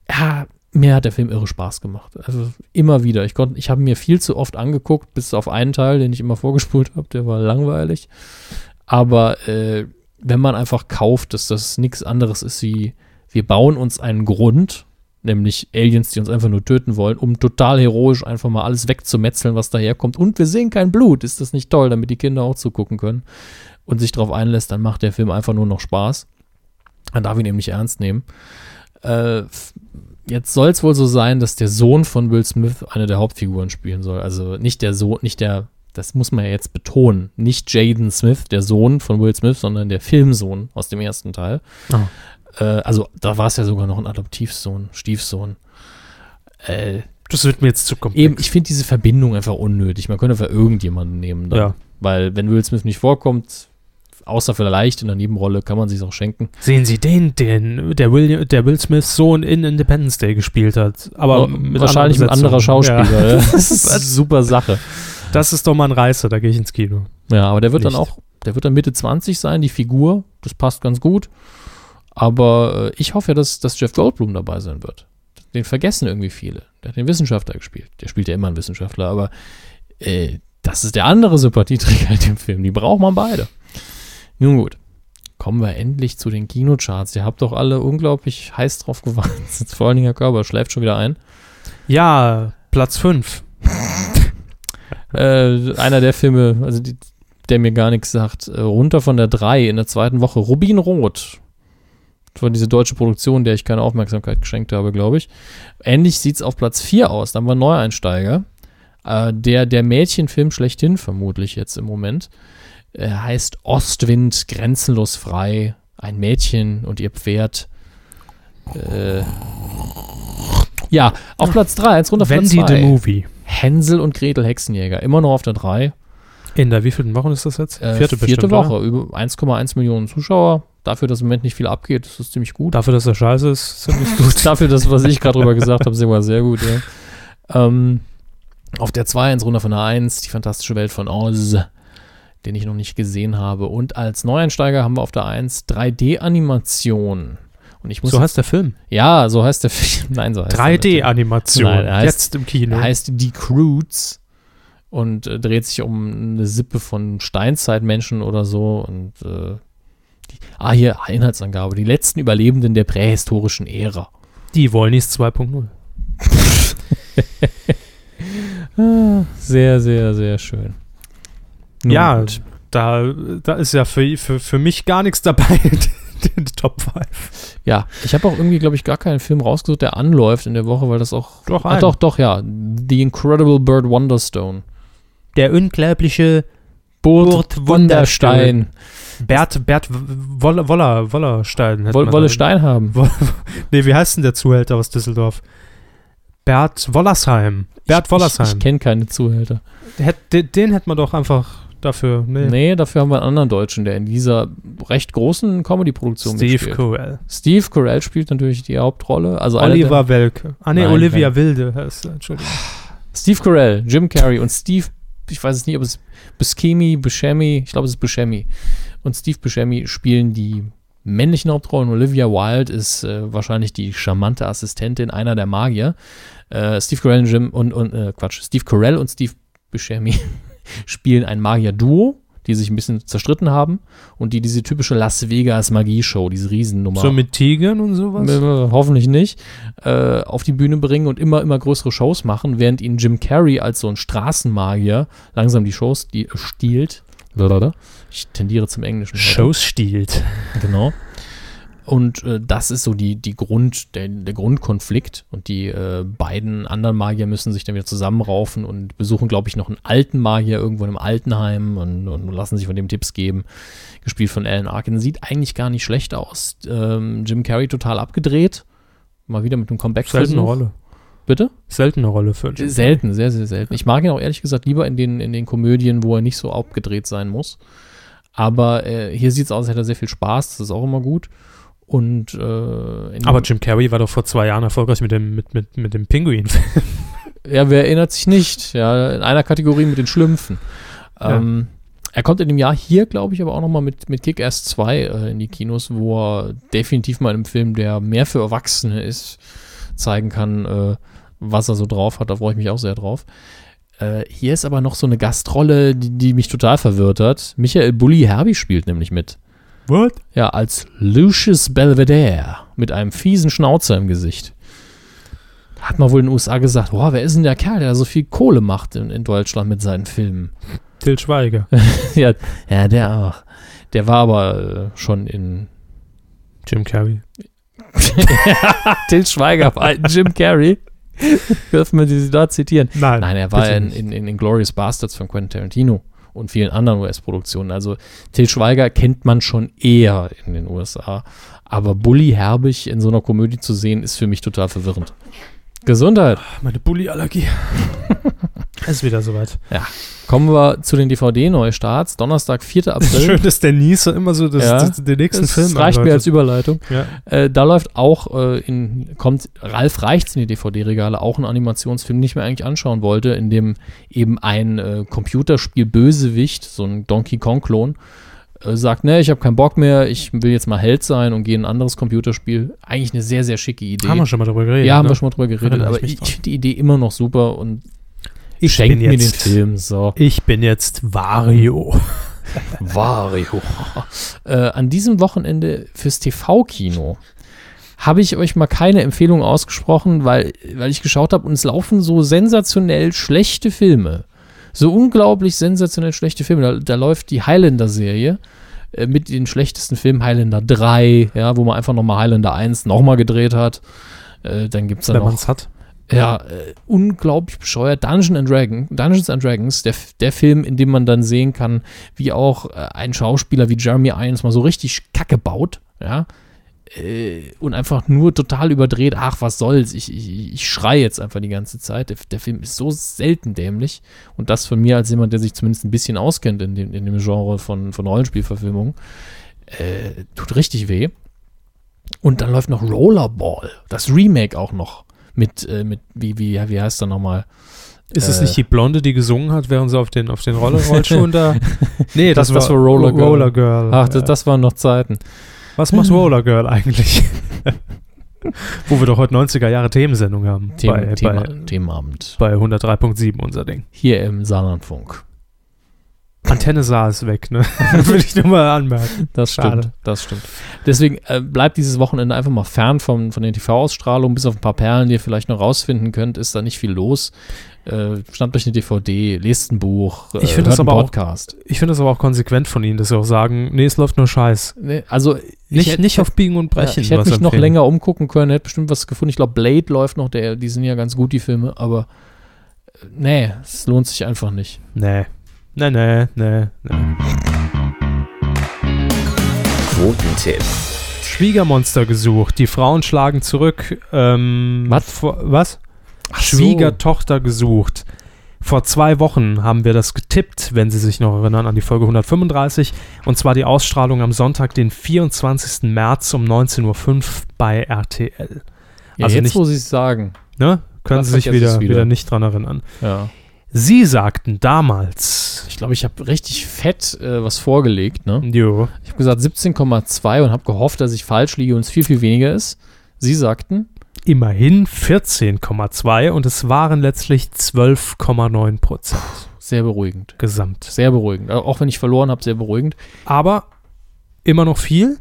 Speaker 2: Ja, mir hat der Film irre Spaß gemacht. Also immer wieder. Ich, konnt- ich habe mir viel zu oft angeguckt, bis auf einen Teil, den ich immer vorgespult habe, der war langweilig. Aber äh, wenn man einfach kauft, dass das nichts anderes ist wie, wir bauen uns einen Grund, nämlich Aliens, die uns einfach nur töten wollen, um total heroisch einfach mal alles wegzumetzeln, was daherkommt. Und wir sehen kein Blut. Ist das nicht toll, damit die Kinder auch zugucken können und sich darauf einlässt, dann macht der Film einfach nur noch Spaß. Man darf ihn eben nicht ernst nehmen. Äh, f- jetzt soll es wohl so sein, dass der Sohn von Will Smith eine der Hauptfiguren spielen soll. Also nicht der Sohn, nicht der, das muss man ja jetzt betonen, nicht Jaden Smith, der Sohn von Will Smith, sondern der Filmsohn aus dem ersten Teil äh, also da war es ja sogar noch ein Adoptivsohn, Stiefsohn. Äh,
Speaker 1: Das wird mir jetzt zu komplex.
Speaker 2: eben, ich finde diese Verbindung einfach unnötig. Man könnte einfach irgendjemanden nehmen. Dann.
Speaker 1: Ja.
Speaker 2: Weil, wenn Will Smith nicht vorkommt, außer vielleicht in der Nebenrolle, kann man sich auch schenken.
Speaker 1: Sehen Sie den, den der, William, der Will Smiths Sohn in Independence Day gespielt hat. Aber
Speaker 2: Wa- wahrscheinlich mit
Speaker 1: Oh, anderer
Speaker 2: anderer
Speaker 1: Besetzung. Ja.
Speaker 2: Schauspieler. Ja. Das ist eine super Sache.
Speaker 1: Das ist doch mal ein Reißer, da gehe ich ins Kino.
Speaker 2: Ja, aber der wird dann
Speaker 1: Nicht.
Speaker 2: auch, der wird dann Mitte 20 sein, die Figur. Das passt ganz gut. Aber äh, ich hoffe ja, dass, dass Jeff Goldblum dabei sein wird. Den vergessen irgendwie viele. Der hat den Wissenschaftler gespielt. Der spielt ja immer einen Wissenschaftler, aber äh, das ist der andere Sympathieträger in dem Film. Die braucht man beide. Nun gut. Kommen wir endlich zu den Kinocharts. Ihr habt doch alle unglaublich heiß drauf gewartet. Vor allen Dingen Herr Körber schläft schon wieder ein.
Speaker 1: Ja, Platz 5.
Speaker 2: Äh, einer der Filme, also die, der mir gar nichts sagt, äh, runter von der 3 in der zweiten Woche, Rubin Roth. Von diese deutsche Produktion, der ich keine Aufmerksamkeit geschenkt habe, glaube ich. Ähnlich sieht es auf Platz 4 aus. Dann war Neueinsteiger. Äh, der, der Mädchenfilm schlechthin, vermutlich jetzt im Moment. Äh, heißt Ostwind, grenzenlos frei. Ein Mädchen und ihr Pferd. Äh, ja, auf Platz 3, eins runter auf Platz
Speaker 1: Wendy the
Speaker 2: 2.
Speaker 1: Movie.
Speaker 2: Hänsel und Gretel Hexenjäger, immer noch auf der 3.
Speaker 1: In der wievielten Woche ist das jetzt?
Speaker 2: Äh,
Speaker 1: bestimmt, oder?
Speaker 2: Woche, über 1,1 Millionen Zuschauer. Dafür, dass im Moment nicht viel abgeht, ist das ziemlich gut.
Speaker 1: Dafür, dass er scheiße ist, ziemlich gut.
Speaker 2: Dafür, das, was ich gerade drüber gesagt habe, sind wir sehr gut, ja. Ähm, auf der 2, ins Runde von der 1, die fantastische Welt von Oz, den ich noch nicht gesehen habe. Und als Neueinsteiger haben wir auf der 1 3D-Animation. Und ich muss.
Speaker 1: so heißt der Film.
Speaker 2: ja, so heißt der Film. Nein, so heißt er natürlich.
Speaker 1: 3D-Animation.
Speaker 2: Nein, er heißt-
Speaker 1: Jetzt im Kino.
Speaker 2: Er heißt Die Croods und äh, dreht sich um eine Sippe von Steinzeitmenschen oder so. Und äh, die, ah, hier, Inhaltsangabe. Die letzten Überlebenden der prähistorischen Ära.
Speaker 1: die Wollnis 2.0.
Speaker 2: Sehr, sehr, sehr schön. Nun
Speaker 1: Ja,
Speaker 2: gut.
Speaker 1: da, da ist ja für, für, für mich gar nichts dabei in den Top 5.
Speaker 2: ja. Ich habe auch irgendwie, glaube ich, gar keinen Film rausgesucht, der anläuft in der Woche, weil das auch.
Speaker 1: Doch,
Speaker 2: Ah, doch, doch, ja. The Incredible Bird Wonderstone.
Speaker 1: Der unglaubliche Burt
Speaker 2: Wunderstein.
Speaker 1: Bert, Bert Woller, Woller, Wollerstein. hätte
Speaker 2: Woll,
Speaker 1: man
Speaker 2: Wolle
Speaker 1: da-
Speaker 2: Stein haben.
Speaker 1: Nee, wie heißt denn der Zuhälter aus Düsseldorf? Bert Wollersheim. Bert
Speaker 2: Ich,
Speaker 1: Wollersheim.
Speaker 2: ich kenne keine Zuhälter.
Speaker 1: Hätt- den, den hätte man doch einfach dafür. Nee.
Speaker 2: Nee, dafür haben wir einen anderen Deutschen, der in dieser recht großen Comedy-Produktion
Speaker 1: Steve
Speaker 2: mitspielt.
Speaker 1: Carell.
Speaker 2: Steve Carell spielt natürlich die Hauptrolle. Also alle der-
Speaker 1: Oliver Welke. Ah, nee,
Speaker 2: Nein,
Speaker 1: Olivia Wilde. heißt er, Entschuldigung.
Speaker 2: Steve Carell, Jim Carrey und Steve, ich weiß es nicht, ob es Buscemi, Buscemi, ich glaube es ist Buscemi und Steve Buscemi spielen die männlichen Hauptrollen. Olivia Wilde ist äh, wahrscheinlich die charmante Assistentin einer der Magier. Äh, Steve Carell und Jim und, und äh, Quatsch, Steve Carell und Steve Buscemi spielen ein Magier-Duo, die sich ein bisschen zerstritten haben und die diese typische Las Vegas Magie-Show, diese Riesennummer
Speaker 1: So mit Tigern und sowas?
Speaker 2: äh, Hoffentlich nicht. Äh, auf die Bühne bringen und immer, immer größere Shows machen, während ihn Jim Carrey als so ein Straßenmagier langsam die Shows die, stiehlt. Blablabla. Ich tendiere zum Englischen. heute.
Speaker 1: Shows stiehlt.
Speaker 2: Genau. Und äh, das ist so die, die Grund, der, der Grundkonflikt. Und die äh, beiden anderen Magier müssen sich dann wieder zusammenraufen und besuchen, glaube ich, noch einen alten Magier irgendwo in einem Altenheim und, und lassen sich von dem Tipps geben. Gespielt von Alan Arkin. Sieht eigentlich gar nicht schlecht aus. Ähm, Jim Carrey total abgedreht. Mal wieder mit einem comeback
Speaker 1: Seltene Rolle.
Speaker 2: Bitte?
Speaker 1: Seltene Rolle für einen
Speaker 2: Selten, sehr, sehr selten. Ich mag ihn auch ehrlich gesagt lieber in den, in den Komödien, wo er nicht so abgedreht sein muss. Aber äh, hier sieht es aus, als hätte er sehr viel Spaß, das ist auch immer gut. Und äh, in
Speaker 1: Aber Jim Carrey war doch vor zwei Jahren erfolgreich mit dem, mit, mit, mit dem Pinguin.
Speaker 2: ja, wer erinnert sich nicht? Ja, in einer Kategorie mit den Schlümpfen.
Speaker 1: Ja.
Speaker 2: Ähm, er kommt in dem Jahr hier, glaube ich, aber auch nochmal mit, mit Kick Ass 2 äh, in die Kinos, wo er definitiv mal in einem Film, der mehr für Erwachsene ist, zeigen kann, äh, was er so drauf hat. Da freue ich mich auch sehr drauf. Äh, hier ist aber noch so eine Gastrolle, die, die mich total verwirrt hat. Michael Bulli Herbie spielt nämlich mit.
Speaker 1: What?
Speaker 2: Ja, als Lucius Belvedere mit einem fiesen Schnauzer im Gesicht. Hat man wohl in den USA gesagt, boah, wer ist denn der Kerl, der so viel Kohle macht in, in Deutschland mit seinen Filmen?
Speaker 1: Till Schweiger.
Speaker 2: ja, ja, der auch. Der war aber äh, schon in
Speaker 1: Jim Carrey.
Speaker 2: Till Schweiger, war in Jim Carrey. Dürfen wir sie da zitieren?
Speaker 1: Nein.
Speaker 2: Nein, er war
Speaker 1: bitte
Speaker 2: in,
Speaker 1: nicht.
Speaker 2: in, in Glorious Bastards von Quentin Tarantino und vielen anderen US-Produktionen. Also Till Schweiger kennt man schon eher in den USA. Aber Bully Herbig in so einer Komödie zu sehen, ist für mich total verwirrend. Gesundheit.
Speaker 1: Ach, meine Bulli-Allergie. ist wieder soweit.
Speaker 2: Kommen wir zu den DVD-Neustarts. Donnerstag, 4. April.
Speaker 1: Schön, dass der Niese immer so das,
Speaker 2: Ja.
Speaker 1: das, den nächsten
Speaker 2: das
Speaker 1: Film
Speaker 2: reicht mir
Speaker 1: andeutet.
Speaker 2: als Überleitung.
Speaker 1: ja.
Speaker 2: Äh, da läuft auch äh, in, kommt Ralf Reichts in die DVD-Regale, auch ein Animationsfilm, den ich mir eigentlich anschauen wollte, in dem eben ein äh, Computerspiel Bösewicht, so ein Donkey Kong-Klon, äh, sagt, ne, ich habe keinen Bock mehr, ich will jetzt mal Held sein und gehe in ein anderes Computerspiel. Eigentlich eine sehr, sehr schicke Idee.
Speaker 1: Haben wir schon mal drüber geredet.
Speaker 2: ja, haben
Speaker 1: ne?
Speaker 2: wir schon mal drüber geredet,
Speaker 1: Erinnere ich
Speaker 2: aber
Speaker 1: mich
Speaker 2: ich,
Speaker 1: dran.
Speaker 2: finde die Idee immer noch super und
Speaker 1: Ich
Speaker 2: schenkt
Speaker 1: bin
Speaker 2: mir den
Speaker 1: jetzt-
Speaker 2: Film. So.
Speaker 1: Ich bin jetzt Wario.
Speaker 2: Wario. Äh, an diesem Wochenende fürs TV-Kino habe ich euch mal keine Empfehlung ausgesprochen, weil, weil ich geschaut habe und es laufen so sensationell schlechte Filme. so unglaublich sensationell schlechte Filme. Da, da läuft die Highlander-Serie äh, mit den schlechtesten Filmen Highlander 3, ja, wo man einfach nochmal Highlander 1 nochmal gedreht hat. Äh, dann gibt es dann
Speaker 1: wenn man
Speaker 2: noch,
Speaker 1: es hat.
Speaker 2: ja, äh, unglaublich bescheuert, Dungeon and Dragon, Dungeons and Dragons, der, F- der Film, in dem man dann sehen kann, wie auch äh, ein Schauspieler wie Jeremy Irons mal so richtig Kacke baut, ja, äh, und einfach nur total überdreht, ach, was soll's, ich, ich, ich schreie jetzt einfach die ganze Zeit. Der, der Film ist so selten dämlich. Und das von mir als jemand, der sich zumindest ein bisschen auskennt in dem, in dem Genre von, von Rollenspielverfilmungen, äh, tut richtig weh. Und dann läuft noch Rollerball, das Remake auch noch. Mit, äh, mit wie, wie, wie heißt er nochmal?
Speaker 1: Ist es
Speaker 2: Äh.
Speaker 1: nicht die Blonde, die gesungen hat, während sie auf den, auf den Roller Rollschuhen da? Nee,
Speaker 2: Das- das war Roller Girl.
Speaker 1: Roller Girl.
Speaker 2: Ach, das, das waren noch Zeiten.
Speaker 1: Was macht Roller Girl eigentlich? Wo wir doch heute 90er Jahre Themensendung haben.
Speaker 2: Thema,
Speaker 1: bei,
Speaker 2: Thema,
Speaker 1: bei,
Speaker 2: Themenabend.
Speaker 1: bei 103.7 unser Ding.
Speaker 2: Hier im Saarlandfunk.
Speaker 1: Antenne sah es weg, ne? Will ich nur mal anmerken.
Speaker 2: Das
Speaker 1: Schade.
Speaker 2: stimmt, das stimmt. Deswegen äh, bleibt dieses Wochenende einfach mal fern von, von den TV-Ausstrahlungen, bis auf ein paar Perlen, die ihr vielleicht noch rausfinden könnt, ist da nicht viel los. Äh, schnappt euch eine DVD, lest ein Buch, äh,
Speaker 1: Ich finde das
Speaker 2: hört einen
Speaker 1: aber auch-
Speaker 2: Podcast.
Speaker 1: Ich finde das aber auch konsequent von Ihnen, dass Sie auch sagen, nee, es läuft nur Scheiß.
Speaker 2: Nee, also ich
Speaker 1: Nicht,
Speaker 2: hätte-
Speaker 1: nicht auf Biegen und Brechen.
Speaker 2: ja, ich hätte
Speaker 1: was
Speaker 2: mich noch
Speaker 1: empfehlen.
Speaker 2: länger umgucken können, hätte bestimmt was gefunden. Ich glaube, Blade läuft noch, der, die sind ja ganz gut, die Filme, aber äh, nee, es lohnt sich einfach nicht.
Speaker 1: Nee. Nee, nee, nee, nee.
Speaker 3: Quotentipp.
Speaker 1: Schwiegermonster gesucht. Die Frauen schlagen zurück. Ähm,
Speaker 2: Was?
Speaker 1: vor- Was? Schwiegertochter gesucht. Vor zwei Wochen haben wir das getippt, wenn Sie sich noch erinnern, an die Folge 135. Und zwar die Ausstrahlung am Sonntag, den 24. März um 19.05 Uhr bei RTL.
Speaker 2: Ja,
Speaker 1: Also
Speaker 2: jetzt,
Speaker 1: nicht-
Speaker 2: wo sie es sagen.
Speaker 1: Ne? Können
Speaker 2: Da
Speaker 1: Sie sich
Speaker 2: vergesse ich's
Speaker 1: wieder,
Speaker 2: wieder.
Speaker 1: wieder nicht dran erinnern.
Speaker 2: Ja.
Speaker 1: Sie sagten damals.
Speaker 2: Ich glaube, ich habe richtig fett äh, was vorgelegt, ne?
Speaker 1: Jo.
Speaker 2: Ich habe gesagt 17,2 und habe gehofft, dass ich falsch liege und es viel, viel weniger ist. Sie sagten,
Speaker 1: Immerhin 14,2 und es waren letztlich 12,9 Prozent
Speaker 2: sehr beruhigend.
Speaker 1: gesamt.
Speaker 2: Sehr beruhigend. Also Auch wenn ich verloren habe, sehr beruhigend.
Speaker 1: Aber immer noch viel.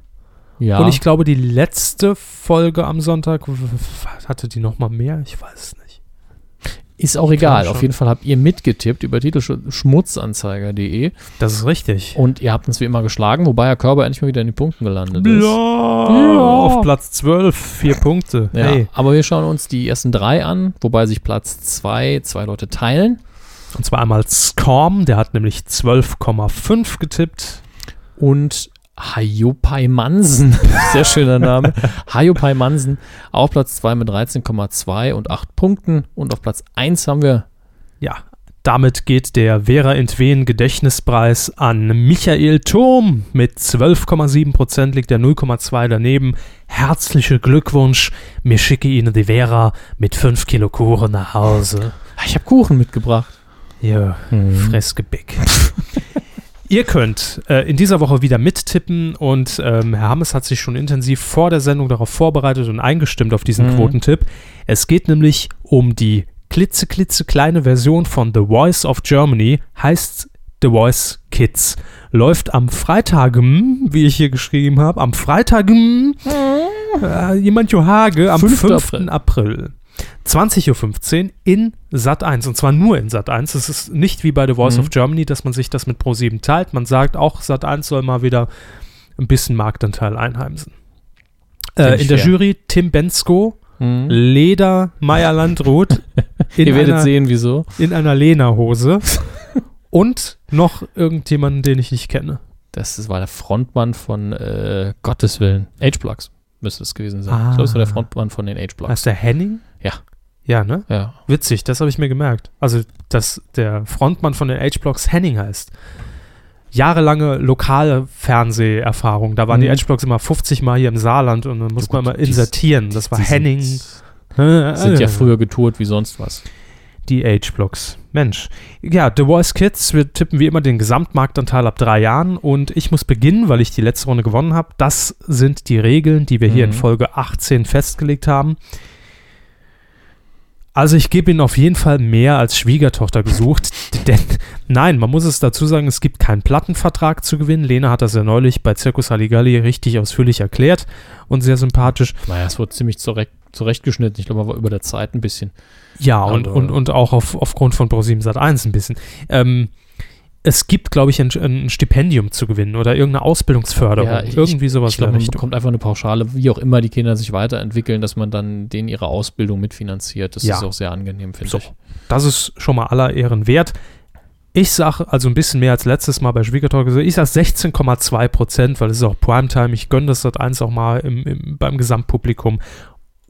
Speaker 2: Ja.
Speaker 1: Und ich glaube, die letzte Folge am Sonntag w- w- hatte die noch mal mehr. Ich weiß es nicht.
Speaker 2: ist auch egal.
Speaker 1: Klar, schon.
Speaker 2: Auf jeden Fall habt ihr mitgetippt über titelschmutzanzeiger.de
Speaker 1: Das ist richtig.
Speaker 2: und ihr habt uns wie immer geschlagen, wobei Herr Körber endlich mal wieder in den Punkten gelandet Oh, ist.
Speaker 1: Ja. Auf Platz 12, vier Punkte.
Speaker 2: Ja,
Speaker 1: Hey.
Speaker 2: aber wir schauen uns die ersten drei an, wobei sich Platz zwei, zwei Leute teilen.
Speaker 1: Und zwar einmal Scorm, der hat nämlich 12,5 getippt.
Speaker 2: und Hayopai Mansen, sehr schöner Name. Hayopai Mansen auf Platz 2 mit 13,2 und 8 Punkten. Und auf Platz 1 haben wir,
Speaker 1: Ja, damit geht der Vera Entwehen Gedächtnispreis an Michael Turm. Mit 12,7 Prozent liegt er 0,2 daneben. Herzlichen Glückwunsch. Mir schicke Ihnen die Vera mit 5 Kilo Kuchen nach Hause.
Speaker 2: Ah, ich habe Kuchen mitgebracht.
Speaker 1: Ja, Mhm. Fressgebäck. Ihr könnt äh, in dieser Woche wieder mittippen und ähm, Herr Hammes hat sich schon intensiv vor der Sendung darauf vorbereitet und eingestimmt auf diesen
Speaker 2: Mhm.
Speaker 1: Quotentipp. Es geht nämlich um die klitzeklitzekleine Version von The Voice of Germany, heißt The Voice Kids. Läuft am Freitag, wie ich hier geschrieben habe, am Freitag, äh, jemand Johage, am 5.
Speaker 2: Fünfter
Speaker 1: April. 20.15 Uhr in Sat 1 und zwar nur in Sat 1. Es ist nicht wie bei The Voice
Speaker 2: Mhm.
Speaker 1: of Germany, dass man sich das mit Pro7 teilt. Man sagt auch, Sat 1 soll mal wieder ein bisschen Marktanteil einheimsen.
Speaker 2: Find
Speaker 1: Äh,
Speaker 2: ich
Speaker 1: in der
Speaker 2: fair.
Speaker 1: Jury Tim Bensko,
Speaker 2: Mhm.
Speaker 1: Leder Meier Landroth in,
Speaker 2: Ihr werdet
Speaker 1: einer,
Speaker 2: sehen, wieso.
Speaker 1: in einer Lena-Hose und noch irgendjemanden, den ich nicht kenne.
Speaker 2: Das ist- war der Frontmann von äh, Gottes Willen. H-Blocks müsste es gewesen sein.
Speaker 1: Ah.
Speaker 2: Ich glaube, es war der Frontmann von den H-Blocks.
Speaker 1: Heißt der Henning?
Speaker 2: Ja.
Speaker 1: Ja, ne?
Speaker 2: Ja.
Speaker 1: Witzig, das habe ich mir gemerkt. Also, dass der Frontmann von den H-Blocks Henning heißt. Jahrelange lokale Fernseherfahrung. Da waren
Speaker 2: Mhm. Oh
Speaker 1: die H-Blocks immer 50 Mal hier im Saarland und dann musste
Speaker 2: gut,
Speaker 1: man immer
Speaker 2: die-
Speaker 1: insertieren. Das war
Speaker 2: Die
Speaker 1: Henning. Ah.
Speaker 2: Sind, sind ja früher getourt wie sonst was.
Speaker 1: Die H-Blocks. Mensch. Ja, The Voice Kids, wir tippen wie immer den Gesamtmarktanteil ab drei Jahren und ich muss beginnen, weil ich die letzte Runde gewonnen habe. Das sind die Regeln, die wir hier
Speaker 2: Mhm.
Speaker 1: in Folge 18 festgelegt haben. Also ich gebe ihnen auf jeden Fall mehr als Schwiegertochter gesucht, denn nein, man muss es dazu sagen, es gibt keinen Plattenvertrag zu gewinnen. Lena hat das ja neulich bei Circus Halligalli richtig ausführlich erklärt und sehr sympathisch.
Speaker 2: Naja, es wurde ziemlich zurecht, zurechtgeschnitten. Ich glaube, man war über der Zeit ein bisschen.
Speaker 1: Ja, und,
Speaker 2: Aber-
Speaker 1: und, und auch auf, aufgrund von ProSieben Sat 1 ein bisschen. Ähm, es gibt, glaube ich, ein, ein Stipendium zu gewinnen oder irgendeine Ausbildungsförderung.
Speaker 2: Ja, ich-
Speaker 1: irgendwie sowas
Speaker 2: ich glaube,
Speaker 1: in
Speaker 2: man
Speaker 1: der Richtung.
Speaker 2: bekommt einfach eine Pauschale, wie auch immer die Kinder sich weiterentwickeln, dass man dann denen ihre Ausbildung mitfinanziert. Das
Speaker 1: Ja.
Speaker 2: ist auch sehr angenehm, finde
Speaker 1: So.
Speaker 2: ich.
Speaker 1: Das ist schon mal aller Ehren wert. Ich sage also ein bisschen mehr als letztes Mal bei Schwiegertor gesagt, ich sage 16,2 Prozent, weil es ist auch Primetime. Ich gönne das Sat 1 auch mal im, im, beim Gesamtpublikum.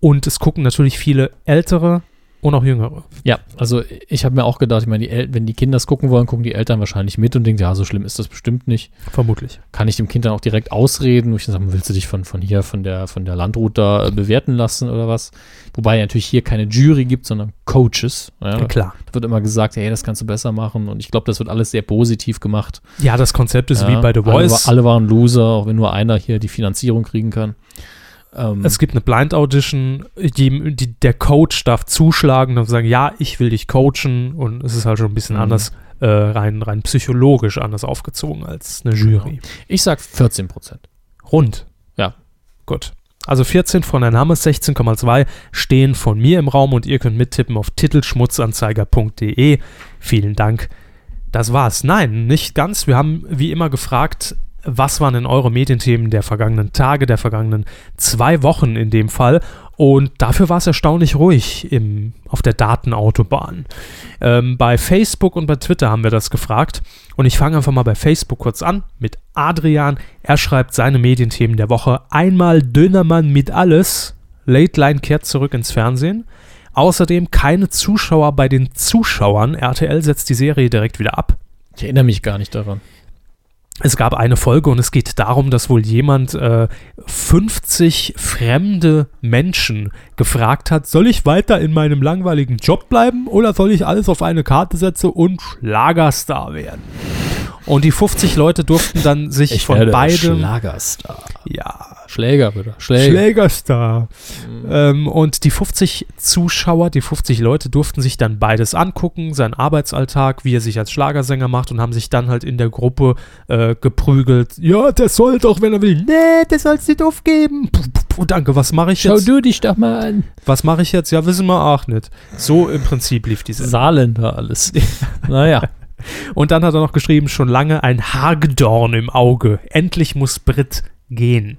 Speaker 1: Und es gucken natürlich viele Ältere und auch Jüngere.
Speaker 2: Ja, also ich habe mir auch gedacht, ich meine, die El wenn die Kinder es gucken wollen, gucken die Eltern wahrscheinlich mit und denken, ja, so schlimm ist das bestimmt nicht.
Speaker 1: Vermutlich.
Speaker 2: Kann ich dem Kind dann auch direkt ausreden, wo ich dann sage, willst du dich von, von hier, von der, von der Landroute da äh, bewerten lassen oder was? Wobei natürlich hier keine Jury gibt, sondern Coaches. Ja,
Speaker 1: Ja, klar.
Speaker 2: Da wird immer gesagt, hey, das kannst du besser machen und ich glaube, das wird alles sehr positiv gemacht.
Speaker 1: Ja, das Konzept ist
Speaker 2: ja, Also
Speaker 1: wie bei The Voice.
Speaker 2: Alle, wa- alle waren Loser, auch wenn nur einer hier die Finanzierung kriegen kann. Ähm,
Speaker 1: es gibt eine Blind Audition, die, die, der Coach darf zuschlagen und sagen, ja, ich will dich coachen und es ist halt schon ein bisschen
Speaker 2: Mhm.
Speaker 1: anders, äh, rein, rein psychologisch anders aufgezogen als eine
Speaker 2: Genau.
Speaker 1: Jury.
Speaker 2: ich sag 14 Prozent.
Speaker 1: Rund.
Speaker 2: Ja.
Speaker 1: Gut. Also 14 von Herrn Hammes, 16,2 stehen von mir im Raum und ihr könnt mittippen auf titelschmutzanzeiger.de. Vielen Dank. Das war's. Nein, nicht ganz. Wir haben wie immer gefragt, was waren denn eure Medienthemen der vergangenen Tage, der vergangenen zwei Wochen in dem Fall? Und dafür war es erstaunlich ruhig im, auf der Datenautobahn. Ähm, bei Facebook und bei Twitter haben wir das gefragt. Und ich fange einfach mal bei Facebook kurz an mit Adrian. Er schreibt seine Medienthemen der Woche. Einmal Dönermann mit alles. Late Line kehrt zurück ins Fernsehen. Außerdem keine Zuschauer bei den Zuschauern. RTL setzt die Serie direkt wieder ab.
Speaker 2: Ich erinnere mich gar nicht daran.
Speaker 1: Es gab eine Folge und es geht darum, dass wohl jemand äh, 50 fremde Menschen gefragt hat, soll ich weiter in meinem langweiligen Job bleiben oder soll ich alles auf eine Karte setzen und Schlagerstar werden? Und die 50 Leute durften dann sich von beidem...
Speaker 2: Schlagerstar.
Speaker 1: ja,
Speaker 2: Schläger, bitte. Schläger.
Speaker 1: Schlägerstar. Ähm, und die 50 Zuschauer, die 50 Leute durften sich dann beides angucken, seinen Arbeitsalltag, wie er sich als Schlagersänger macht und haben sich dann halt in der Gruppe äh, geprügelt. Ja, der soll doch, wenn er will. Nee, der soll's nicht aufgeben. Puh, puh, puh, danke, was mache ich jetzt?
Speaker 2: du dich doch mal an.
Speaker 1: Was mache ich jetzt? Ja, wissen wir auch nicht. So im Prinzip lief diese.
Speaker 2: Saarländer alles. naja.
Speaker 1: Und dann hat er noch geschrieben, schon lange ein Hagedorn im Auge. Endlich muss Brit gehen.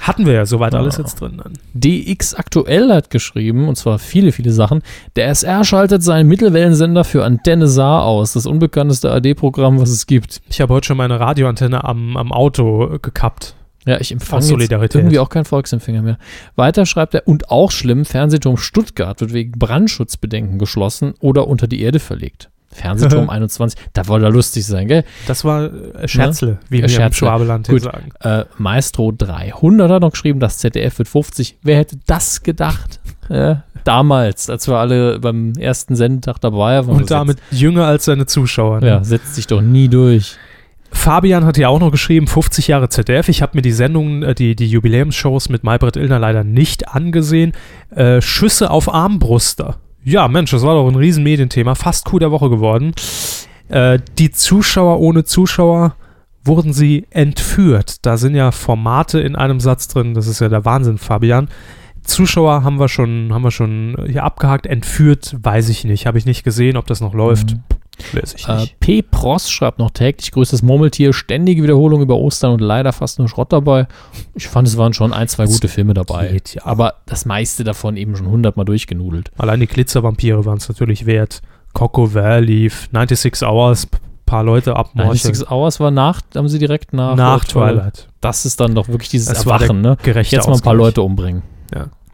Speaker 1: Hatten wir ja soweit alles
Speaker 2: Ja.
Speaker 1: jetzt drin. Dann.
Speaker 2: DX aktuell hat geschrieben, und zwar viele, viele Sachen. Der SR schaltet seinen Mittelwellensender für Antenne Saar aus. Das unbekannteste AD-Programm, was es gibt.
Speaker 1: Ich habe heute schon meine Radioantenne am, am Auto äh, gekappt.
Speaker 2: Ja, ich
Speaker 1: Aus
Speaker 2: empfange
Speaker 1: Solidarität.
Speaker 2: Jetzt irgendwie auch kein Volksempfänger mehr. Weiter schreibt er, und auch schlimm, Fernsehturm Stuttgart wird wegen Brandschutzbedenken geschlossen oder unter die Erde verlegt. Fernsehturm 21, da wollte er lustig sein, gell?
Speaker 1: Das war äh, Scherzle, wie wir
Speaker 2: Äh,
Speaker 1: im
Speaker 2: Scherzle.
Speaker 1: Schwabeland hier
Speaker 2: Gut.
Speaker 1: sagen.
Speaker 2: Äh, Maestro 300 hat noch geschrieben, das ZDF wird 50. Wer hätte das gedacht? Ja, damals, als wir alle beim ersten Sendetag dabei waren.
Speaker 1: Und damit jünger als seine Zuschauer.
Speaker 2: Setzt,
Speaker 1: ne?
Speaker 2: ja, setzt sich doch nie durch.
Speaker 1: Fabian hat ja auch noch geschrieben, 50 Jahre ZDF. Ich habe mir die Sendungen, äh, die, die Jubiläumsshows mit Maybrit Illner leider nicht angesehen. Äh, Schüsse auf Armbruster. Ja, Mensch, das war doch ein riesen Medienthema. Fast Coup der Woche geworden. Äh, die Zuschauer ohne Zuschauer wurden sie entführt. Da sind ja Formate in einem Satz drin. Das ist ja der Wahnsinn, Fabian. Zuschauer haben wir schon, haben wir schon hier abgehakt. Entführt, weiß ich nicht. Habe ich nicht gesehen, ob das noch
Speaker 2: Mhm.
Speaker 1: läuft. Weiß ich
Speaker 2: Äh, P. Pross schreibt noch täglich grüßt das Murmeltier, ständige Wiederholung über Ostern und leider fast nur Schrott dabei. Ich fand, es waren schon ein, zwei gute Filme dabei.
Speaker 1: geht ja.
Speaker 2: Aber das meiste davon eben schon hundertmal durchgenudelt.
Speaker 1: Allein die Glitzervampire waren es natürlich wert. Coco Valley, lief, 96 Hours, p- paar Leute abmorcheln.
Speaker 2: 96 Hours oh, war nach, haben sie direkt nach, äh,
Speaker 1: Nach Twilight.
Speaker 2: Das ist dann doch wirklich dieses
Speaker 1: Das war der
Speaker 2: Erwachen, ne?
Speaker 1: Gerechter
Speaker 2: Jetzt mal ein paar
Speaker 1: Ausgleich.
Speaker 2: Leute umbringen.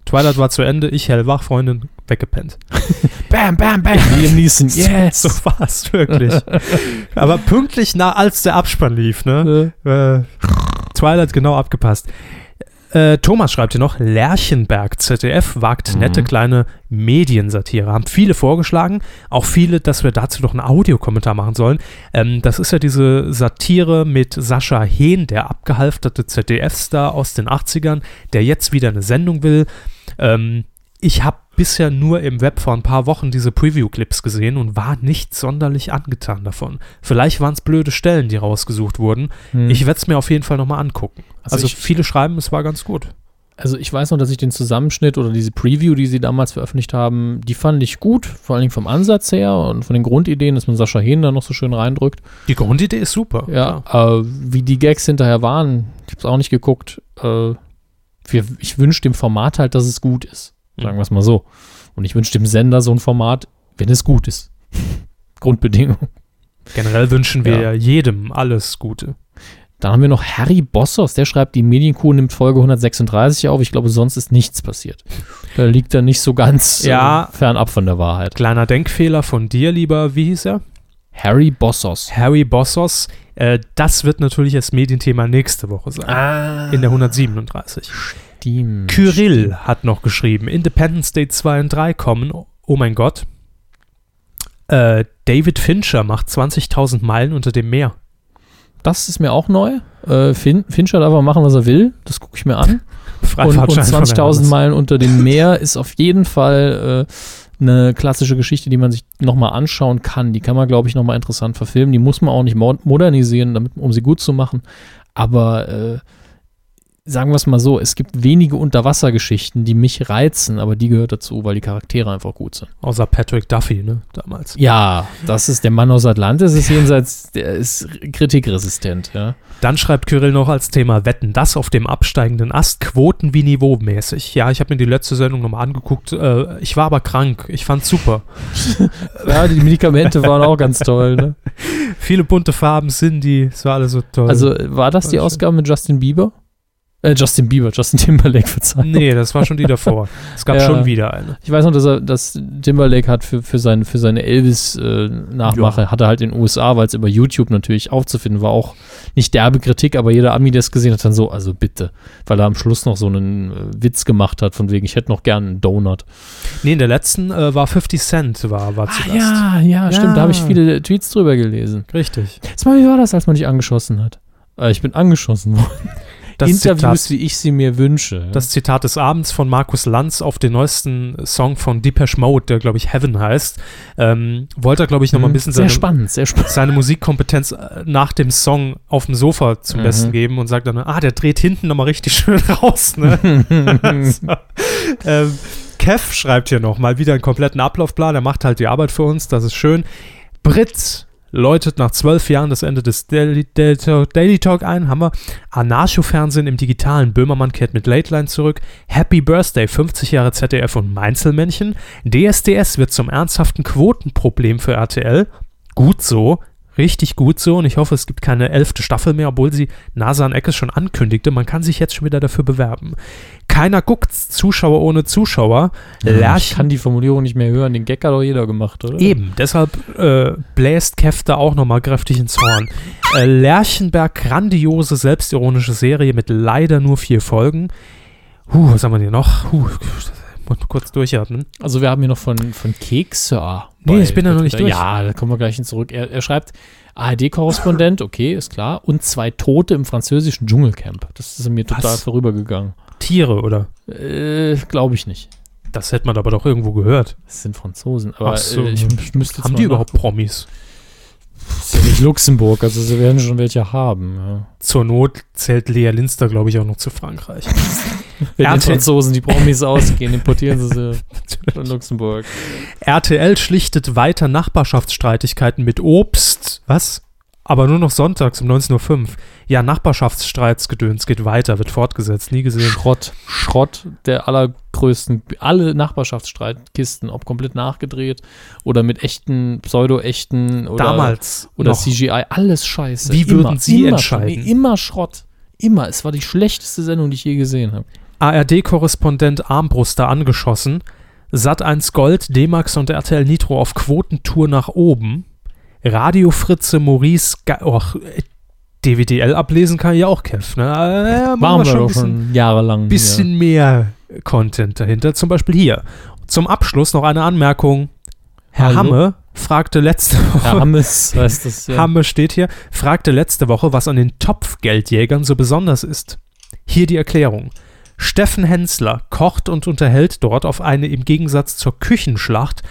Speaker 1: Twilight war zu Ende, ich hellwach, Freundin, weggepennt. bam, bam, bam.
Speaker 2: Liam Neeson,
Speaker 1: So
Speaker 2: yes!
Speaker 1: war's wirklich. Aber pünktlich nach, als der Abspann lief, ne?
Speaker 2: Äh,
Speaker 1: Äh, Twilight genau abgepasst. Äh, Thomas schreibt hier noch, Lerchenberg ZDF wagt
Speaker 2: Mhm.
Speaker 1: nette kleine Mediensatire. Haben viele vorgeschlagen, auch viele, dass wir dazu noch einen Audiokommentar machen sollen. Ähm, das ist ja diese Satire mit Sascha Hehn, der abgehalfterte ZDF-Star aus den 80ern, der jetzt wieder eine Sendung will. Ähm, ich habe bisher nur im Web vor ein paar Wochen diese Preview-Clips gesehen und war nicht sonderlich angetan davon. Vielleicht waren es blöde Stellen, die rausgesucht wurden.
Speaker 2: Hm.
Speaker 1: Ich werde es mir auf jeden Fall nochmal angucken. Mhm.
Speaker 2: Also
Speaker 1: Also,
Speaker 2: ich-
Speaker 1: viele schreiben, es war ganz gut.
Speaker 2: Also ich weiß noch, dass ich den Zusammenschnitt oder diese Preview, die sie damals veröffentlicht haben, die fand ich gut, vor allen Dingen vom Ansatz her und von den Grundideen, dass man Sascha Hehn da noch so schön reindrückt.
Speaker 1: Die Grundidee ist super.
Speaker 2: Ja, äh, wie die Gags hinterher waren, ich hab's auch nicht geguckt. Äh, wir, ich wünsche dem Format halt, dass es gut ist, sagen wir es mal so. Und ich wünsche dem Sender so ein Format, wenn es gut ist. Grundbedingung.
Speaker 1: Generell wünschen wir
Speaker 2: Ja.
Speaker 1: ja jedem alles Gute.
Speaker 2: Dann haben wir noch Harry Bossos, der schreibt, die Medienkuh nimmt Folge 136 auf. Ich glaube, sonst ist nichts passiert. Da liegt er nicht so ganz äh,
Speaker 1: Ja.
Speaker 2: fernab von der Wahrheit.
Speaker 1: Kleiner Denkfehler von dir, lieber, wie hieß er?
Speaker 2: Harry Bossos.
Speaker 1: Harry Bossos. Äh, das wird natürlich das Medienthema nächste Woche sein.
Speaker 2: Ah.
Speaker 1: In der 137.
Speaker 2: Steam.
Speaker 1: Kyrill hat noch geschrieben, Independence Day 2 und 3 kommen. Oh mein Gott. Äh, David Fincher macht 20.000 Meilen unter dem Meer.
Speaker 2: Das ist mir auch neu. Äh, fin Fincher darf aber machen, was er will. Das gucke ich mir an. Und, und
Speaker 1: Freifahrtschein von
Speaker 2: 20.000
Speaker 1: Hermes.
Speaker 2: Meilen unter dem Meer ist auf jeden Fall äh, eine klassische Geschichte, die man sich nochmal anschauen kann. Die kann man, glaube ich, nochmal interessant verfilmen. Die muss man auch nicht mod modernisieren, damit, um sie gut zu machen. Aber äh, sagen wir es mal so, es gibt wenige Unterwassergeschichten, die mich reizen, aber die gehört dazu, weil die Charaktere einfach gut sind.
Speaker 1: Außer Patrick Duffy, ne, damals.
Speaker 2: Ja, das ist der Mann aus Atlantis, ist jenseits, der ist kritikresistent, ja.
Speaker 1: Dann schreibt Kyrill noch als Thema Wetten, das auf dem absteigenden Ast, Quoten wie niveaumäßig. Ja, ich habe mir die letzte Sendung nochmal angeguckt. Äh, ich war aber krank. Ich fand's super.
Speaker 2: Ja, die Medikamente waren auch ganz toll, ne?
Speaker 1: Viele bunte Farben, Cindy, es war alles so toll.
Speaker 2: Also war das die
Speaker 1: Dankeschön.
Speaker 2: Ausgabe mit Justin Bieber? Äh, Justin Bieber, Justin Timberlake, verzeihung.
Speaker 1: nee, das war schon die davor. Es gab
Speaker 2: Ja.
Speaker 1: schon wieder eine.
Speaker 2: Ich weiß noch, dass er, dass Timberlake hat für, für, sein, für seine Elvis-Nachmache, hat er halt in den USA, weil es über YouTube natürlich aufzufinden war, auch nicht derbe Kritik, aber jeder Ami, der es gesehen hat, dann so, also bitte. Weil er am Schluss noch so einen äh, Witz gemacht hat, von wegen, ich hätte noch gern einen Donut.
Speaker 1: Nee, in der letzten äh, war 50 Cent war, war zu Gast.
Speaker 2: Ah, ja,
Speaker 1: stimmt,
Speaker 2: da habe ich viele Tweets drüber gelesen.
Speaker 1: Richtig.
Speaker 2: Jetzt mal, wie war das, als man dich angeschossen hat? Äh, ich bin angeschossen worden.
Speaker 1: Das
Speaker 2: Interviews,
Speaker 1: Zitat,
Speaker 2: wie ich sie mir wünsche.
Speaker 1: das Zitat des Abends von Markus Lanz auf den neuesten Song von Depeche Mode, der, glaube ich, Heaven heißt. Ähm, wollte er, glaube ich, nochmal ein bisschen
Speaker 2: Mhm. sehr
Speaker 1: seine,
Speaker 2: spannend, sehr spannend.
Speaker 1: seine Musikkompetenz äh, nach dem Song auf dem Sofa zum
Speaker 2: Mhm.
Speaker 1: Besten geben und sagt dann, ah, der dreht hinten nochmal richtig schön raus. Ne? So. ähm, Kev schreibt hier noch mal wieder einen kompletten Ablaufplan. Er macht halt die Arbeit für uns, das ist schön. Brit läutet nach zwölf Jahren das Ende des Daily, Daily, Talk, Daily Talk ein. Haben wir Anarcho-Fernsehen im Digitalen. Böhmermann kehrt mit Late Line zurück. Happy Birthday, 50 Jahre ZDF und Mainzelmännchen. DSDS wird zum ernsthaften Quotenproblem für RTL. Gut so. Richtig gut so und ich hoffe, es gibt keine elfte Staffel mehr, obwohl sie NASA an Eckes schon ankündigte. Man kann sich jetzt schon wieder dafür bewerben. Keiner guckt's, Zuschauer ohne Zuschauer.
Speaker 2: Ich
Speaker 1: Lerchen
Speaker 2: kann die Formulierung nicht mehr hören. Den Gag hat doch jeder gemacht, oder?
Speaker 1: Eben, deshalb äh, bläst Kev da auch nochmal kräftig ins Horn. Äh, Lerchenberg, grandiose, selbstironische Serie mit leider nur vier Folgen. Huh, was haben wir hier noch? Huh, muss mal kurz durchatmen.
Speaker 2: Also wir haben hier noch von, von Kekser.
Speaker 1: Nee,
Speaker 2: bei-
Speaker 1: ich bin da
Speaker 2: bei
Speaker 1: noch nicht
Speaker 2: Twitter.
Speaker 1: durch.
Speaker 2: Ja, da kommen wir gleich hin zurück. Er, er schreibt, ARD-Korrespondent, okay, ist klar. Und zwei Tote im französischen Dschungelcamp. Das ist an mir
Speaker 1: Was?
Speaker 2: total vorübergegangen.
Speaker 1: Tiere, oder?
Speaker 2: Äh, Glaube ich nicht.
Speaker 1: Das hätte man aber doch irgendwo gehört.
Speaker 2: Das sind Franzosen. Aber
Speaker 1: Ach so.
Speaker 2: äh, ich müsste jetzt
Speaker 1: haben
Speaker 2: mal
Speaker 1: die überhaupt Promis?
Speaker 2: nachgucken. Ist ja nicht Luxemburg, also sie werden schon welche haben. Ja.
Speaker 1: Zur Not zählt Lea Linster, glaube ich, auch noch zu Frankreich.
Speaker 2: Wenn den
Speaker 1: RTL
Speaker 2: Franzosen die Promis ausgehen, importieren sie sie von Luxemburg.
Speaker 1: RTL schlichtet weiter Nachbarschaftsstreitigkeiten mit Obst. Was? Aber nur noch sonntags um 19.05 Uhr. Ja, Nachbarschaftsstreitsgedöns geht weiter, wird fortgesetzt, nie gesehen.
Speaker 2: Schrott, Schrott der allergrößten, alle Nachbarschaftsstreitkisten, ob komplett nachgedreht oder mit echten, pseudo-echten oder,
Speaker 1: Damals
Speaker 2: oder
Speaker 1: noch.
Speaker 2: CGI, alles scheiße.
Speaker 1: Wie würden Sie
Speaker 2: immer,
Speaker 1: entscheiden?
Speaker 2: Schrott, Immer Schrott. Immer. Es war die schlechteste Sendung, die ich je gesehen habe.
Speaker 1: ARD-Korrespondent Armbruster angeschossen. Sat1 Gold, D-Max und RTL Nitro auf Quotentour nach oben. Radio Fritze Maurice. Ge Och, äh, DWDL ablesen kann ich ja auch, Kev. Ne? Äh,
Speaker 2: Waren wir
Speaker 1: schon ein
Speaker 2: doch
Speaker 1: bisschen,
Speaker 2: schon jahrelang.
Speaker 1: bisschen mehr Content dahinter. Zum Beispiel hier. Zum Abschluss noch eine Anmerkung. Herr
Speaker 2: Hallo.
Speaker 1: Hamme fragte letzte
Speaker 2: Ja. Herr Hammes heißt das. Ja.
Speaker 1: Hamme steht hier, fragte letzte Woche, was an den Topfgeldjägern so besonders ist. Hier die Erklärung. Steffen Hensler kocht und unterhält dort auf eine im Gegensatz zur Küchenschlacht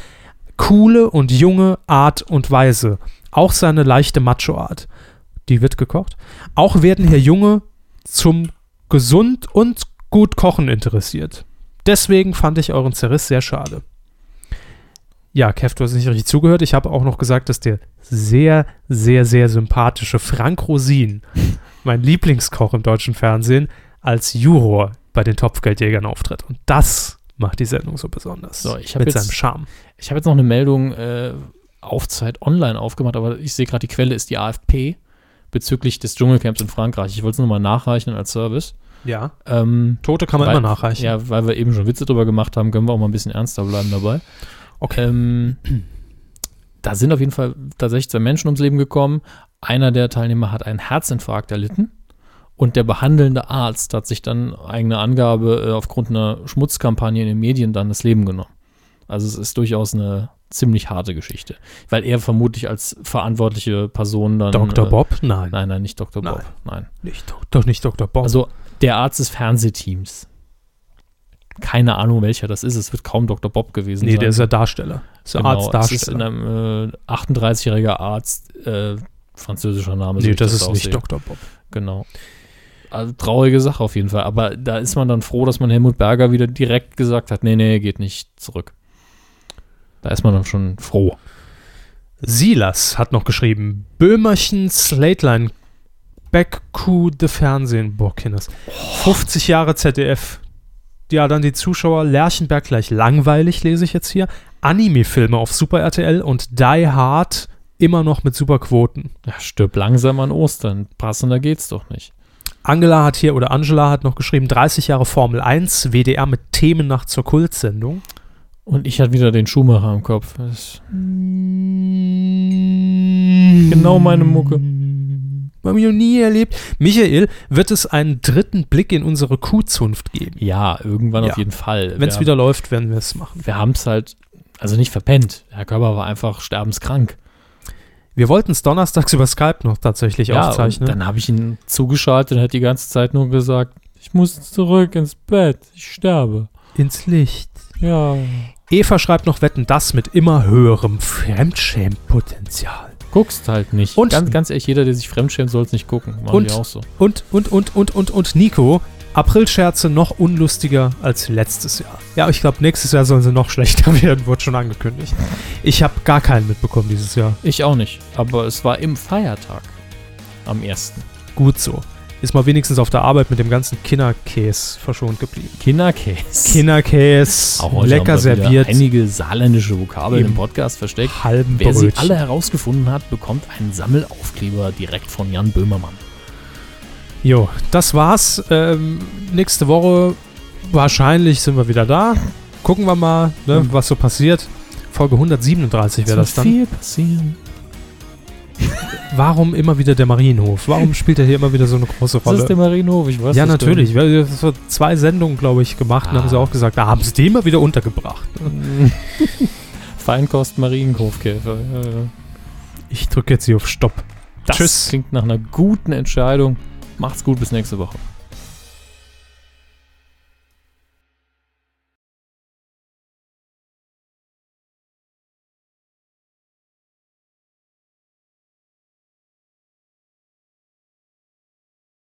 Speaker 1: coole und junge Art und Weise. Auch seine leichte Macho-Art. Die wird gekocht. Auch werden hier Junge zum gesund und gut kochen interessiert. Deswegen fand ich euren Zerriss sehr schade. Ja, Kev, du hast nicht richtig zugehört. Ich habe auch noch gesagt, dass der sehr, sehr, sehr sympathische Frank Rosin, mein Lieblingskoch im deutschen Fernsehen, als Juror bei den Topfgeldjägern auftritt. Und das macht die Sendung so besonders.
Speaker 2: So, ich hab
Speaker 1: Mit
Speaker 2: jetzt-
Speaker 1: seinem Charme.
Speaker 2: Ich habe jetzt noch eine Meldung äh, auf Zeit online aufgemacht, aber ich sehe gerade, die Quelle ist die AFP bezüglich des Dschungelcamps in Frankreich. Ich wollte es nochmal nachreichen als Service.
Speaker 1: Ja.
Speaker 2: Ähm,
Speaker 1: Tote kann man
Speaker 2: Weil-
Speaker 1: immer nachreichen.
Speaker 2: ja, weil wir eben schon Witze drüber gemacht haben, können wir auch mal ein bisschen ernster bleiben dabei.
Speaker 1: Okay.
Speaker 2: Ähm, da sind auf jeden Fall tatsächlich zwei Menschen ums Leben gekommen. Einer der Teilnehmer hat einen Herzinfarkt erlitten und der behandelnde Arzt hat sich dann eigene Angabe äh, aufgrund einer Schmutzkampagne in den Medien dann das Leben genommen. Also es ist durchaus eine ziemlich harte Geschichte, weil er vermutlich als verantwortliche Person dann
Speaker 1: Dr.
Speaker 2: äh,
Speaker 1: Bob? Nein.
Speaker 2: Nein, nein, nicht Dr. Bob.
Speaker 1: Nein.
Speaker 2: Nein.
Speaker 1: Nicht, Dok- doch nicht Dr. Bob.
Speaker 2: Also der Arzt des Fernsehteams. Keine Ahnung, welcher das ist. Es wird kaum Dr. Bob gewesen
Speaker 1: nee,
Speaker 2: sein.
Speaker 1: der ist ja Darsteller. Ist ein
Speaker 2: Genau, es ist in
Speaker 1: Arztdarsteller.
Speaker 2: einem äh, 38-jähriger Arzt, äh, französischer Name. so
Speaker 1: Nee,
Speaker 2: wie ich
Speaker 1: das ist nicht
Speaker 2: aussehe.
Speaker 1: Dr. Bob.
Speaker 2: Genau. Also, traurige Sache auf jeden Fall. Aber da ist man dann froh, dass man Helmut Berger wieder direkt gesagt hat, nee, nee, geht nicht zurück. Da ist man dann schon froh.
Speaker 1: Silas hat noch geschrieben: Böhmerchen Slateline Backkuh de Fernsehen. Boah, Kinders. 50 Jahre ZDF. Ja, dann die Zuschauer. Lerchenberg gleich langweilig, lese ich jetzt hier. Anime-Filme auf Super RTL und Die Hard immer noch mit super Quoten.
Speaker 2: Ja, stirb langsam an Ostern. Passender geht's doch nicht.
Speaker 1: Angela hat hier, oder Angela hat noch geschrieben: 30 Jahre Formel 1, WDR mit Themennacht zur Kultsendung.
Speaker 2: Und ich hatte wieder den Schuhmacher im Kopf. Das ist genau meine Mucke.
Speaker 1: Haben wir noch nie erlebt. Michael, wird es einen dritten Blick in unsere Kuhzunft geben?
Speaker 2: Ja, irgendwann
Speaker 1: Ja.
Speaker 2: auf jeden Fall.
Speaker 1: Wenn es
Speaker 2: Wir-
Speaker 1: wieder läuft, werden wir es machen.
Speaker 2: Wir haben es halt, also nicht verpennt. Herr Körber war einfach sterbenskrank.
Speaker 1: Wir wollten es donnerstags über Skype noch tatsächlich
Speaker 2: ja,
Speaker 1: aufzeichnen.
Speaker 2: Und dann habe ich ihn zugeschaltet und hat die ganze Zeit nur gesagt, ich muss zurück ins Bett, ich sterbe.
Speaker 1: Ins Licht.
Speaker 2: Ja.
Speaker 1: Eva schreibt noch Wetten das mit immer höherem Fremdschämpotenzial.
Speaker 2: Guckst halt nicht.
Speaker 1: Und-
Speaker 2: ganz, ganz ehrlich, jeder, der sich fremdschämt, soll es nicht gucken. Machen
Speaker 1: Und-
Speaker 2: wir auch so.
Speaker 1: Und, und, und, und, und, und Nico, Aprilscherze noch unlustiger als letztes Jahr. Ja, ich glaube, nächstes Jahr sollen sie noch schlechter werden, wurde schon angekündigt. Ich habe gar keinen mitbekommen dieses Jahr.
Speaker 2: Ich auch nicht. Aber es war im Feiertag. Am 1.
Speaker 1: Gut so. Ist mal wenigstens auf der Arbeit mit dem ganzen Kinderkäse verschont geblieben.
Speaker 2: Kinderkäse.
Speaker 1: Kinderkäse,
Speaker 2: auch heute
Speaker 1: lecker
Speaker 2: haben wir wieder
Speaker 1: serviert,
Speaker 2: Einige saarländische Vokabeln
Speaker 1: Eben.
Speaker 2: im Podcast versteckt.
Speaker 1: halben
Speaker 2: Wer sie
Speaker 1: Brötchen.
Speaker 2: alle herausgefunden hat, bekommt einen Sammelaufkleber direkt von Jan Böhmermann.
Speaker 1: Jo, das war's. Ähm, nächste Woche wahrscheinlich sind wir wieder da. Gucken wir mal, ne,
Speaker 2: Mhm.
Speaker 1: was so passiert. Folge 137 wäre das
Speaker 2: wird
Speaker 1: dann.
Speaker 2: viel passieren.
Speaker 1: Warum immer wieder der Marienhof? Warum spielt er hier immer wieder so eine große
Speaker 2: Das ist der
Speaker 1: Rolle?
Speaker 2: Marienhof, ich weiß
Speaker 1: Ja,
Speaker 2: das gar
Speaker 1: natürlich. Wir haben so zwei Sendungen, glaube ich, gemacht und
Speaker 2: Ah.
Speaker 1: haben sie auch gesagt, da haben sie die immer wieder untergebracht.
Speaker 2: Feinkost Marienhofkäfer. Äh,
Speaker 1: Ich drücke jetzt hier auf Stopp.
Speaker 2: Das
Speaker 1: Tschüss.
Speaker 2: klingt nach einer guten Entscheidung. Macht's gut, bis nächste Woche.